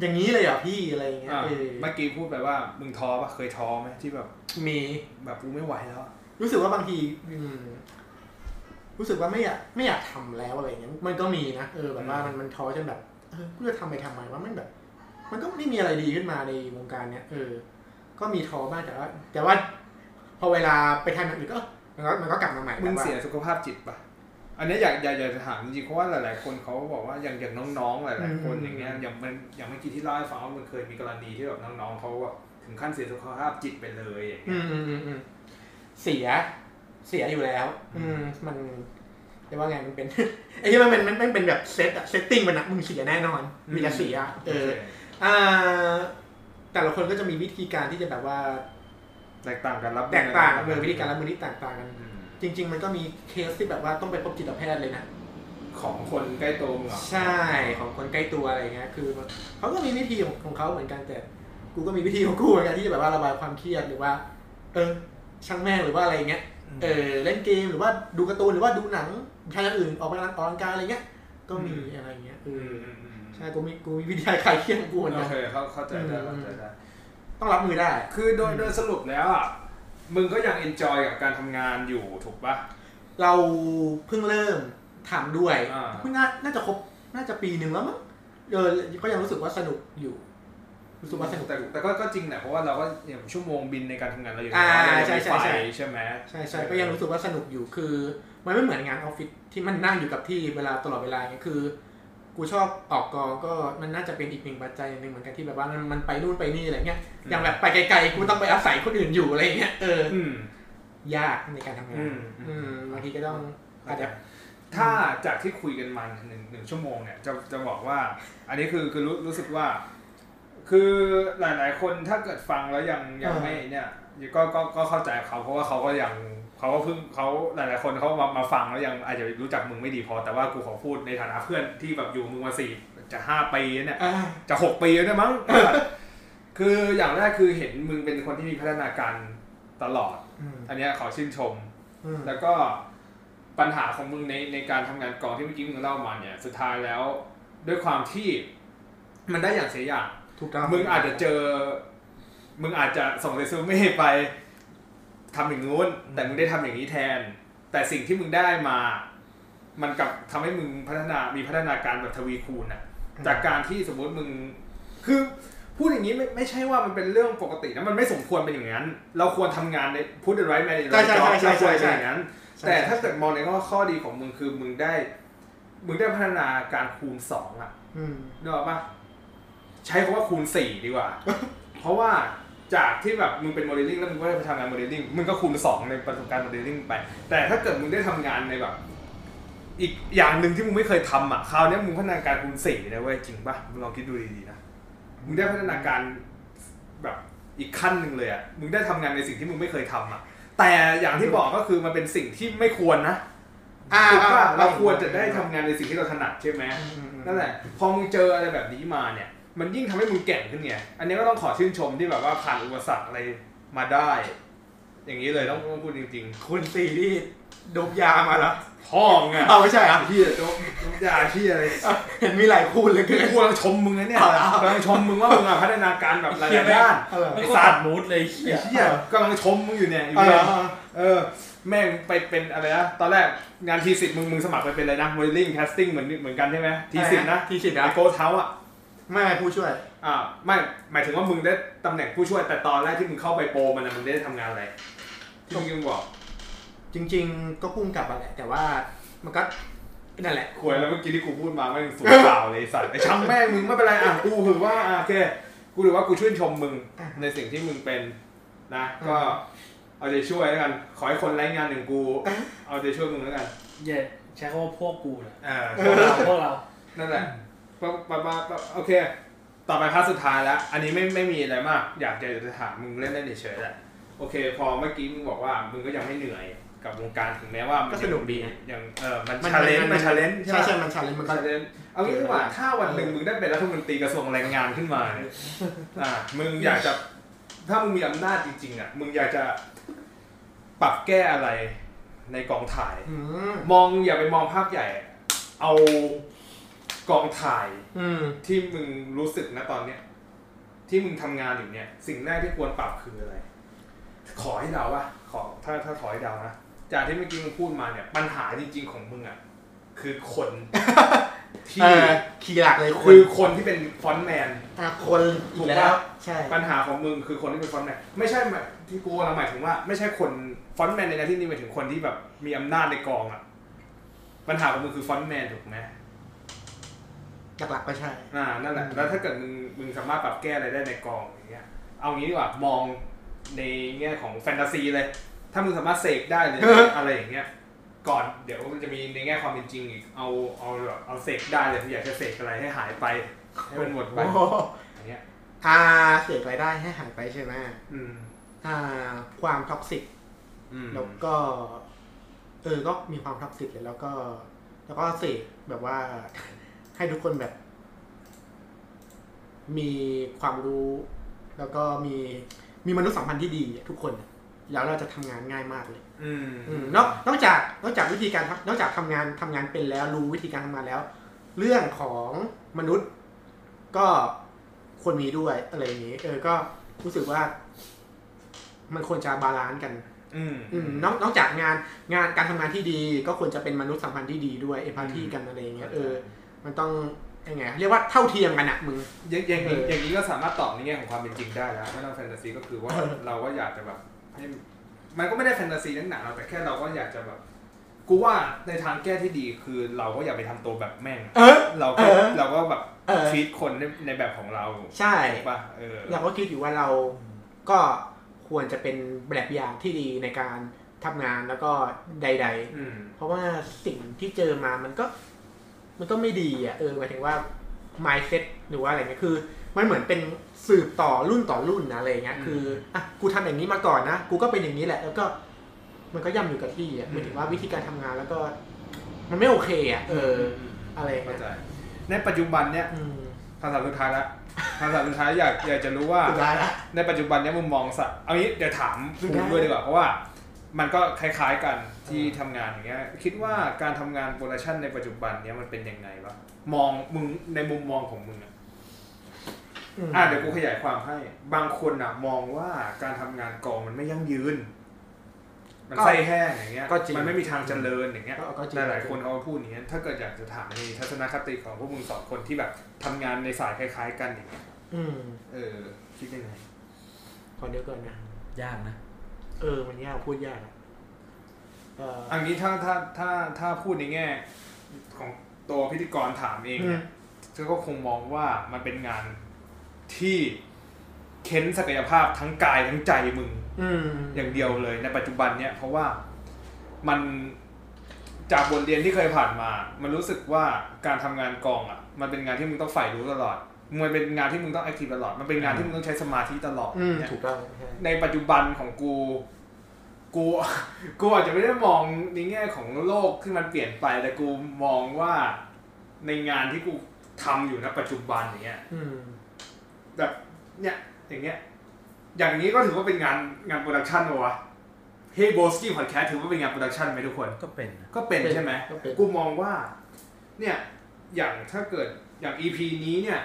อย่างนี้เลยเหรอพี่อะไรอย่างเงี้ย อ่ะ เออ เมื่อกี้พูดไปว่ามึงท้อป่ะ เคยท้อไหมที่แบบ มี แบบกูไม่ไหวแล้วอะ รู้สึกว่าบางทีอืมรู้สึกว่าไม่อยากไม่อยากทำแล้วอะไรอย่างเงี้ยมันก็มีนะเออแบบว่ามันมันท้อจนแบบเออกูจะทำไปทำไมว่ามันแบบ มันก็ไม่มีอะไรดีขึ้นมาในวงการเนี้ยเออ ก็มีท้อบ้างแต่ว่า แต่ว่า พอเวลาไปทำอย่างอื่นก็เออ มันก็มันก็กลับมาใหม่ มึง แต่ว่า เสียสุขภาพจิตปะอันเนี้ยอยากอยากอยากจะถามจริงๆเพราะว่าหลาย ๆ คนเขาบอกว่าอย่างอย่างน้องๆหลายๆคนอย่างเงี้ยอย่างมันอย่างเมื่อกี้ที่เล่าให้ฟังว่ามันเคยมีกรณีที่แบบน้องๆเขาแบบถึงขั้นเสียสุขภาพจิตไปเลยอย่างเงี้ย อืมอืมอืมอืม เสีย เสียอยู่แล้ว อืมมันเรียกว่าไงมัน เป็น ไอ้ที่มันเป็นมันมันเป็นแบบเซตอะเซตติ้งมันอะมึงเสียแน่นอน มีแต่เสียเออ โค อ่าแต่ละคนก็จะมีวิธีการที่จะแบบว่า แตกต่างกันรับมือ แตกต่างเออวิธีการรับมือที่แตกต่างกัน อืม จริง ๆ มันก็มีเคสที่แบบว่าต้องไปพบจิตแพทย์เลยนะ ของคนใกล้ตัวมึงเหรอ ใช่ของคนใกล้ตัวอะไรเงี้ยคือเขาก็มีวิธีของของเขาเหมือนกันแต่กูก็มีวิธีของกูเหมือนกันที่จะแบบว่าระบายความเครียดหรือว่า เออ ช่างแม่งหรือว่าอะไรเงี้ยเออเล่นเกมหรือว่าดูการ์ตูนหรือว่าดูหนังทำอย่างอื่นออกกำลังออกกำลังกายอะไรเงี้ยก็มีอะไรเงี้ยเอ อื อ มอืมอืม ใช่กูมีกูมีวิธีคลายเครียดของกูเหมือน โอ กัน เคเขาเข้าใจได้เข้าใจได้ ต้องรับมือได้ คือโดยโดยสรุปแล้วอ่ะ มึงก็ยังเอนจอยกับการทำงานอยู่ถูกปะ เราเพิ่งเริ่มทำด้วย อ่า เพิ่งน่าน่าจะครบน่าจะปีหนึ่งแล้วมั้งเออก็ยังรู้สึกว่าสนุกอยู่ รู้สึกว่าสนุก แต่แต่ก็ก็จริงแหละเพราะว่าเราก็อย่างชั่วโมงบินในการทำงานเราอยู่ อ่า แล้วเรา ใช่ใช่ มีไฟ ใช่ ใช่ไหม ใช่ใช่ก็ยังรู้สึกว่าสนุกอยู่คือ มันไม่เหมือนงานออฟฟิศที่มันนั่งอยู่กับที่เวลาตลอดเวลาไงคือ กูชอบออกกองก็มันน่าจะเป็นอีกหนึ่งปัจจัยหนึ่งเหมือนกันที่แบบว่ามันมันไปนู่นไปนี่อะไรเงี้ยอย่างแบบไปไกลๆกูต้องไปอาศัยคนอื่นอยู่อะไรเงี้ยเออ อืม ยากในการทำงาน อืม อืมบางทีก็ต้องอาจจะ ถ้าจากที่คุยกันมาหนึ่งหนึ่งชั่วโมงเนี่ยจะจะบอกว่า อันนี้คือคือรู้รู้สึกว่า คือหลาย ๆ คนถ้าเกิดฟังแล้วยังยัง อ่า ไม่เนี่ยก็ก็ก็เข้าใจเขาเพราะว่าเขาก็ยังเขาก็เพิ่งเขาหลาย ๆ คนเขามามาฟังแล้วยังอาจจะรู้จักมึงไม่ดีพอ แต่ว่ากูขอพูดในฐานะเพื่อนที่แบบอยู่มึงมาสี่จะห้าปีเนี่ย อ่า จะหกปีแล้วเนี่ยมั้ง คืออย่างแรกคือเห็นมึงเป็นคนที่มีพัฒนาการตลอด อันเนี้ยขอชื่นชม แล้วก็ปัญหาของมึงในในการทำงานกองที่เมื่อกี้มึงเล่ามาเนี่ย สุดท้ายแล้วด้วยความที่มันได้อย่างเสียอย่าง ถูกต้อง มึงอาจจะเจอ มึงอาจจะส่งเรซูเม่ไปทำอย่างงู้น แต่มึงได้ทำอย่างนี้แทน แต่สิ่งที่มึงได้มา มันกลับทำให้มึงพัฒนามีพัฒนาการแบบทวีคูณอะ อืม จากการที่สมมติมึง คือพูดอย่างนี้ไม่ไม่ใช่ว่ามันเป็นเรื่องปกตินะมันไม่สมควรเป็นอย่างนั้น เราควรทำงานในพูดไว้ใน ใช่ใช่ใช่เราคใช่วร ใช่ เป็นอย่างนั้น แต่ถ้าเกิดมองในข้อข้อดีของมึงคือมึงได้ มึงได้พัฒนาการคูณสองอะ อืม นึกออกปะใช้คำว่าคูณสี่ดี กว่า เพราะว่าจากที่แบบมึงเป็นโมเดลลิ่งแล้วมึงก็ได้ไปทำงานโมเดลลิ่งมึงก็คูณสองในประสบการณ์โมเดลลิ่งไป แต่ถ้าเกิดมึงได้ทำงานในแบบ อีกอย่างหนึ่งที่มึงไม่เคยทำอ่ะคราวเนี้ยมึงพัฒนาการคูณสี่นะเว้ยจริงปะมึงลองคิดดูดีๆนะมึงได้พัฒนาการแบบอีกขั้นหนึ่งเลยอ่ะมึงได้ทำงานในสิ่งที่มึงไม่เคยทำอ่ะ แต่อย่างที่บอกก็คือมันเป็นสิ่งที่ไม่ควรนะ อ่า ถูกปะเราควรจะได้ทำงานในสิ่งที่เราถนัดใช่ไหม นั่นแหละพอมึงเจออะไรแบบนี้มาเนี่ย มันยิ่งทำให้มึงแกร่งขึ้นไง อันนี้ก็ต้องขอชื่นชมที่แบบว่าผ่านอุปสรรคอะไรมาได้ อย่างนี้เลยต้องต้องพูดจริง คุณสี่ที่โดบยามาแล้ว ๆพ่องอ่ะ เอาไม่ใช่เหรอ่ะ เฮียโจ๊กน้ำยาเฮียอะไร เห็นมีหลายคู่เหลย คื เกิ อน กูกำลังชมมึงนะเนี่ย เอาเหรอ กำลังชมมึงว่ามึงอะพัฒนาการแบบหลายๆด้าน เอาเหรอ ไม่ก็ตัดมูดเลยเฮี ไอ้ ย เฮียกำลังชมมึงอยู่เนี่ยอยู่ เอาเหร เนี่ อย เออ แม่งไปเป็นอะไรนะ ตอนแรกงานทีสิทธ์มึงมึงสมัครไปเป็นอะไรนะ m o d e l i n g casting เหมือนเหมือนกันใช่ไหมทีสิทธ์นะ ทีสิบนะ ไอโกเท้าอ่ะ ไม่ผู้ช่วย อ่าไม่หมายถึงว่ามึงได้ตำแหน่งผู้ช่วยแต่ตอนแรกที่มึงเข้าไปโปรมันนะมึงได้ทำงานอะไรที่มึงยังบอก จริง ๆ ก็พุ่งกลับมาแหละแต่ว่ามันก็นั่นแหละ ควยแล้วเมื่อกี้ที่กูพูดมาไม่งสูงเปล่าเลยไอ้สัตว์ไอ้ช่ างแม่งมึงไม่เป็นไรอ่ะกูถือว่าอ่ะโอเคกูถือว่ากูชื่นชมมึงในสิ่งที่มึงเป็นนะก็เอาใจช่วยแล้วกันขอให้คนไร้งานหนึ่งกู เอาใจช่วยมึงแล้วกัน เย่ใช้คำว่าพวกกูนะ อ่า พวกเราพวกเรา นั่นแหละปะปะปะปะโอเค ต่อไปพาร์ทสุดท้ายแล้ว อันนี้ไม่ไม่มีอะไรมาก อยากจะจะถามมึงเล่นได้เฉยๆแหละ โอเค พอเมื่อกี้มึงบอกว่ามึงก็ยังไม่เหนื่อยกับวงการถึงแม้ว่ามั ก็ จะ สนุกดีนะ ยังเออมันชาเลนจ์มันชาเลนจ์ ใช่ ใช่ ใช่ ไหม มันชาเลนจ์ มั มัน นก็ ชาเลนจ์เอางี้ดีกว่าถ้าวันหนึ่งมึงได้เป็นรัฐมนตรีกระทรวงแรงงานขึ้นมาเนี่ยอ่ามึงอยากจะถ้ามึงมีอำนาจจริงๆอ่ะมึงอยากจะปรับแก้อะไรในกองถ่าย อืม มองอย่าไปมองภาพใหญ่ เอากองถ่าย อืม ที่มึงรู้สึกนะตอนเนี้ยที่มึงทำงานอยู่เนี่ย สิ่งแรกที่ควรปรับคืออะไร ขอให้เดาว่าขอถ้าถ้าขอให้เดานะจากที่เมื่อกี้มึงพูดมาเนี่ย ปัญหาจริง ๆ ของมึงอะ คือ คนที่ เออคีย์หลักเลยค คื น อคนที่เป็นฟอนต์แมน อ่ะคนอีกแล้ว ใช่ ปัญหาของมึงคือคนที่เป็นฟอนต์แมนไม่ใช่แบบที่กูกำลังหมายถึงว่าไม่ใช่คนฟอนต์แมนในที่นี้หมายถึงคนที่แบบมีอำนาจในกองอะปัญหาของมึงคือฟอนต์แมนถูกไหม หลักๆก็ใช่ อ่านั่นแหละ อืม แล้วถ้าเกิดมึงมึงสามารถปรับแก้อะไรได้ในกองอย่างเงี้ยเอางี้ดีกว่ามองในแง่ของแฟนตาซีเลย ถ้ามึงสามารถเสกได้ เลยอะไรอย่างเงี้ยก่อนเดี๋ยวมันจะมีในแง่ความเป็นจริงอีกเอาเอาแบบเอาเสกได้เลยอยากจะเสกอะไรให้หายไปให้มันหมดไป โอ้โห อย่างเงี้ย อ่าเสียรายได้ให้หายไปใช่ไหม อืม อ่า ความท็อกซิก อืม แล้วก็เออก็มีความท็อกซิกเลยแล้วก็ แล้วก็เสกแบบว่า ให้ทุกคนแบบ มีความรู้ แล้วก็มีมีมนุษยสัมพันธ์ที่ดีอะทุกคนอะแล้วเราจะทำงานง่ายมากเลย อืม อืมนอกนอกจากนอกจากวิธีการทำนอกจากทำงานทำงานเป็นแล้วรู้วิธีการทำงานแล้ว เรื่องของมนุษย์ก็ควรมีด้วยอะไรอย่างนี้ เออก็รู้สึกว่า มันควรจะบาลานซ์กัน อืม อืมนอกนอกจากงานงานการทำงานที่ดีก็ควรจะเป็นมนุษยสัมพันธ์ที่ดีด้วยเอพาร์ที อืม กันอะไรอย่างเงี้ยเออ มันต้องยังไงเรียกว่าเท่าเทียมกันอะมึง อย่างอย่างนี้ เออ อ อ ย่างนี้ก็สามารถตอบในแง่ของความเป็นจริงได้แล้วไม่ต้องแฟนตาซีก็คือว่าเราก็อยากจะแบบให้มันก็ไม่ได้แฟนตาซีนักหนาเราแต่แค่เราก็อยากจะแบบ กูว่าในทางแก้ที่ดีคือเราก็อย่าไปทำตัวแบบแม่ง เออ เราก็ เออ เราก็แบบ เออ ชีตคนในในแบบของเรา ใช่ ถูกป่ะเออ เราก็คิดอยู่ว่าเราก็ควรจะเป็นแบบอย่างที่ดีในการทำงานแล้วก็ใด อืม ๆ เพราะว่าสิ่งที่เจอมามันก็ มันก็ไม่ดีอ่ะเออหมายถึงว่า mindset หรือว่าอะไรเงี้ยคือ มันเหมือนเป็นสืบต่อรุ่นต่อรุ่นนะอะไรเงี้ยคืออ่ะกูทำอย่างนี้มาก่อนนะกูก็เป็นอย่างนี้แหละ แล้วก็ มันก็ย่ำอยู่กับที่อ่ะหมายถึงว่าวิธีการทำงานแล้วก็ มันไม่โอเคอ่ะเออ อะไร เข้า เงี้ย ใจในปัจจุบันเนี่ย อืม คำถามสุดท้ายละคำถามสุดท้ายอยากอยากจะรู้ว่า สุดท้ายละ ในปัจจุบันเนี้ยมุมมองสัตว์เอางี้เดี๋ยวถามพี่บุ๋ม ได้ ด้วยดีกว่าเพราะว่ามันก็คล้าย ๆกันที่ทำงานอย่างเงี้ยคิดว่าการทำงานโปรดักชันในปัจจุบันเนี้ยมันเป็นยังไงวะมองมึงในมุมมองของมึงอะ ม อ่ะเดี๋ยวกูขยายความให้ บางคนอ่ะมองว่าการทำงานกองมันไม่ยั่งยืน มันไส้แห้งอย่างเงี้ย ก็จริง มันไม่มีทางเจริญอย่างเงี้ย ก็ก็จริง หลายๆคนเขาก็พูดอย่างเงี้ยถ้าเกิดอยากจะถามในทัศนคติของพวกมึงสองคนที่แบบทำงานในสายคล้าย ๆ กันอย่างเงี้ย อืม เออคิดยังไง ขอเดี๋ยวก่อนนะ ยากนะ เออ มันยากพูดยากอะเออ อันนี้ถ้าถ้าถ้าถ้าพูดในแง่ของตัวพิธีกรถามเอง อื เนี่ย ม ซึ่งก็คงมองว่ามันเป็นงานที่เค้นศักยภาพทั้งกายทั้งใจมึง อืม อย่างเดียวเลยในปัจจุบันเนี่ยเพราะว่ามันจากบทเรียนที่เคยผ่านมา มันรู้สึกว่าการทำงานกองอ่ะ มันเป็นงานที่มึงต้องใฝ่รู้ตลอด มันเป็นงานที่มึงต้องแอคทีฟตลอด มันเป็นงานที่มึงต้องใช้สมาธิตลอด อืม เนี่ย ถูกต้องใช่ ในปัจจุบันของกู กู กูอาจจะไม่ได้มองในแง่ของโลกที่มันเปลี่ยนไป แต่กูมองว่าในงานที่กูทำอยู่ณปัจจุบันอย่างเงี้ย อืม แบบเนี่ยอย่างเงี้ย อย่างนี้ก็ถือว่าเป็นงานงานโปรดักชันปะวะเฮ้โบสกี้พอดแคสถือว่าเป็นงานโปรดักชันไหมทุกคน ก็เป็นนะ ก็เป็น เป็น ใช่ไหม ก็เป็น กูมองว่า เนี่ย อย่างถ้าเกิดอย่าง EP นี้เนี่ย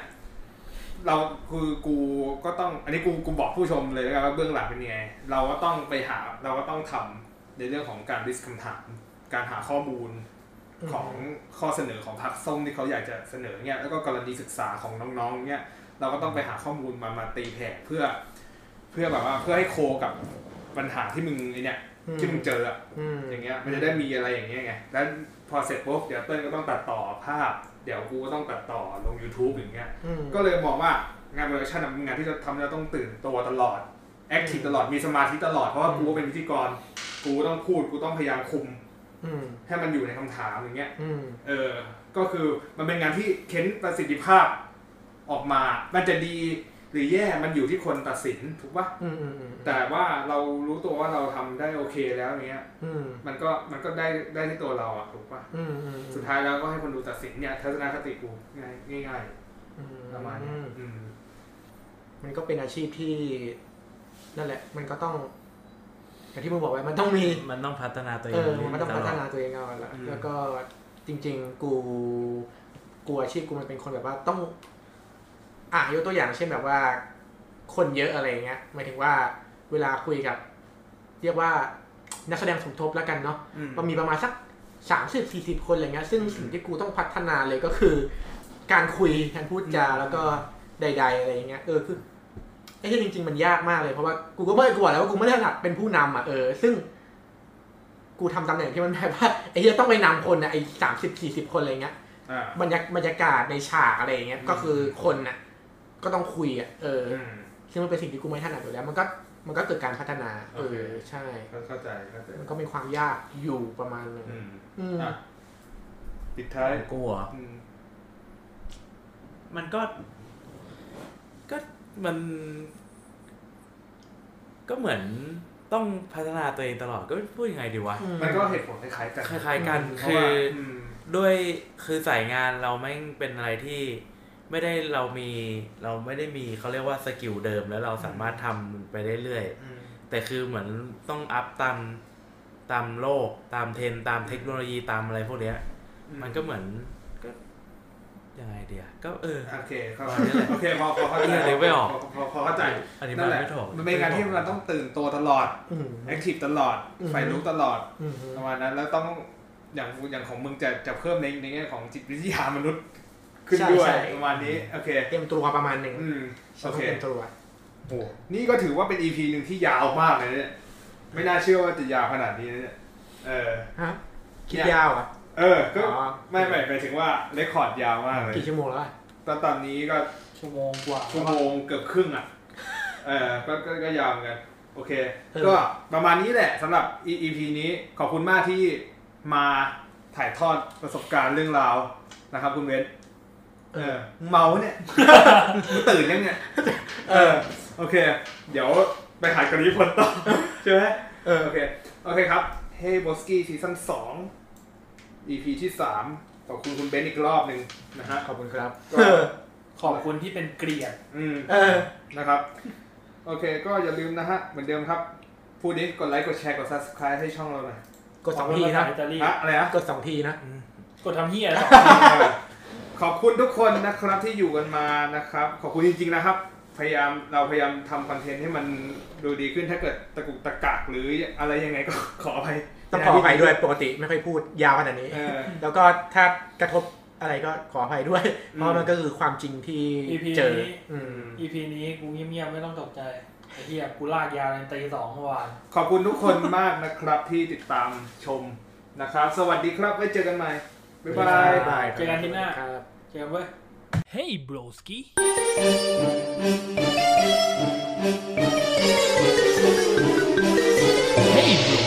เราคือกูก็ต้อง อันนี้กูกูบอกผู้ชมเลยแล้วกันว่าเบื้องหลังเป็นยังไง เราก็ต้องไปหา เราก็ต้องทำในเรื่องของการริสคำถาม การหาข้อมูลของข้อเสนอของพรรคส้มที่เขาอยากจะเสนอเนี่ย แล้วก็กรณีศึกษาของน้องๆ เนี่ย เราก็ต้องไปหาข้อมูลมามาตีแผ่เพื่อ เพื่อแบบว่าเพื่อให้โคกับปัญหาที่มึงไอ้เนี่ย ที่มึงเจออะ อืม อย่างเงี้ยมันจะได้มีอะไรอย่างเงี้ยไง แล้วพอเสร็จปุ๊บเดี๋ยวเต้นก็ต้องตัดต่อภาพ เดี๋ยวกูก็ต้องตัดต่อลง YouTube อย่างเงี้ย อืม ก็เลยมองว่างานโปรดักชันน่ะเป็นงานที่เราทำเราต้องตื่นตัวตลอด แอคทีฟตลอด มีสมาธิตลอด เพราะว่า อืม กูก็เป็นพิธีกร กูต้องพูด กูต้องพยายามคุม อืม ให้มันอยู่ในคำถามอย่างเงี้ย อืม เออ ก็คือมันเป็นงานที่เค้นประสิทธิภาพออกมา มันจะดีหรือแย่ มันอยู่ที่คนตัดสินถูกปะ อืมอืมอืม แต่ว่าเรารู้ตัวว่าเราทำได้โอเคแล้วอย่างเงี้ย อืม มันก็มันก็ได้ได้ที่ตัวเราอะถูกปะ อืมอืม สุดท้ายแล้วก็ให้คนดูตัดสินเนี่ยทัศนคติกูง่ายง่าย อื ๆประมาณเนี้ยอืม มันก็เป็นอาชีพที่นั่นแหละ มันก็ต้องอย่างที่มึงบอกไว้มันต้องมี มันต้องพัฒนาตัวเอ เอง อ มันต้อง ต พั ล ฒ อด นาตัวเองเอาละแล้วก็จริง ๆ กู กูอาชีพกูมันเป็นคนแบบว่าต้อง อ่ะยกตัวอย่างเช่นแบบว่า คนเยอะอะไรเงี้ยหมายถึงว่าเวลาคุยกับ เรียกว่านักแสดงสมทบแล้วกันเนาะ อืม มันมีประมาณสัก สามสิบสี่สิบคนอะไรเงี้ยซึ่งสิ่งที่กูต้องพัฒนาเลยก็คือ การคุยการพูดจาแล้วก็ใด ๆ อะไรอย่างเงี้ยเออคือไอ้ที่จริง ๆ มันยากมากเลยเพราะว่ากูก็ไม่กลัวแล้วว่ากูไม่ได้ถนัดเป็นผู้นำอ่ะเออซึ่ง กูทำตำแหน่งที่มันแบบว่าไอ้ที่ต้องไปนำคนนะไอ้สามสิบสี่สิบคนอะไรเงี้ย อ่า บรรยากบรรยากาศในฉากอะไรอย่างเงี้ย อืม ก็คือคนน่ะ ก็ต้องคุยอ่ะเออ อืม ซึ่งมันเป็นสิ่งที่กูไม่ถนัดอยู่แล้ว มันก็มันก็เกิดการพัฒนา เอ โอเค อใช่ เข้าใจเข้าใจ มันก็มีความยากอยู่ประมาณหนึง อืม อืม อ่ะปิดท้าย กูเหรอ อืม มันก็ก็มัน ก็เหมือนต้องพัฒนาตัวเองตลอดก็พูดยังไงดีวะ มันก็เหตุผลคล้ายๆกัน คล้ายๆกัน เพ คื ราะ อ ว่าม ด้วยคือสายงานเราไม่งเป็นอะไรที่ไม่ได้เรามีเราไม่ได้มีเขาเรียกว่าสกิลเดิม แล้วเราสามารถทำไปเรื่อย อืม ๆแต่คือเหมือนต้องอัพตามตามโลกตามเทรนด์ตามเทคโนโลยีตามอะไรพวกเนี้ย มันก็เหมือนก็ยังไงเดียก็เออ โอเคเข้า ประมาณนี้แหละ โอเคพอพอเข้า เรื่ ใจ องเลยไม่ออก พพอพอเข้าใจ อธิบาย นั่นแหละ ไม่ถูก มันเป็นการที่มันต้องตื่นตัวตลอด อืม แอคทีฟตลอด อืม ไฟลุกตลอด อืม ประมาณนั้นแล้วต้องอย่างอย่างของมึงจะจะเพิ่มในในแง่ของจิตวิทยามนุษย์ ขึ้นด้วยประมาณนี้โอเค เตรียมตัวประมาณหนึ่ง อืม ฉั โอน ต้อง เค เตรียมตัว โอ้นี่ก็ถือว่าเป็น EP หนึ่งที่ยาวมากเลยเนี่ยไม่น่าเชื่อว่าจะยาวขนาดนี้นะเนี่ยเออ ฮะ คิด เนี่ย ยาวอ่ะ เออก็ อ๋อ ไม่ไม่ไปถึงว่าเรคคอร์ดยาวมากเลย กี่ชั่วโมงแล้วอะ ตอนตอนนี้ก็ ชั่วโมงกว่า ชั่วโมงเกือบครึ่งอ่ะ เออก็ก็ก็ยาวเหมือนกัน โอเค เออ ก็ประมาณนี้แหละสำหรับ E- EP นี้ขอบคุณมากที่มาถ่ายทอดประสบการณ์เรื่องราวนะครับคุณเวนเออเมาเนี่ย มึงตื่นยังเนี่ย เออ โอเค เดี๋ยวไปหากรีพลต่อ ใช่ไหมเออ โอเค โอเคครับ เฮ้บอสกี้ซีซั่นสอง EP ที่สามขอบคุณคุณเบนอีกรอบหนึ่งนะฮะ ขอบคุณครับ ก็ ขอบคุณที่เป็นเกลียด อืม เออ นะครับ โอเคก็อย่าลืมนะฮะ เหมือนเดิมครับ พูดนี้กดไลค์ กดแชร์ กด subscribe ให้ช่องเราหน่อย กดสองทีนะ อิตาลี อะอะไร นะ กดสองทีนะ กดทำเฮียอะไรต่อ ขอบคุณทุกคนนะครับที่อยู่กันมานะครับ ขอบคุณจริงๆนะครับ พยายามเราพยายามทำคอนเทนต์ให้มันดูดีขึ้นถ้าเกิดตะกุกตะกักหรืออะไรยังไงก็ ขออภัย ต้องขออภัยด้วยปกติไม่ค่อยพูดยาวขนาดนี้ เออ แล้วก็ถ้ากระทบอะไรก็ขออภัยด้วย อืม เพราะมันก็คือความจริงที่ EP เจอ นี้ อืม EP นี้กูเงียบๆไม่ต้องตกใจไอ้เฮียกูลากยาวเลยตีสองเมื่อวาน ขอบคุณทุกคนมากนะครับที่ติดตามชมนะครับ สวัสดีครับไว้เจอกันใหม่บ๊ายบาย เจอกันที่หน้า ครับ เจอกันเว้ย Hey broski Hey bro